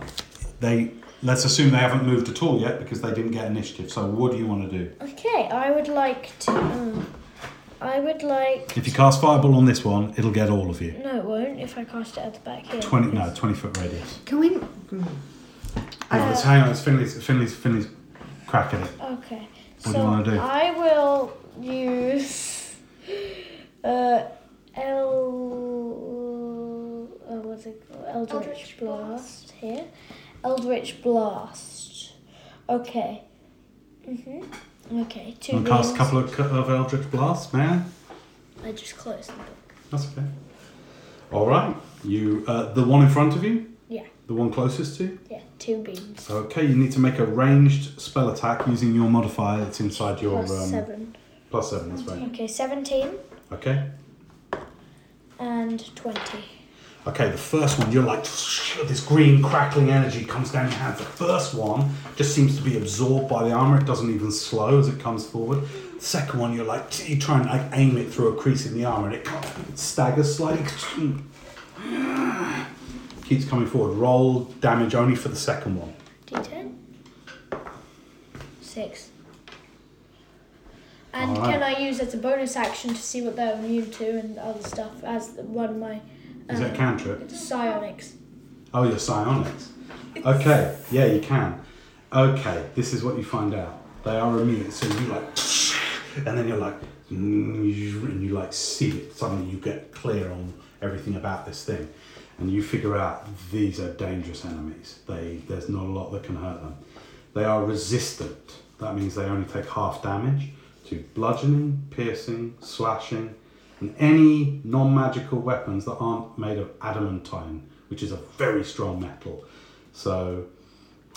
Speaker 1: they let's assume they haven't moved at all yet because they didn't get initiative. So what do you want to do?
Speaker 5: Okay, I would like to. Um, I would like.
Speaker 1: If you cast fireball on this one, it'll get all of you.
Speaker 5: No, it won't. If I cast it at the back here.
Speaker 1: Twenty no, twenty foot radius.
Speaker 3: Can we? hmm,
Speaker 1: No, it's, hang on, it's Finley's Finley's Finley's crack at it.
Speaker 5: Okay.
Speaker 1: What do you
Speaker 5: so
Speaker 1: wanna do?
Speaker 5: I will use uh, El. Uh, what's it called? Eldritch,
Speaker 2: Eldritch
Speaker 5: Blast here. Eldritch Blast. Okay. Mhm. Okay. Two.
Speaker 1: You wanna cast a
Speaker 5: rings.
Speaker 1: couple of, of Eldritch Blasts, man?
Speaker 5: I just closed the book.
Speaker 1: That's okay. Alright. You uh, the one in front of you?
Speaker 5: Yeah.
Speaker 1: The one closest to? you?
Speaker 5: Yeah. Two beams.
Speaker 1: Okay, you need to make a ranged spell attack using your modifier that's inside your
Speaker 5: Plus
Speaker 1: um,
Speaker 5: seven.
Speaker 1: plus seven, that's right.
Speaker 5: Okay, seventeen
Speaker 1: Okay.
Speaker 5: and twenty.
Speaker 1: Okay, the first one, you're like, this green crackling energy comes down your hand. The first one just seems to be absorbed by the armor. It doesn't even slow as it comes forward. The second one, you're like, you try and like aim it through a crease in the armor and it kind of staggers slightly. Keeps coming forward. Roll damage only for the second one.
Speaker 5: D10. Six. And
Speaker 1: Alright.
Speaker 5: can I use as a bonus action to see what they're immune to and other stuff as the- one of my
Speaker 1: Is
Speaker 5: Um,
Speaker 1: that a cantrip?
Speaker 5: psionics?
Speaker 1: Oh, your psionics. Okay, yeah, you can. Okay, this is what you find out. They are immune, so you like, and then you're like, and you like see it. Suddenly you get clear on everything about this thing, and you figure out these are dangerous enemies. They there's not a lot that can hurt them. They are resistant. That means they only take half damage to bludgeoning, piercing, slashing, and any non magical weapons that aren't made of adamantine, which is a very strong metal. So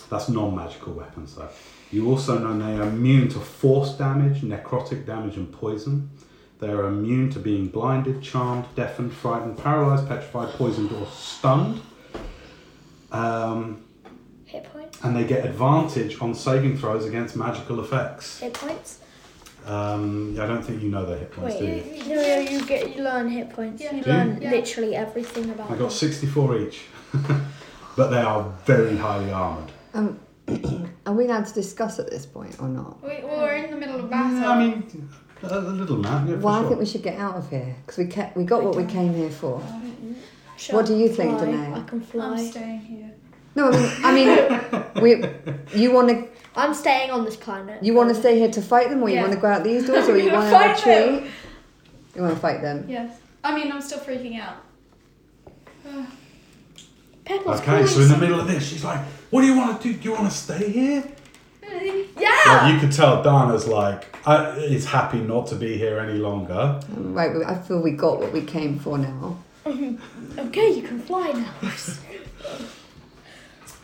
Speaker 1: that's non magical weapons though. You also know they are immune to force damage, necrotic damage, and poison. They are immune to being blinded, charmed, deafened, frightened, paralyzed, petrified, poisoned, or stunned. Um,
Speaker 5: Hit points?
Speaker 1: and they get advantage on saving throws against magical effects.
Speaker 5: Hit points?
Speaker 1: Um, I don't think you know their hit points, do
Speaker 5: Wait,
Speaker 1: you?
Speaker 5: you, you, no, you get you learn hit points.
Speaker 2: Yeah.
Speaker 5: You
Speaker 1: Do you?
Speaker 5: learn
Speaker 2: Yeah.
Speaker 5: literally everything about
Speaker 1: I got
Speaker 5: them.
Speaker 1: 64 each, but they are very highly armored.
Speaker 3: Um, are we allowed to discuss at this point or not?
Speaker 2: We, well, we're in the middle of battle.
Speaker 1: Mm, I mean, a, a little amount, yeah, for
Speaker 3: Well, I
Speaker 1: sure.
Speaker 3: think we should get out of here because we kept we got what we came here for.
Speaker 5: Sure,
Speaker 3: What do you
Speaker 5: I
Speaker 3: think,
Speaker 5: fly.
Speaker 3: Danae?
Speaker 5: I can
Speaker 2: I'm
Speaker 5: fly.
Speaker 2: staying here.
Speaker 3: No, I mean, I mean we. You want to
Speaker 5: I'm staying on this planet.
Speaker 3: you want to stay here to fight them, or you
Speaker 2: Yeah.
Speaker 3: want to go out these doors, or you
Speaker 2: We're
Speaker 3: want
Speaker 2: gonna
Speaker 3: to have a
Speaker 2: fight them.
Speaker 3: tree? You want to fight them?
Speaker 2: Yes. I mean, I'm still freaking out.
Speaker 5: Peppers,
Speaker 1: Okay, so in the middle of this, she's like, "What do you want to do? Do you want to stay here?"
Speaker 2: Yeah!
Speaker 1: Well, you could tell Dana's like, I, "Is happy not to be here any longer."
Speaker 3: Um, right, we- I feel we got what we came for now.
Speaker 5: Okay, you can fly now.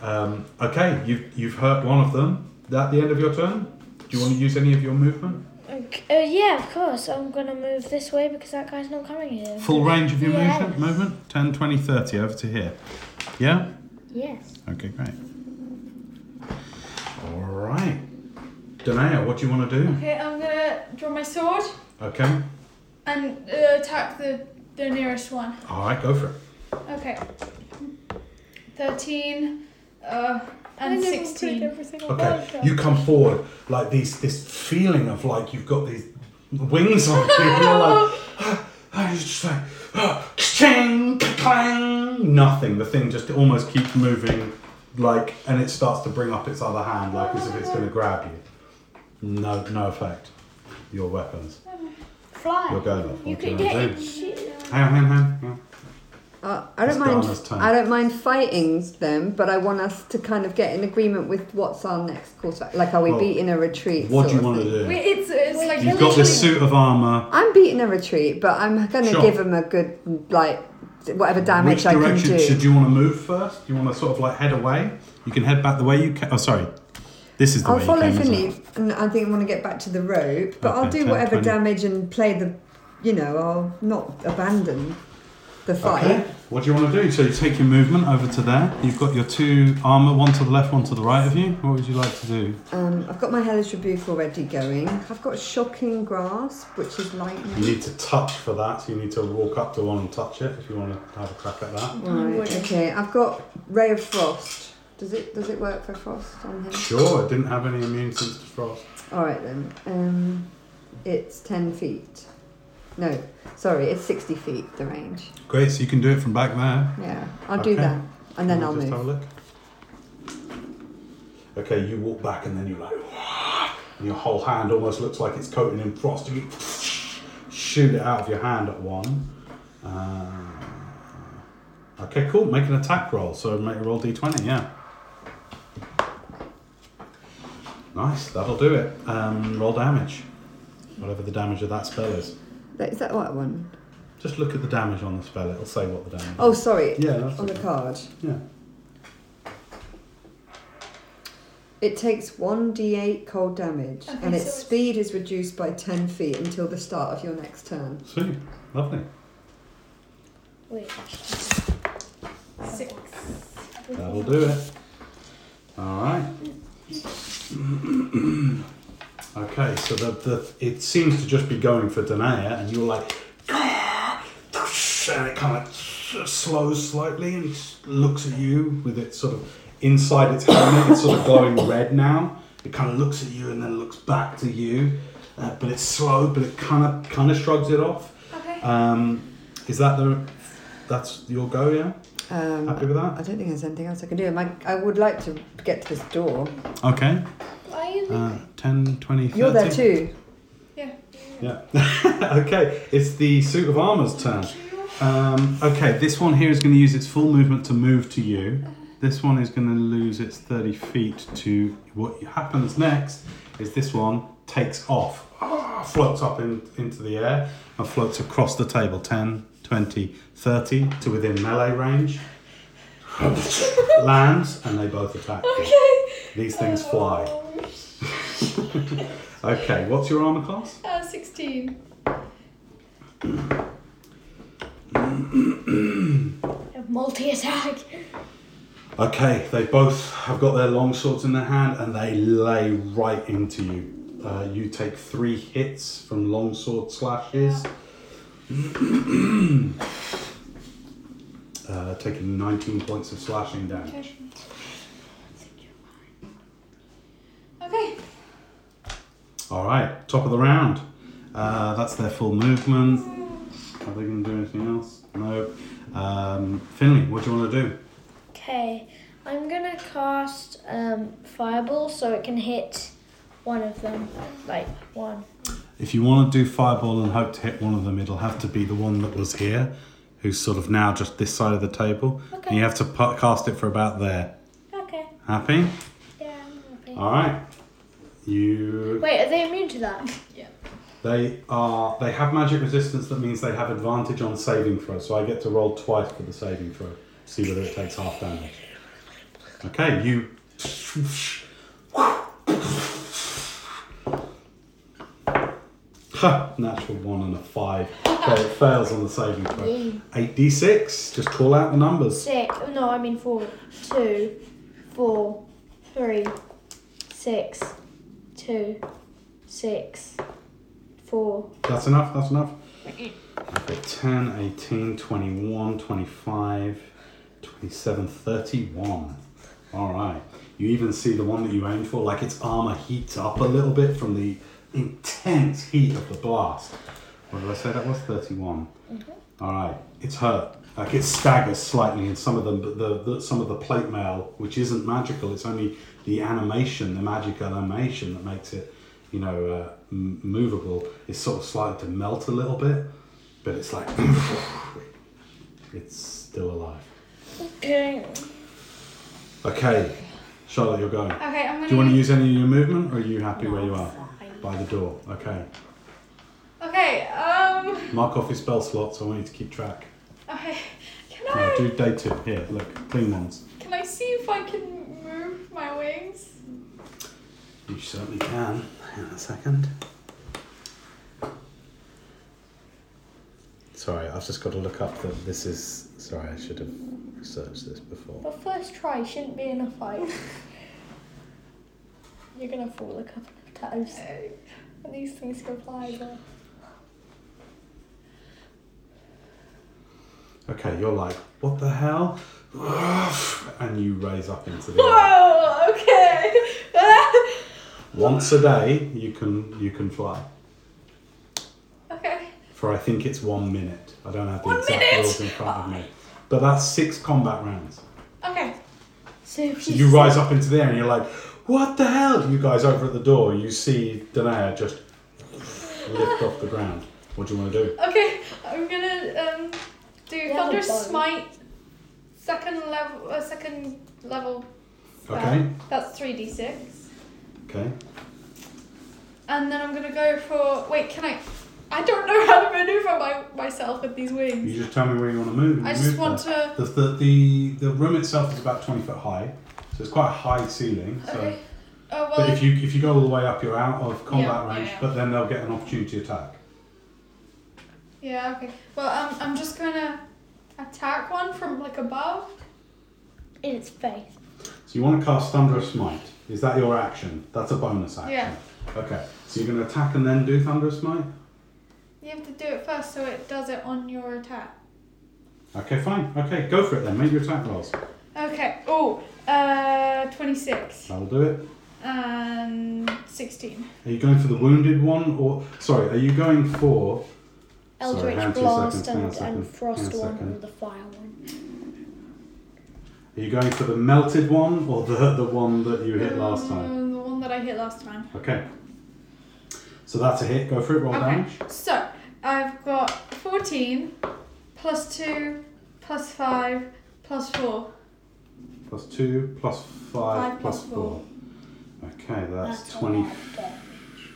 Speaker 1: Um, okay, you've you've hurt one of them. At the end of your turn, do you want to use any of your movement?
Speaker 5: Okay, uh, yeah, of course. I'm gonna move this way because that guy's not coming here.
Speaker 1: Full range of your
Speaker 5: Yes.
Speaker 1: movement, movement 10, 20, 30 over to here. Yeah.
Speaker 5: Yes.
Speaker 1: Okay, great. All right, Danae, what do you want to do?
Speaker 2: Okay, I'm gonna draw my sword
Speaker 1: Okay.
Speaker 2: and uh, attack the, the nearest one.
Speaker 1: All right, go for it.
Speaker 2: Okay. 13 uh, and 16.
Speaker 1: Okay, you come forward like these this feeling of like you've got these wings on you. and You're like, ah, ah, you're just like, ah, ka-ching, ka-clang. Nothing. The thing just almost keeps moving, like, and it starts to bring up its other hand, like as if it's going to grab you. No, no effect. Your weapons.
Speaker 5: Fly.
Speaker 1: You're going off.
Speaker 5: You
Speaker 1: What do you
Speaker 5: can
Speaker 1: want
Speaker 5: get
Speaker 1: to
Speaker 5: it.
Speaker 1: do?
Speaker 5: She-
Speaker 1: Hang on, hang on, hang on.
Speaker 3: Uh, I don't
Speaker 1: It's Ghana's
Speaker 3: mind.
Speaker 1: turn.
Speaker 3: I don't mind fighting them, but I want us to kind of get in agreement with what's our next course. of- Like, are we
Speaker 1: Well,
Speaker 3: beating a retreat?
Speaker 1: What
Speaker 3: sort
Speaker 1: do you
Speaker 3: of
Speaker 1: want to
Speaker 3: thing?
Speaker 2: We,
Speaker 1: do?
Speaker 2: it's it's like
Speaker 1: You've got this suit of armor.
Speaker 3: I'm beating a retreat, but I'm going to
Speaker 1: Sure.
Speaker 3: 'em give them a good like whatever damage
Speaker 1: Which
Speaker 3: I can
Speaker 1: direction
Speaker 3: do.
Speaker 1: should you want to move first? Do you want to sort of like head away? You can head back the way you came. Oh, sorry. This is the
Speaker 3: I'll
Speaker 1: way
Speaker 3: follow
Speaker 1: you came. isn't
Speaker 3: Finley, and I think I want to get back to the rope, but I'll
Speaker 1: Okay,
Speaker 3: do
Speaker 1: 10,
Speaker 3: whatever
Speaker 1: 20.
Speaker 3: damage and play the, you know, I'll not abandon the
Speaker 1: it?
Speaker 3: fight.
Speaker 1: Okay. What do you want to do? So you take your movement over to there. You've got your two armor, one to the left, one to the right of you. What would you like to do?
Speaker 3: Um, I've got my hellish rebuke already going. I've got shocking grasp, which is lightning.
Speaker 1: You need to touch for that, so you need to walk up to one and touch it if you want to have a crack at that.
Speaker 3: Right. Okay. I've got ray of frost. Does it does it work for frost on him?
Speaker 1: Sure, it didn't have any immune sense to frost.
Speaker 3: All right then. Um, it's ten feet. No, sorry, it's 60 feet the range.
Speaker 1: Great, so you can do it from back there.
Speaker 3: Yeah, I'll do
Speaker 1: Okay.
Speaker 3: that. And then
Speaker 1: We'll
Speaker 3: I'll
Speaker 1: just
Speaker 3: move.
Speaker 1: have a look.
Speaker 10: Okay, you walk back and then you're like, and your whole hand almost looks like it's coated in frost. You shoot it out of your hand at one. Uh,
Speaker 1: Okay, cool. Make an attack roll. So make a roll d20, yeah. Nice, that'll do it. Um, roll damage. Whatever the damage of that spell is.
Speaker 3: That- Is that what one?
Speaker 1: Just look at the damage on the spell, it'll say what the damage
Speaker 3: Oh,
Speaker 1: is.
Speaker 3: sorry.
Speaker 1: Yeah, that's
Speaker 3: on the
Speaker 1: okay.
Speaker 3: card.
Speaker 1: Yeah.
Speaker 3: It takes 1d8 cold damage,
Speaker 2: Okay, so
Speaker 3: and its
Speaker 2: it's-
Speaker 3: speed is reduced by 10 feet until the start of your next turn.
Speaker 1: Sweet. Lovely.
Speaker 5: Wait.
Speaker 2: Six.
Speaker 1: That'll do it. Alright. okay, so the, the it seems to just be going for Danae, and you're like and it kind of slows slightly and looks at you with it sort of inside its helmet, it's sort of glowing red now. It kind of looks at you and then looks back to you. Uh, but it's slow, but it kind of kind of shrugs it off.
Speaker 2: Okay.
Speaker 1: Um, is that the that's your go? Yeah,
Speaker 3: Um,
Speaker 1: happy with that.
Speaker 3: I don't think there's anything else I can do. My, I would like to get to this door.
Speaker 1: Okay.
Speaker 5: Why are you
Speaker 1: Uh, 10, 20, 30.
Speaker 3: You're there too.
Speaker 2: Yeah.
Speaker 1: Yeah. okay, it's the suit of armor's turn. Um, okay, this one here is going to use its full movement to move to you. This one is going to lose its 30 feet to what happens next is this one takes off, ah, floats up in, into the air, and floats across the table 10, 20, 30 to within melee range. lands, and they both attack. you. These things fly.
Speaker 2: Oh,
Speaker 1: Okay, what's your armor class?
Speaker 2: Uh, 16.
Speaker 5: multi attack?
Speaker 1: Okay, they both have got their long swords in their hand and they lay right into you. Uh, you take three hits from long sword slashes, uh, taking 19 points of slashing damage.
Speaker 2: Okay. Okay.
Speaker 1: All right, top of the round. Uh, that's their full movement. Are they going to do anything else? No. Um, Finley, what do you want to do?
Speaker 5: Okay, I'm gonna cast um, fireball so it can hit one of them, like one.
Speaker 1: If you want to do fireball and hope to hit one of them, it'll have to be the one that was here, who's sort of now just this side of the table. And
Speaker 5: Okay.
Speaker 1: you have to pu- cast it for about there.
Speaker 5: Okay.
Speaker 1: Happy?
Speaker 5: Yeah. I'm happy.
Speaker 1: All right. You.
Speaker 5: Wait, are they immune to that?
Speaker 1: They are. They have magic resistance. That means they have advantage on saving throw. So I get to roll twice for the saving throw. See whether it takes half damage. Okay. You. Ha, Natural one and a five. So it fails on the saving throw. Eight d six. Just call out the numbers.
Speaker 5: Six. No, I mean four. Two, four, three, six, two, six, four.
Speaker 1: That's enough, that's enough. I've got 10, 18, 21, 25, 27, 31. Alright. You even see the one that you aimed for, like its armour heats up a little bit from the intense heat of the blast. What did I say that was? 31. Alright. It's hurt. Like it staggers slightly in some of the, the, the some of the plate mail, which isn't magical. It's only the animation, the magic animation that makes it you know, uh, m- movable is sort of starting to melt a little bit, but it's like it's still alive.
Speaker 5: Okay.
Speaker 1: Okay, Charlotte, you're going.
Speaker 2: Okay, I'm gonna.
Speaker 1: Do you want to use any of your movement, or are you happy where you are? By the door. Okay.
Speaker 2: Okay, um.
Speaker 1: Mark off your spell slots. I want you to keep track.
Speaker 2: Okay. Can
Speaker 1: No,
Speaker 2: I.
Speaker 1: do day two. Here, look, clean ones.
Speaker 2: Can I see if I can move my wings?
Speaker 1: You certainly can. Hang on a second. Sorry, I've just got to look up that this is. Sorry, I should have researched this before.
Speaker 5: But first try shouldn't be in a fight. You're gonna fall a couple of times. And these things can fly as well.
Speaker 1: Okay, you're like, what the hell? And you raise up into the
Speaker 2: Ah!
Speaker 1: air.
Speaker 2: Whoa! Okay.
Speaker 1: Once a day, you can you can fly.
Speaker 2: okay.
Speaker 1: for I think it's one minute. I don't have the
Speaker 2: One
Speaker 1: exact
Speaker 2: minute?
Speaker 1: rules in front of me. But that's six combat rounds.
Speaker 2: Okay.
Speaker 5: So if
Speaker 1: So you rise up into the air and you're like, what the hell? You guys over at the door, you see Danaya just lift off the ground. What do you want to do?
Speaker 2: Okay. I'm gonna um do
Speaker 5: have
Speaker 2: thunder
Speaker 5: a bow.
Speaker 2: smite. Second level. Uh, second level. spell.
Speaker 1: Okay.
Speaker 2: That's three d six.
Speaker 1: Okay.
Speaker 2: And then I'm gonna go for. Wait, can I? I don't know how to maneuver my, myself with these wings.
Speaker 1: You just tell me where you want to move. and
Speaker 2: I
Speaker 1: you
Speaker 2: just
Speaker 1: move
Speaker 2: want
Speaker 1: there.
Speaker 2: to.
Speaker 1: The, the, the, the room itself is about 20 foot high, so it's quite a high ceiling. So.
Speaker 2: Okay. Oh well.
Speaker 1: But if you if you go all the way up, you're out of combat
Speaker 2: Yeah,
Speaker 1: range.
Speaker 2: yeah.
Speaker 1: But then they'll get an opportunity attack.
Speaker 2: Yeah, okay. Well, um, I'm just gonna attack one from like above.
Speaker 5: in its face.
Speaker 1: So you want to cast Thunderous Smite. Is that your action? That's a bonus action.
Speaker 2: Yeah.
Speaker 1: Okay. So you're going to attack and then do Thunderous Smite.
Speaker 2: You have to do it first so it does it on your attack.
Speaker 1: Okay, fine. Okay, go for it then. Make your attack rolls.
Speaker 2: Okay, oh, uh, 26
Speaker 1: That'll do it.
Speaker 2: and 16.
Speaker 1: Are you going for the wounded one or sorry? Are you going for? Sorry,
Speaker 5: Eldritch
Speaker 1: hang on two
Speaker 5: Blast
Speaker 1: seconds, hang on a
Speaker 5: and,
Speaker 1: second,
Speaker 5: and Frost
Speaker 1: hang on a
Speaker 5: one
Speaker 1: second.
Speaker 5: and the Fire one.
Speaker 1: Are you going for the melted one or the the one that you hit last time?
Speaker 2: Um, the one that I hit last time.
Speaker 5: Mm.
Speaker 1: Okay. So that's a hit. Go for it. Roll
Speaker 2: Okay.
Speaker 1: damage.
Speaker 2: So, I've got 14 plus 2 plus 5 plus 4.
Speaker 1: Plus two, plus five,
Speaker 2: Five
Speaker 1: plus
Speaker 2: plus
Speaker 1: four.
Speaker 2: four.
Speaker 1: Okay, that's,
Speaker 5: That's a
Speaker 1: twenty
Speaker 5: lot of damage.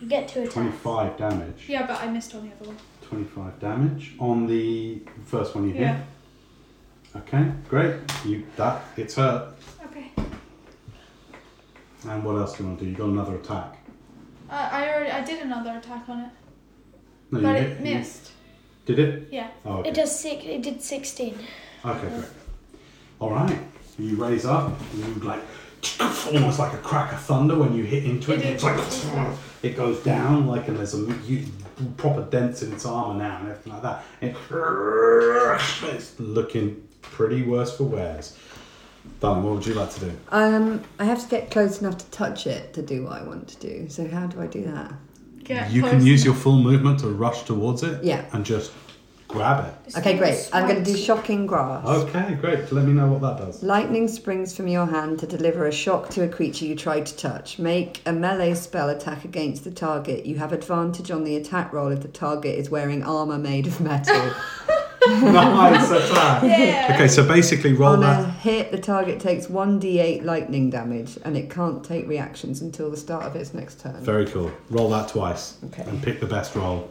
Speaker 5: You get two attacks.
Speaker 1: 25 damage.
Speaker 2: Yeah, but I missed on the other one.
Speaker 1: 25 damage on the first one you
Speaker 2: Yeah.
Speaker 1: hit. Okay, great. You that it's hurt.
Speaker 2: Okay.
Speaker 1: And what else do you want to do? You got another attack.
Speaker 2: Uh, I, I already I did another attack on it,
Speaker 1: No,
Speaker 2: but
Speaker 1: you
Speaker 2: it
Speaker 1: hit-
Speaker 2: missed.
Speaker 1: You, did it?
Speaker 2: Yeah.
Speaker 1: Oh, okay.
Speaker 5: It does six. It did sixteen.
Speaker 1: Okay, great. All right. You raise up. You like almost like a crack of thunder when you hit into it.
Speaker 2: It
Speaker 1: and
Speaker 2: is.
Speaker 1: it's like it goes down like and there's a mo- you, proper dents in its armor now and everything like that. And it- it's looking pretty worse for wears. Darling, what would you like to do?
Speaker 3: Um, I have to get close enough to touch it to do what I want to do. So how do I do that?
Speaker 2: Get
Speaker 1: you can
Speaker 2: close.
Speaker 1: use your full movement to rush towards it.
Speaker 3: Yeah.
Speaker 1: And just grab it.
Speaker 5: This
Speaker 3: Okay,
Speaker 5: thing
Speaker 3: great.
Speaker 5: is
Speaker 3: I'm going to do
Speaker 5: smart.
Speaker 3: shocking grasp.
Speaker 1: Okay, great. Let me know what that does.
Speaker 3: Lightning springs from your hand to deliver a shock to a creature you tried to touch. Make a melee spell attack against the target. You have advantage on the attack roll if the target is wearing armor made of metal.
Speaker 1: nice attack.
Speaker 2: Yeah.
Speaker 1: Okay, so basically roll
Speaker 3: on a
Speaker 1: that.
Speaker 3: hit, the target takes 1d8 lightning damage and it can't take reactions until the start of its next turn.
Speaker 1: Very cool. Roll that twice.
Speaker 3: Okay.
Speaker 1: And pick the best roll.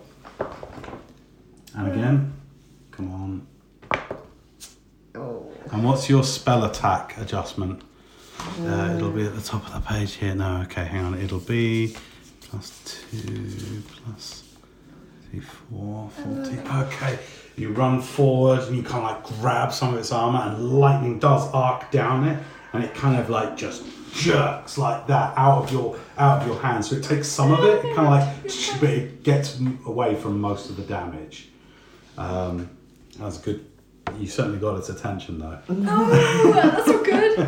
Speaker 1: And again. Come on.
Speaker 3: Oh,
Speaker 1: And what's your spell attack adjustment? Uh, it'll be at the top of the page here. No, okay, hang on. It'll be plus two, plus three, four, 14. Okay. You run forward and you kind of like grab some of its armor, and lightning does arc down it, and it kind of like just jerks like that out of your out of your hand. So it takes some of it, it kind of like, but it gets m- away from most of the damage. Um, that's good. You certainly got its attention though.
Speaker 2: Oh, that's so good.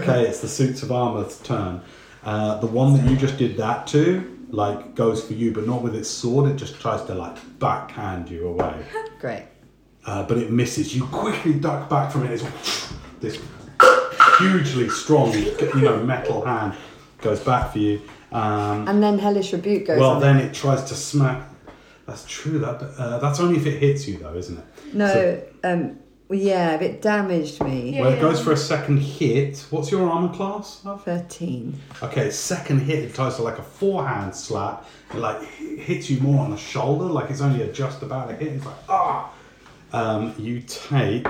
Speaker 1: okay, it's the suits of armor's turn. Uh, the one that you just did that to, like, goes for you, but not with its sword. It just tries to like backhand you away,
Speaker 3: great.
Speaker 1: uh, but it misses. You quickly duck back from it. It's this hugely strong, you know, metal hand goes back for you. Um,
Speaker 3: And then Hellish Rebuke goes
Speaker 1: well,
Speaker 3: on.
Speaker 1: then it tries to smack. That's true. That uh, that's only if it hits you, though, isn't it?
Speaker 3: no,
Speaker 1: So-
Speaker 3: um, well, yeah, if it damaged me.
Speaker 2: Yeah.
Speaker 1: well, it goes for a second hit. What's your armor class? Love?
Speaker 3: 13.
Speaker 1: Okay, second hit, it tries to like a forehand slap. It like h- hits you more on the shoulder, like it's only a just about a hit. It's like, ah! Um, you take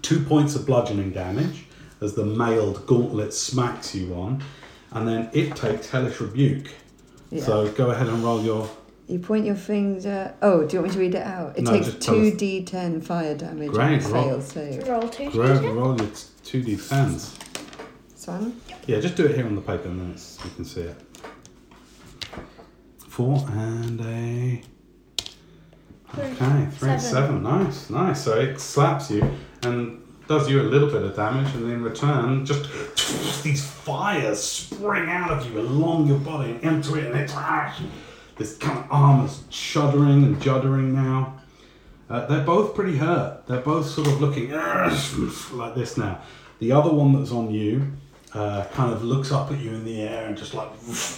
Speaker 1: two points of bludgeoning damage as the mailed gauntlet smacks you on, and then it takes hellish rebuke.
Speaker 3: Yeah.
Speaker 1: So go ahead and roll your.
Speaker 3: You point your finger. Oh, do you want me to read it out? It
Speaker 1: No,
Speaker 3: takes
Speaker 1: just tell us.
Speaker 3: 2d10 fire damage on
Speaker 1: Great,
Speaker 3: a
Speaker 1: roll.
Speaker 3: failed save.
Speaker 5: Roll two.
Speaker 1: Roll, roll your 2d10s.
Speaker 3: Simon?
Speaker 1: Yeah, just do it here on the paper and then it's, you can see it. Four and a. Okay, three and seven. Nice, nice. So it slaps you and does you a little bit of damage, and in return, just these fires spring out of you along your body and enter it, and it ah, This kind of arm is shuddering and juddering now. Uh, they're both pretty hurt. They're both sort of looking like this now. The other one that's on you uh, kind of looks up at you in the air and just like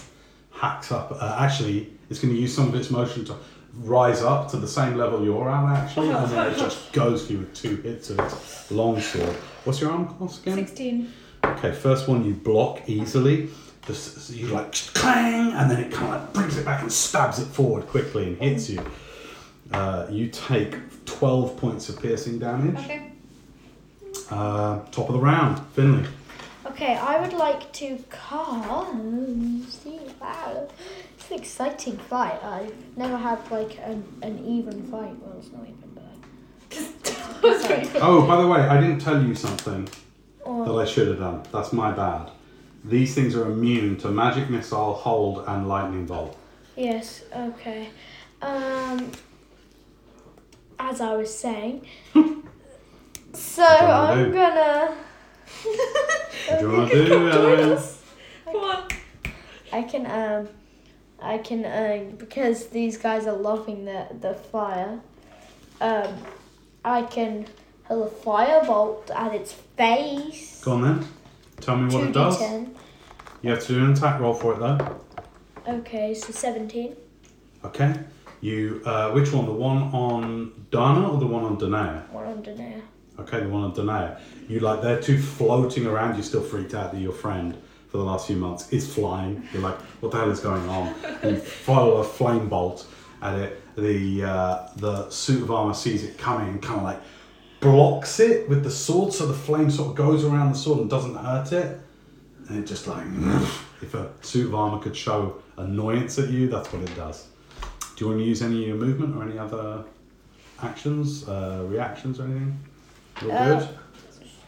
Speaker 1: hacks up. Uh, actually, it's going to use some of its motion to rise up to the same level you're at, actually, and then it just goes for you with two hits of its longsword. What's your arm cost again?
Speaker 2: 16.
Speaker 1: Okay, first one you block easily. This, you like clang, and then it kind of like brings it back and stabs it forward quickly and hits you. Uh, you take 12 points of piercing damage.
Speaker 2: Okay.
Speaker 1: Uh, top of the round, Finley.
Speaker 5: Okay, I would like to cast. Wow, it's an exciting fight. I've never had like an, an even fight. Well, it's not even, but.
Speaker 1: Oh, by the way, I didn't tell you something that
Speaker 5: Or,
Speaker 1: I should have done. That's my bad. These things are immune to magic missile, hold, and lightning bolt.
Speaker 5: yes, okay. Um, as I was saying. so
Speaker 1: do you wanna
Speaker 5: I'm
Speaker 1: do? What do
Speaker 5: gonna.
Speaker 1: you want to do, Ellen?
Speaker 2: Come on.
Speaker 5: I can um, I can uh, because these guys are loving the the fire. Um, I can hurl a firebolt at its face.
Speaker 1: Go on then. Tell me what it does.
Speaker 5: 2d10.
Speaker 1: You have to do an attack roll for it though.
Speaker 5: Okay, so seventeen.
Speaker 1: Okay. You, uh, which one? The one on Dana or the one on Danae?
Speaker 5: One under now.
Speaker 1: Okay, the one on Danae. You like they're two floating around. You're still freaked out that your friend for the last few months is flying. You're like, what the hell is going on? And you follow a flame bolt at it. The uh, the suit of armor sees it coming and kind of like blocks it with the sword, so the flame sort of goes around the sword and doesn't hurt it. And it just like, if a suit of armor could show annoyance at you, that's what it does. Do you want to use any of your movement or any other actions, uh, reactions, or anything? You're
Speaker 5: Uh,
Speaker 1: good.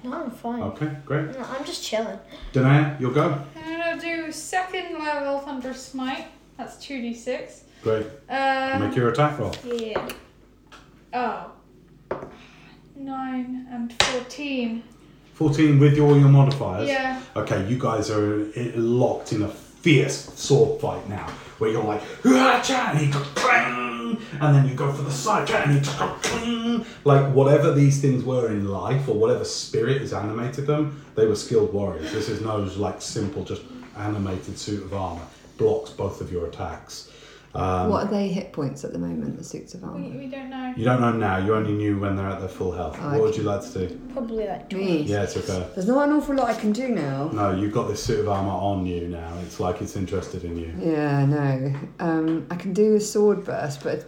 Speaker 5: No, I'm fine.
Speaker 1: Okay, great.
Speaker 5: No, I'm just chilling.
Speaker 1: Danae, you'll go.
Speaker 2: I'm gonna do second level Thunder Smite. That's 2d6.
Speaker 1: Great.
Speaker 2: Uh,
Speaker 1: Make your attack roll.
Speaker 2: yeah. Oh. 9 and 14.
Speaker 1: 14 with all your modifiers.
Speaker 2: Yeah.
Speaker 1: Okay, you guys are i- locked in a fierce sword fight now, where you're like, "Hoo-ah-cha," and you go clang, and then you go for the side cha, and you just go clang. Like whatever these things were in life, or whatever spirit has animated them, they were skilled warriors. This is no like simple, just animated suit of armor blocks both of your attacks. Um,
Speaker 3: what are they hit points at the moment, the suits of
Speaker 2: We,
Speaker 3: armour?
Speaker 2: we don't know.
Speaker 1: You don't know now. You only knew when they're at their full health.
Speaker 3: Oh,
Speaker 1: what would you like to do?
Speaker 5: Probably like tw-
Speaker 3: Me?
Speaker 1: Yeah, it's okay.
Speaker 3: There's not an awful lot I can do now.
Speaker 1: No, you've got this suit of armor on you now. It's like it's interested in you.
Speaker 3: Yeah, no. Um, I can do a sword burst, but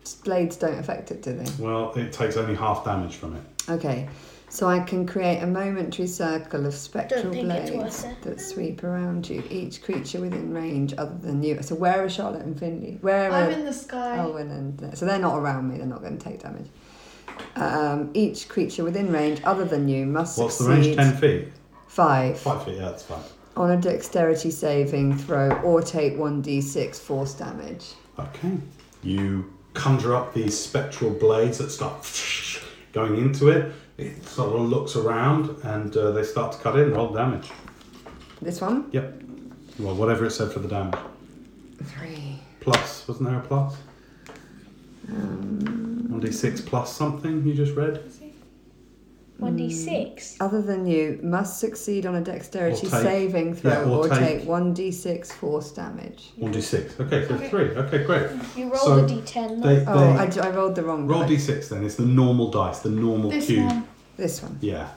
Speaker 3: its blades don't affect it, do they?
Speaker 1: Well, it takes only half damage from it.
Speaker 3: Okay, so I can create a momentary circle of spectral
Speaker 5: Don't think it's
Speaker 3: blades
Speaker 5: worth it.
Speaker 3: that sweep around you, each creature within range other than you. So where are Charlotte and Finley? Where
Speaker 2: I'm
Speaker 3: are
Speaker 2: in the sky.
Speaker 5: Oh,
Speaker 3: Owen and Oh, so they're not around me. They're not going to take damage. Um, each creature within range other than you must
Speaker 1: What's the range?
Speaker 3: succeed
Speaker 1: 10 feet?
Speaker 3: five
Speaker 1: 5 feet, yeah, that's fine.
Speaker 3: on a dexterity saving throw or take one d6 force damage.
Speaker 1: Okay. You conjure up these spectral blades that start going into it. It sort of looks around and uh, they start to cut in, roll damage.
Speaker 3: This one
Speaker 1: Yep. Well, whatever it said for the damage.
Speaker 3: three.
Speaker 1: Plus, wasn't there a plus?
Speaker 2: Um,
Speaker 1: 1d6 plus something you just read?
Speaker 5: one d six.
Speaker 3: Other than you must succeed on a dexterity
Speaker 1: Or take-
Speaker 3: saving throw
Speaker 1: yeah,
Speaker 3: or,
Speaker 1: or
Speaker 3: take
Speaker 1: take-
Speaker 3: one d6 force damage.
Speaker 1: 1d6. Okay, so
Speaker 2: Okay.
Speaker 1: 3. Okay, great.
Speaker 5: You roll
Speaker 1: So
Speaker 5: the d ten.
Speaker 1: They, they
Speaker 3: Oh, I, I rolled the wrong
Speaker 1: roll
Speaker 3: die.
Speaker 1: d6 then. It's the normal dice, the normal
Speaker 2: This
Speaker 1: cube.
Speaker 2: one.
Speaker 3: This one.
Speaker 1: Yeah.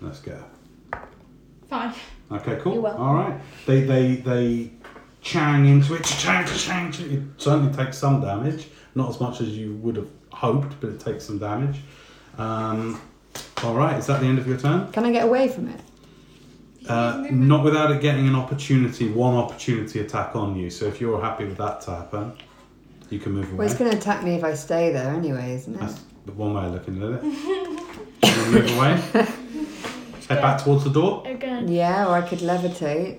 Speaker 1: Let's go.
Speaker 2: Five.
Speaker 1: Okay, cool.
Speaker 5: You're welcome.
Speaker 1: All right. They they they chang into it. Chang, chang, chang. It certainly takes some damage. Not as much as you would have hoped, but it takes some damage. Um, all right. Is that the end of your turn?
Speaker 3: Can I get away from it?
Speaker 1: Uh, not without it getting an opportunity, one opportunity attack on you. So if you're happy with that to happen, you can move away.
Speaker 3: Well, it's going to attack me if I stay there anyway, isn't it?
Speaker 1: That's the one way of looking at it. You wanna move away. Head back towards the door.
Speaker 5: Again.
Speaker 3: Yeah, or I could levitate.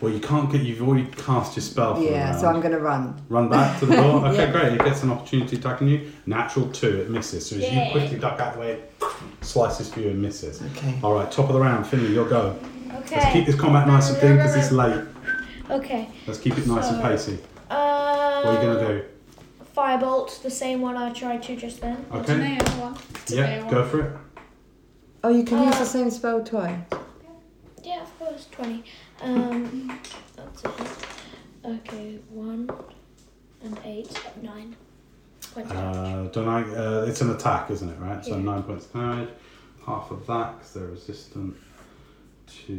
Speaker 1: Well, you can't get. You've already cast your spell. For the
Speaker 3: Yeah, so
Speaker 1: round.
Speaker 3: I'm going to run.
Speaker 1: Run back to the door. Okay,
Speaker 3: Yeah.
Speaker 1: great. It gets an opportunity attacking you. Natural two. It misses. So as
Speaker 5: Yay.
Speaker 1: you quickly duck out of the way, it slices for you and misses.
Speaker 3: Okay.
Speaker 1: All right. Top of the round. Finley, you'll go. Let's keep
Speaker 5: Okay.
Speaker 1: this combat nice and clean because it's late.
Speaker 5: Okay.
Speaker 1: Let's keep it nice and
Speaker 5: So-
Speaker 1: pacey. What are you going to do?
Speaker 5: Firebolt, the same one I tried to just then.
Speaker 1: Okay.
Speaker 2: Tenaya one.
Speaker 1: Yeah, go for it.
Speaker 3: Oh, you can use
Speaker 5: Uh,
Speaker 3: the same spell twice.
Speaker 5: Yeah, of course, 20. Um, that's okay. Okay, 1 and 8, 9. Point damage.
Speaker 1: Uh, don't I, uh, it's an attack, isn't it? Right. So
Speaker 5: Yeah.
Speaker 1: nine points damage. Half of that because they're resistant to.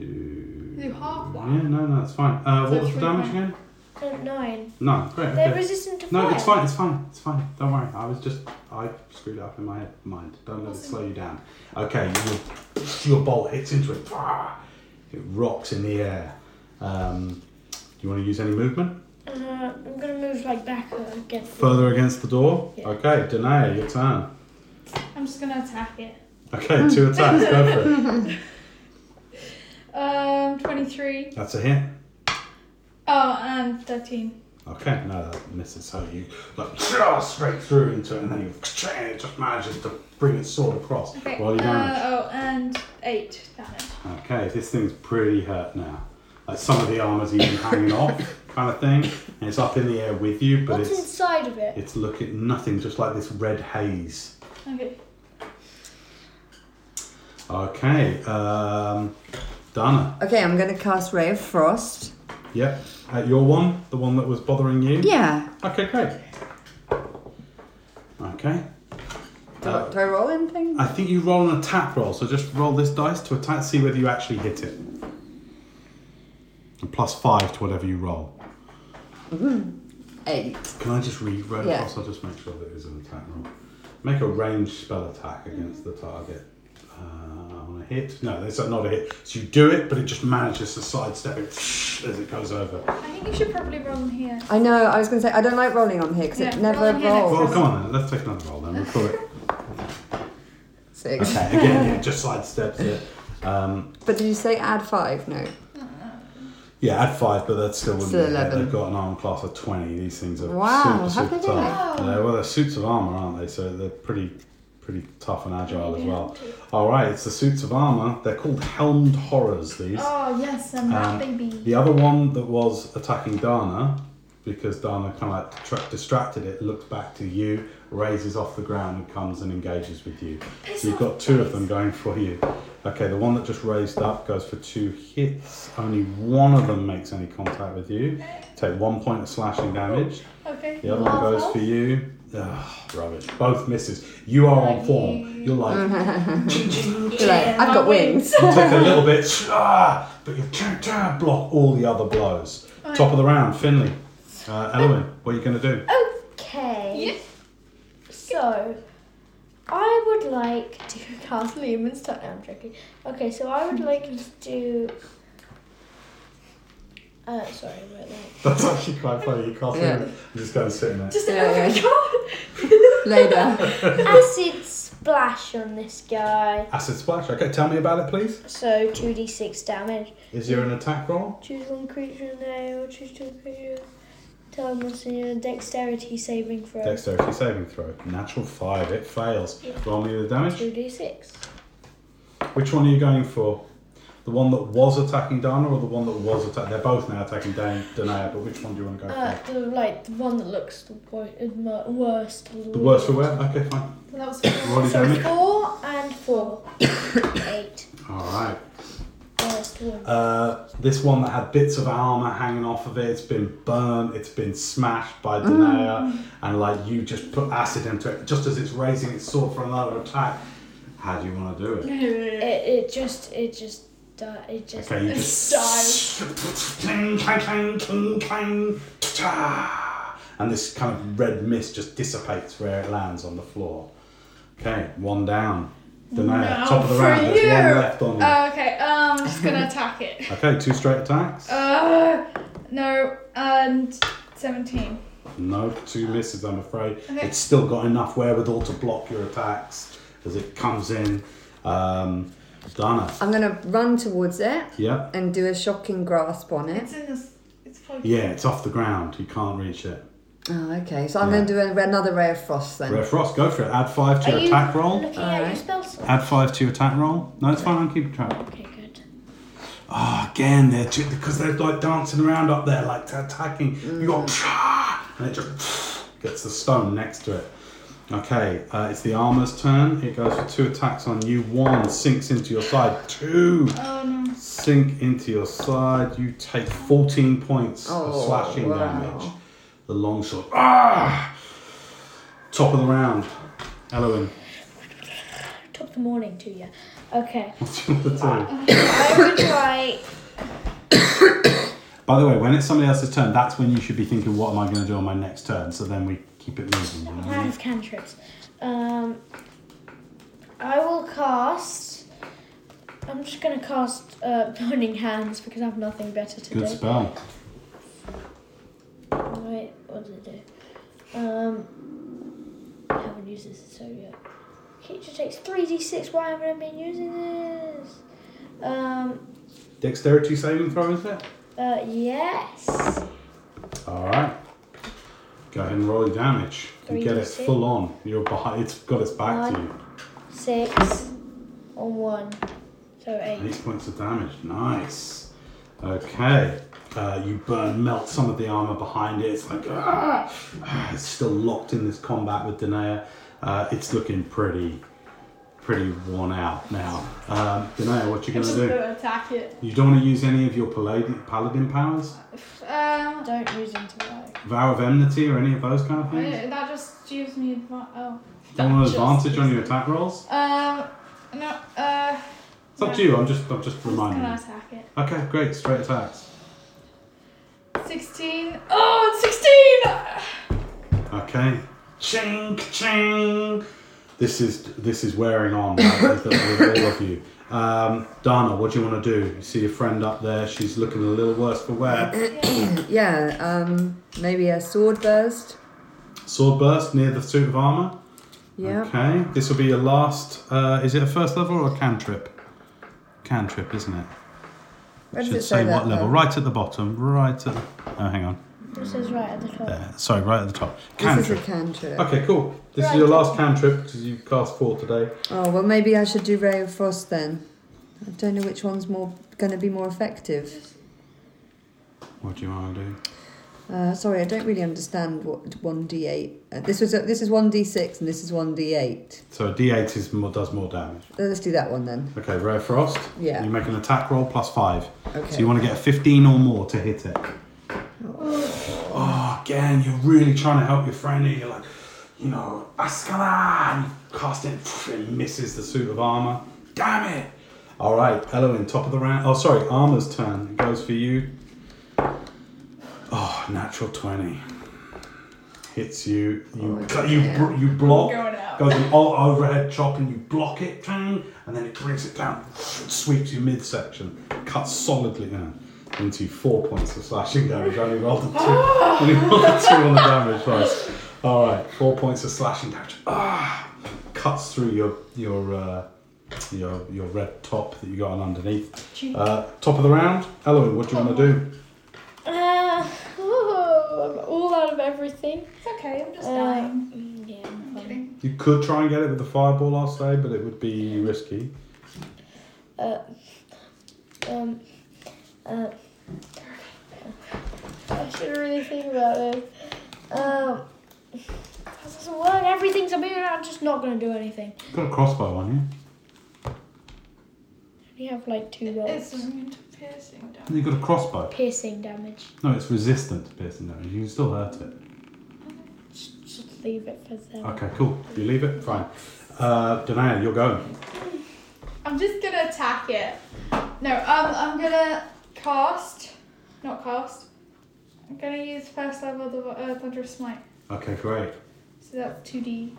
Speaker 2: Do half
Speaker 1: Yeah,
Speaker 2: one.
Speaker 1: no, no, it's fine. Uh,
Speaker 2: So
Speaker 1: what was
Speaker 2: three
Speaker 1: the damage
Speaker 2: points.
Speaker 1: again?
Speaker 5: No, 9.
Speaker 1: No, great.
Speaker 5: Uh, They're
Speaker 1: Okay.
Speaker 5: resistant to
Speaker 1: No,
Speaker 5: fire.
Speaker 1: it's fine. It's fine. It's fine. Don't worry. I was just I screwed it up in my head, mind. Don't let it
Speaker 2: Awesome.
Speaker 1: slow you down. Okay, your your bolt hits into it. It rocks in the air. Um, do you want to use any movement
Speaker 5: Uh, I'm gonna move like back uh, again.
Speaker 1: further against the door?
Speaker 5: Yeah.
Speaker 1: Okay, Danae, your turn.
Speaker 2: I'm just gonna attack it.
Speaker 1: Okay, two attacks. Go for it.
Speaker 2: Um, 23.
Speaker 1: That's a hit.
Speaker 2: Oh, and 13.
Speaker 1: Okay, no, that misses. So you like straight through into it, and then you it just manages to bring its sword across.
Speaker 2: Okay.
Speaker 1: Roll your damage.
Speaker 2: Uh, oh, and 8 damage.
Speaker 1: Okay, this thing's pretty hurt now. Like some of the armor's even hanging off, kind of thing, and it's up in the air with you, but
Speaker 5: What's
Speaker 1: it's
Speaker 5: inside of it?
Speaker 1: it's looking nothing, just like this red haze.
Speaker 2: Okay.
Speaker 1: Okay, um, Dana.
Speaker 3: Okay, I'm going to cast Ray of Frost.
Speaker 1: Yep, at your one, the one that was bothering you.
Speaker 3: Yeah.
Speaker 1: Okay, great. Okay.
Speaker 3: Do,
Speaker 1: Uh,
Speaker 3: do I roll anything?
Speaker 1: I think you roll an attack roll, so just roll this dice to attack, see whether you actually hit it. And plus five to whatever you roll.
Speaker 3: Eight.
Speaker 1: Can I just re-roll
Speaker 3: Yeah.
Speaker 1: across? I'll just make sure that it is an attack roll. Make a ranged spell attack against the target. Uh, on a hit? No, that's not a hit. So you do it, but it just manages to sidestep it as it goes over.
Speaker 2: I think you should probably roll them here.
Speaker 3: I know, I was going to say, I don't like rolling on here because it
Speaker 2: Yeah,
Speaker 3: never
Speaker 2: roll on here next
Speaker 1: Well,
Speaker 2: time.
Speaker 3: rolls.
Speaker 1: come on then. Let's take another roll then. We'll call it.
Speaker 3: Six.
Speaker 1: Okay, again, it just sidesteps it. Um,
Speaker 3: But did you say add five? No.
Speaker 1: yeah, add five, but that still wouldn't
Speaker 3: Still
Speaker 1: be a hit.
Speaker 3: 11.
Speaker 1: They've got an arm class of 20. These things are
Speaker 3: Wow,
Speaker 1: super,
Speaker 3: how'd
Speaker 1: super
Speaker 3: they do
Speaker 1: tough.
Speaker 3: that?
Speaker 1: Uh, well, they're suits of armor, aren't they? So they're pretty, pretty tough and agile as well. All right, it's the suits of armor. They're called helmed horrors. These.
Speaker 2: Oh, yes, I'm
Speaker 1: Um,
Speaker 2: that baby.
Speaker 1: The other one that was attacking Dana, because Dana kind of like tra- distracted it, looks back to you, raises off the ground, and comes and engages with you. So you've got two of them going for you. Okay, the one that just raised up goes for two hits. Only one of them makes any contact with you. Take one point of slashing damage.
Speaker 2: Okay.
Speaker 1: The other one goes for you. Ugh, rubbish. Both misses. You are on form. You're like,
Speaker 3: You're like, I've got wings.
Speaker 1: you take a little bit, ah, but you block all the other blows. Top of the round, Finley. Uh, Eloin, what are you going to do?
Speaker 5: Okay. So, I would like to cast Lehman's Touch. No, I'm joking. Okay, so I would like to do. Uh, sorry, wait, like.
Speaker 1: That's actually quite funny. You can't
Speaker 3: Yeah.
Speaker 1: yeah. I'm just going to sit in there.
Speaker 2: Just
Speaker 3: Yeah,
Speaker 2: oh
Speaker 3: yeah.
Speaker 2: my god.
Speaker 3: Later.
Speaker 5: Acid splash on this guy.
Speaker 1: Acid splash. Okay, tell me about it, please.
Speaker 5: So, 2d6 damage.
Speaker 1: Is there an attack roll?
Speaker 5: Choose one creature in there or choose two creatures. Tell them what's in your dexterity saving throw.
Speaker 1: Dexterity saving throw. Natural five. It fails.
Speaker 5: Yeah.
Speaker 1: Roll me the damage.
Speaker 5: 2d6.
Speaker 1: Which one are you going for? The one that was attacking Dana or the one that was attacking? They're both now attacking Dan- Danaya, but which one do you want to go
Speaker 5: Uh,
Speaker 1: for?
Speaker 5: the, like, the one that looks the wo- uh, mo- worst.
Speaker 1: The worst for where? Okay, fine.
Speaker 2: So that was four.
Speaker 1: Roll your damage.
Speaker 5: Four and four. Eight.
Speaker 1: All right.
Speaker 5: Worst one.
Speaker 1: Uh, this one that had bits of armor hanging off of it, it's been burnt, it's been smashed
Speaker 2: Mm.
Speaker 1: by Danae, and like you just put acid into it just as it's raising its sword for another attack. How do you want to do it?
Speaker 5: It, it just, it just, di- it just.
Speaker 1: Okay, you just. Clang, clang, clang, clang, clang, ta-ta. And this kind of red mist just dissipates where it lands on the floor. Okay, one down. Danae,
Speaker 2: No,
Speaker 1: top of the
Speaker 2: for
Speaker 1: round, there's
Speaker 2: you.
Speaker 1: one left on you.
Speaker 2: Uh, okay, um, I'm just gonna attack it.
Speaker 1: okay, two straight attacks.
Speaker 2: Uh, no, and 17.
Speaker 1: No, two misses, I'm afraid.
Speaker 2: Okay.
Speaker 1: It's still got enough wherewithal to block your attacks as it comes in. Um, Dana.
Speaker 3: I'm going to run towards it
Speaker 1: Yep.
Speaker 3: and do a shocking grasp on it.
Speaker 2: It's in this. It's full.
Speaker 1: Yeah, it's off the ground. You can't reach it.
Speaker 3: Oh, okay. So I'm
Speaker 1: Yeah.
Speaker 3: going to do an- another Ray of Frost then.
Speaker 1: Red Frost, go for it. Add five to
Speaker 5: Are
Speaker 1: your
Speaker 5: you
Speaker 1: attack roll.
Speaker 5: looking at your
Speaker 3: Alright.
Speaker 5: spell slot?
Speaker 1: Add five to your attack roll. No, it's fine. I'm keeping track.
Speaker 5: Okay, good.
Speaker 1: Oh, again, they're ju- because they're like dancing around up there, like attacking. You got and it just gets the stone next to it. Okay, uh, it's the armor's turn. It goes for two attacks on you. One sinks into your side. Two
Speaker 2: Oh no.
Speaker 1: sink into your side. You take 14 points
Speaker 3: Oh,
Speaker 1: of slashing
Speaker 3: wow.
Speaker 1: damage. The long sword. Ah! Top of the round. Eloin,
Speaker 5: Top of the morning to you. Okay.
Speaker 1: what do you want to do?
Speaker 5: I would like.
Speaker 1: By the way, when it's somebody else's turn, that's when you should be thinking, what am I going to do on my next turn? So then we keep it moving. You know? what I
Speaker 5: I
Speaker 1: mean?
Speaker 5: have cantrips. Um, I will cast. I'm just gonna cast uh, Burning Hands because I have nothing better to do.
Speaker 1: Good spell.
Speaker 5: Wait, what did it do? Um, I haven't used this so yet. Creature takes 3d6. Why haven't I been using this? Um,
Speaker 1: Dexterity saving throw, is it?
Speaker 5: uh, yes.
Speaker 1: All right. Go ahead and roll your damage. You
Speaker 5: Three
Speaker 1: get
Speaker 5: D
Speaker 1: it
Speaker 5: six.
Speaker 1: full on. You're behind. It's got its back to you.
Speaker 5: Six on one. So eight.
Speaker 1: Eight points of damage. Nice. Okay. Uh, you burn, melt some of the armor behind it. It's like, ah! Ah, it's still locked in this combat with Danae. Uh, it's looking pretty, pretty worn out now. Um, Danae, what you
Speaker 2: I'm
Speaker 1: gonna
Speaker 2: just
Speaker 1: do?
Speaker 2: gonna attack it.
Speaker 1: You don't want to use any of your paladin, paladin powers,
Speaker 2: Um,
Speaker 5: Don't use intellect.
Speaker 1: vow of enmity, or any of those kind of things.
Speaker 2: I- that just gives me adva- oh.
Speaker 1: Don't want
Speaker 2: Just-
Speaker 1: advantage on your attack rolls.
Speaker 2: Um, no. Uh,
Speaker 1: It's up
Speaker 2: no.
Speaker 1: to you. I'm just, I'm just
Speaker 2: I'm just
Speaker 1: reminding
Speaker 2: gonna
Speaker 1: you.
Speaker 2: attack it.
Speaker 1: Okay, great. Straight attacks.
Speaker 2: 16. Oh, it's 16!
Speaker 1: Okay. Ching, ching. This is this is wearing on right, with, with all of you. Um, Dana, what do you want to do? You see your friend up there. She's looking a little worse for wear.
Speaker 3: yeah, um, maybe a sword burst.
Speaker 1: Sword burst near the suit of armor.
Speaker 3: Yeah.
Speaker 1: Okay. This will be your last. Uh, is it a first level or a cantrip? Cantrip, isn't it?
Speaker 3: Where does
Speaker 1: Should
Speaker 3: it say
Speaker 1: say
Speaker 3: that?
Speaker 1: what level?
Speaker 3: though?
Speaker 1: Right at the bottom. Right at. The, oh, hang on.
Speaker 5: This is right at the top.
Speaker 1: There. Sorry, right at the top.
Speaker 3: This is
Speaker 1: Cantrip.
Speaker 3: a cantrip.
Speaker 1: Okay, cool. This is
Speaker 5: Right.
Speaker 1: your last cantrip because you cast four today.
Speaker 3: Oh well, maybe I should do ray of frost then. I don't know which one's more going to be more effective.
Speaker 1: What do you want to do?
Speaker 3: Uh, sorry, I don't really understand what one d eight. Uh, this was a, this is one d six and this is one d eight.
Speaker 1: So a D8 is more, does more damage.
Speaker 3: Let's do that one then.
Speaker 1: Okay, Rare Frost.
Speaker 3: Yeah.
Speaker 1: You make an attack roll plus five.
Speaker 3: Okay.
Speaker 1: So you want to get a 15 or more to hit it. Oh, again, you're really trying to help your friend and you're like, you know, Askala! And you cast it, pff, it misses the suit of armor. Damn it! All right, Eloin, top of the round. Oh, sorry, armor's turn. It goes for you. Oh, natural 20. Hits you. You,
Speaker 3: Oh,
Speaker 1: you, br- you block.
Speaker 2: Going out.
Speaker 1: Goes an all overhead chop and you block it, bang, and then it brings it down, sweeps your midsection, cuts solidly down into four points of slashing damage. I only rolled a two,
Speaker 2: Ah!
Speaker 1: only rolled a two on the damage dice. All right, four points of slashing damage. Ah, cuts through your your uh, your your red top that you got on underneath. Uh, top of the round, Eloin, what do you want to do?
Speaker 5: Uh, oh, I'm all out of everything.
Speaker 2: It's okay, I'm just
Speaker 5: Uh,
Speaker 2: dying.
Speaker 5: mm, yeah, I'm
Speaker 2: I'm
Speaker 5: fine.
Speaker 2: kidding.
Speaker 1: You could try and get it with the fireball, I'll say, but it would be risky.
Speaker 5: Uh, um, uh, I should really think about this. Um, this doesn't work. Everything's a bit. I'm just not gonna do anything.
Speaker 1: You've got a crossbow on you.
Speaker 5: We have like two
Speaker 2: It's
Speaker 5: rolls.
Speaker 2: immune to piercing damage.
Speaker 1: You've got a crossbow.
Speaker 5: Piercing damage.
Speaker 1: No, it's resistant to piercing damage. You can still hurt it.
Speaker 5: Just, just leave it for them.
Speaker 1: Okay, cool. You leave it? Fine. Uh, Denia, you're going.
Speaker 2: I'm just gonna attack it. No, um, I'm gonna cast. Not cast. I'm gonna use first level the uh, Thunderous Smite.
Speaker 1: Okay, great.
Speaker 2: So that's 2d6,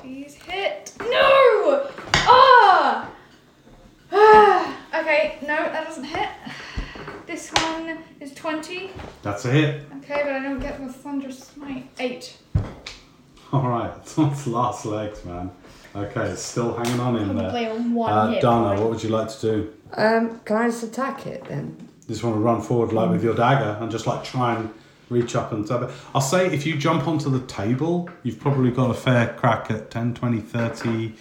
Speaker 2: please. Hit! No! Ah! Ah! okay, no, that doesn't hit. This one is 20.
Speaker 1: That's a hit.
Speaker 2: Okay, but I don't get the Thunderous Smite. 8.
Speaker 1: All right. It's on its last legs, man. Okay, it's still hanging on in there.
Speaker 5: Probably on one
Speaker 1: Uh,
Speaker 5: hit.
Speaker 1: Dana,
Speaker 5: point.
Speaker 1: what would you like to do?
Speaker 3: Um, can I just attack it then?
Speaker 1: Just want to run forward like with your dagger and just like try and reach up and stab it. I'll say if you jump onto the table, you've probably got a fair crack at 10, 20, 30.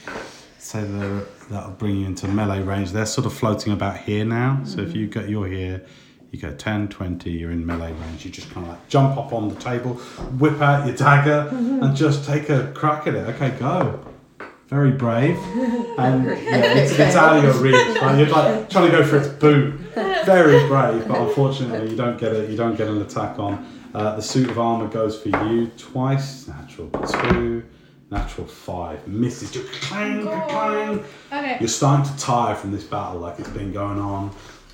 Speaker 1: So the, that'll bring you into melee range. They're sort of floating about here now. So if you get, you're here, You go 10, 20, you're in melee range. You just kind of like jump up on the table, whip out your dagger, and just take a crack at it. Okay, go. Very brave. And yeah, it's, it's out of your reach. Like, you're like trying to go for its boot. Very brave, but unfortunately you don't get it. You don't get an attack on. Uh, the suit of armor goes for you twice. Natural two, natural five. Misses. Just
Speaker 2: Oh,
Speaker 1: clang, clang.
Speaker 2: Okay.
Speaker 1: You're starting to tire from this battle, like it's been going on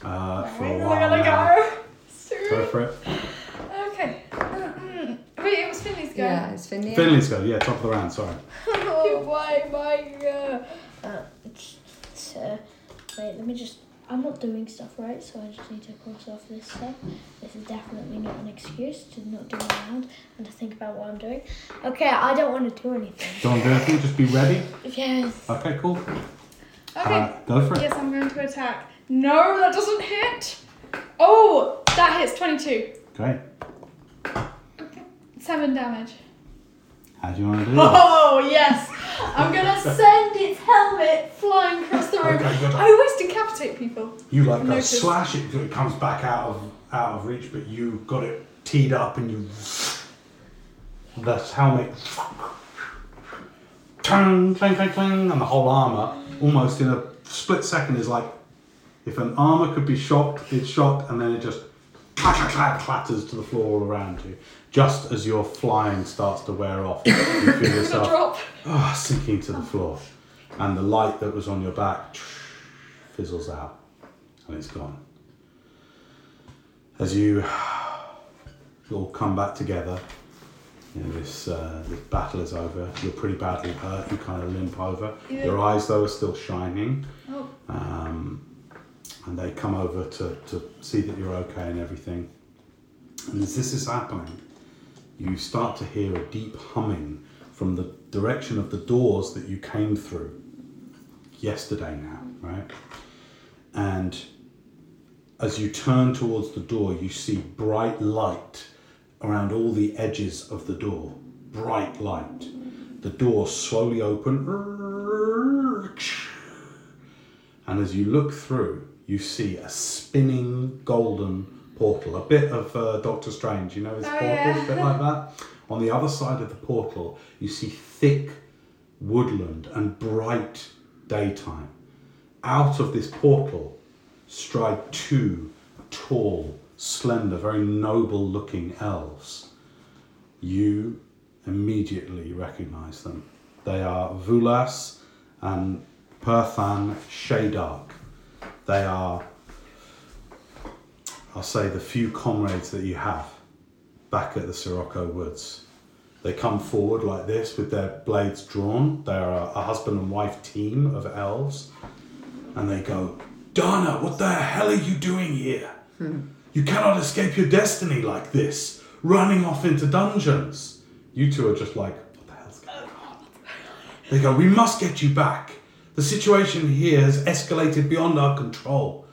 Speaker 1: uh, for a
Speaker 2: Where am I
Speaker 1: while
Speaker 2: gonna
Speaker 1: now.
Speaker 2: go?
Speaker 1: Go
Speaker 2: Sorry.
Speaker 1: for it.
Speaker 2: Okay. Mm. Wait, it was Finley's go.
Speaker 3: Yeah, it's Finley.
Speaker 1: Finley's go. Yeah, top of the round. Sorry.
Speaker 2: Oh,
Speaker 5: Why, my uh, so, wait, let me just. I'm not doing stuff right, so I just need to cross off this stuff. This is definitely not an excuse to not do my round and to think about what I'm doing. Okay, I don't want to do anything.
Speaker 1: Don't do anything. Just be ready.
Speaker 5: Yes.
Speaker 1: Okay, cool. Uh,
Speaker 2: Okay.
Speaker 1: go for it.
Speaker 2: Yes, I'm going to attack. No, that doesn't hit. Oh, that hits 22.
Speaker 1: Great.
Speaker 2: Seven damage.
Speaker 1: How do you want to do it?
Speaker 2: Oh, yes. I'm going to send its helmet flying across the room.
Speaker 1: Okay, good.
Speaker 2: I always decapitate people.
Speaker 1: You like go
Speaker 2: Notice.
Speaker 1: slash it, it comes back out of out of reach, but you got it teed up and you. The helmet. Clang, clang, clang, clang, and the whole armor, almost in a split second, is like if an armor could be shot, it's shot, and then it just clack, clack, clack, clatters to the floor all around you. Just as your flying starts to wear off, you feel
Speaker 2: I'm going to
Speaker 1: yourself
Speaker 2: drop.
Speaker 1: ah, sinking to the floor, and the light that was on your back fizzles out, and it's gone. As you all come back together, you know, this uh, this battle is over. You're pretty badly hurt. You kind of limp over.
Speaker 2: Yeah.
Speaker 1: Your eyes, though, are still shining,
Speaker 2: Oh,
Speaker 1: um, and they come over to, to see that you're okay and everything. And as this is happening, you start to hear a deep humming from the direction of the doors that you came through yesterday now, right? And as you turn towards the door, you see bright light around all the edges of the door. Bright light. The door slowly open. And as you look through, you see a spinning golden portal, a bit of uh, Doctor Strange, you know his
Speaker 2: Oh,
Speaker 1: portal,
Speaker 2: yeah.
Speaker 1: a bit like that. On the other side of the portal, you see thick woodland and bright daytime. Out of this portal stride two tall, slender, very noble looking elves. You immediately recognize them. They are Vulas and Perthan Shadark. They are, I'll say, the few comrades that you have back at the Sirocco Woods. They come forward like this with their blades drawn. They are a husband and wife team of elves. And they go, Dana, what the hell are you doing here? You cannot escape your destiny like this, running off into dungeons. You two are just like, what the hell's going on? They go, we must get you back. The situation here has escalated beyond our control.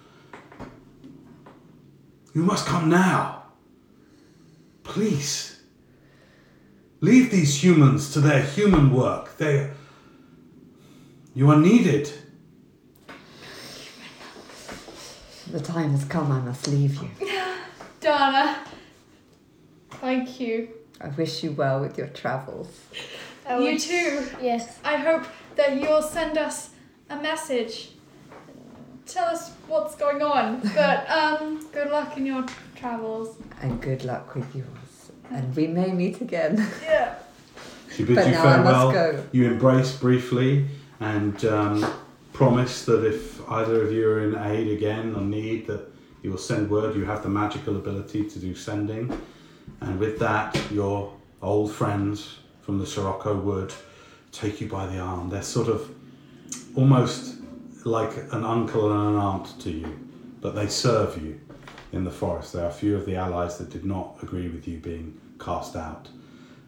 Speaker 1: You must come now. Please. Leave these humans to their human work. They. You are needed.
Speaker 3: The time has come, I must leave you.
Speaker 2: Dana. Thank you.
Speaker 3: I wish you well with your travels.
Speaker 5: I
Speaker 2: You
Speaker 5: would-
Speaker 2: too.
Speaker 5: Yes.
Speaker 2: I hope that you'll send us a message. Tell us what's going on. But um, good luck in your travels.
Speaker 3: And good luck with yours. And we may meet again.
Speaker 2: Yeah.
Speaker 1: She bids
Speaker 3: But
Speaker 1: you
Speaker 3: now I
Speaker 1: farewell.
Speaker 3: must go.
Speaker 1: You embrace briefly and um, promise that if either of you are in aid again or need, that you will send word. You have the magical ability to do sending, and with that, your old friends from the Sirocco Wood take you by the arm. They're sort of almost like an uncle and an aunt to you, but they serve you in the forest. There are a few of the allies that did not agree with you being cast out.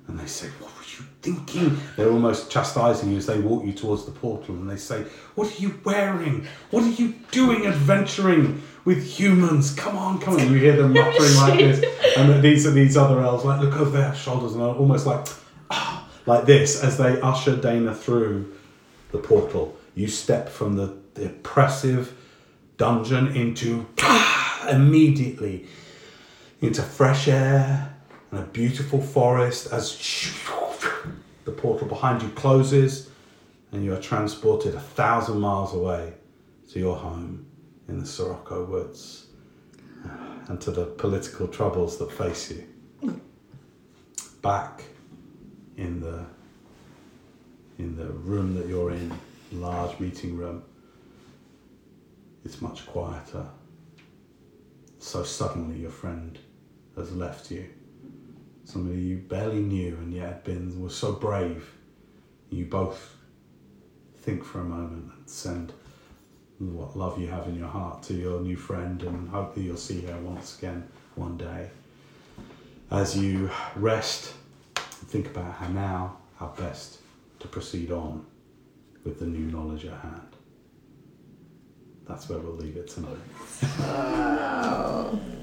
Speaker 1: And they say, What were you thinking? They're almost chastising you as they walk you towards the portal and they say, What are you wearing? What are you doing adventuring with humans? Come on, come on. And you hear them muttering like this. And these are these other elves like look over their shoulders and are almost like "Ah," like this as they usher Dana through the portal. You step from the, the oppressive dungeon into "Ah," immediately into fresh air and a beautiful forest as the portal behind you closes and you are transported a thousand miles away to your home in the Sirocco woods uh, and to the political troubles that face you. Back in the in the room that you're in, large meeting room. It's much quieter. So suddenly your friend has left you. Somebody you barely knew and yet had been was so brave. You both think for a moment and send what love you have in your heart to your new friend and hope that you'll see her once again one day. As you rest and think about how now, how best to proceed on with the new knowledge at hand. That's where we'll leave it tonight.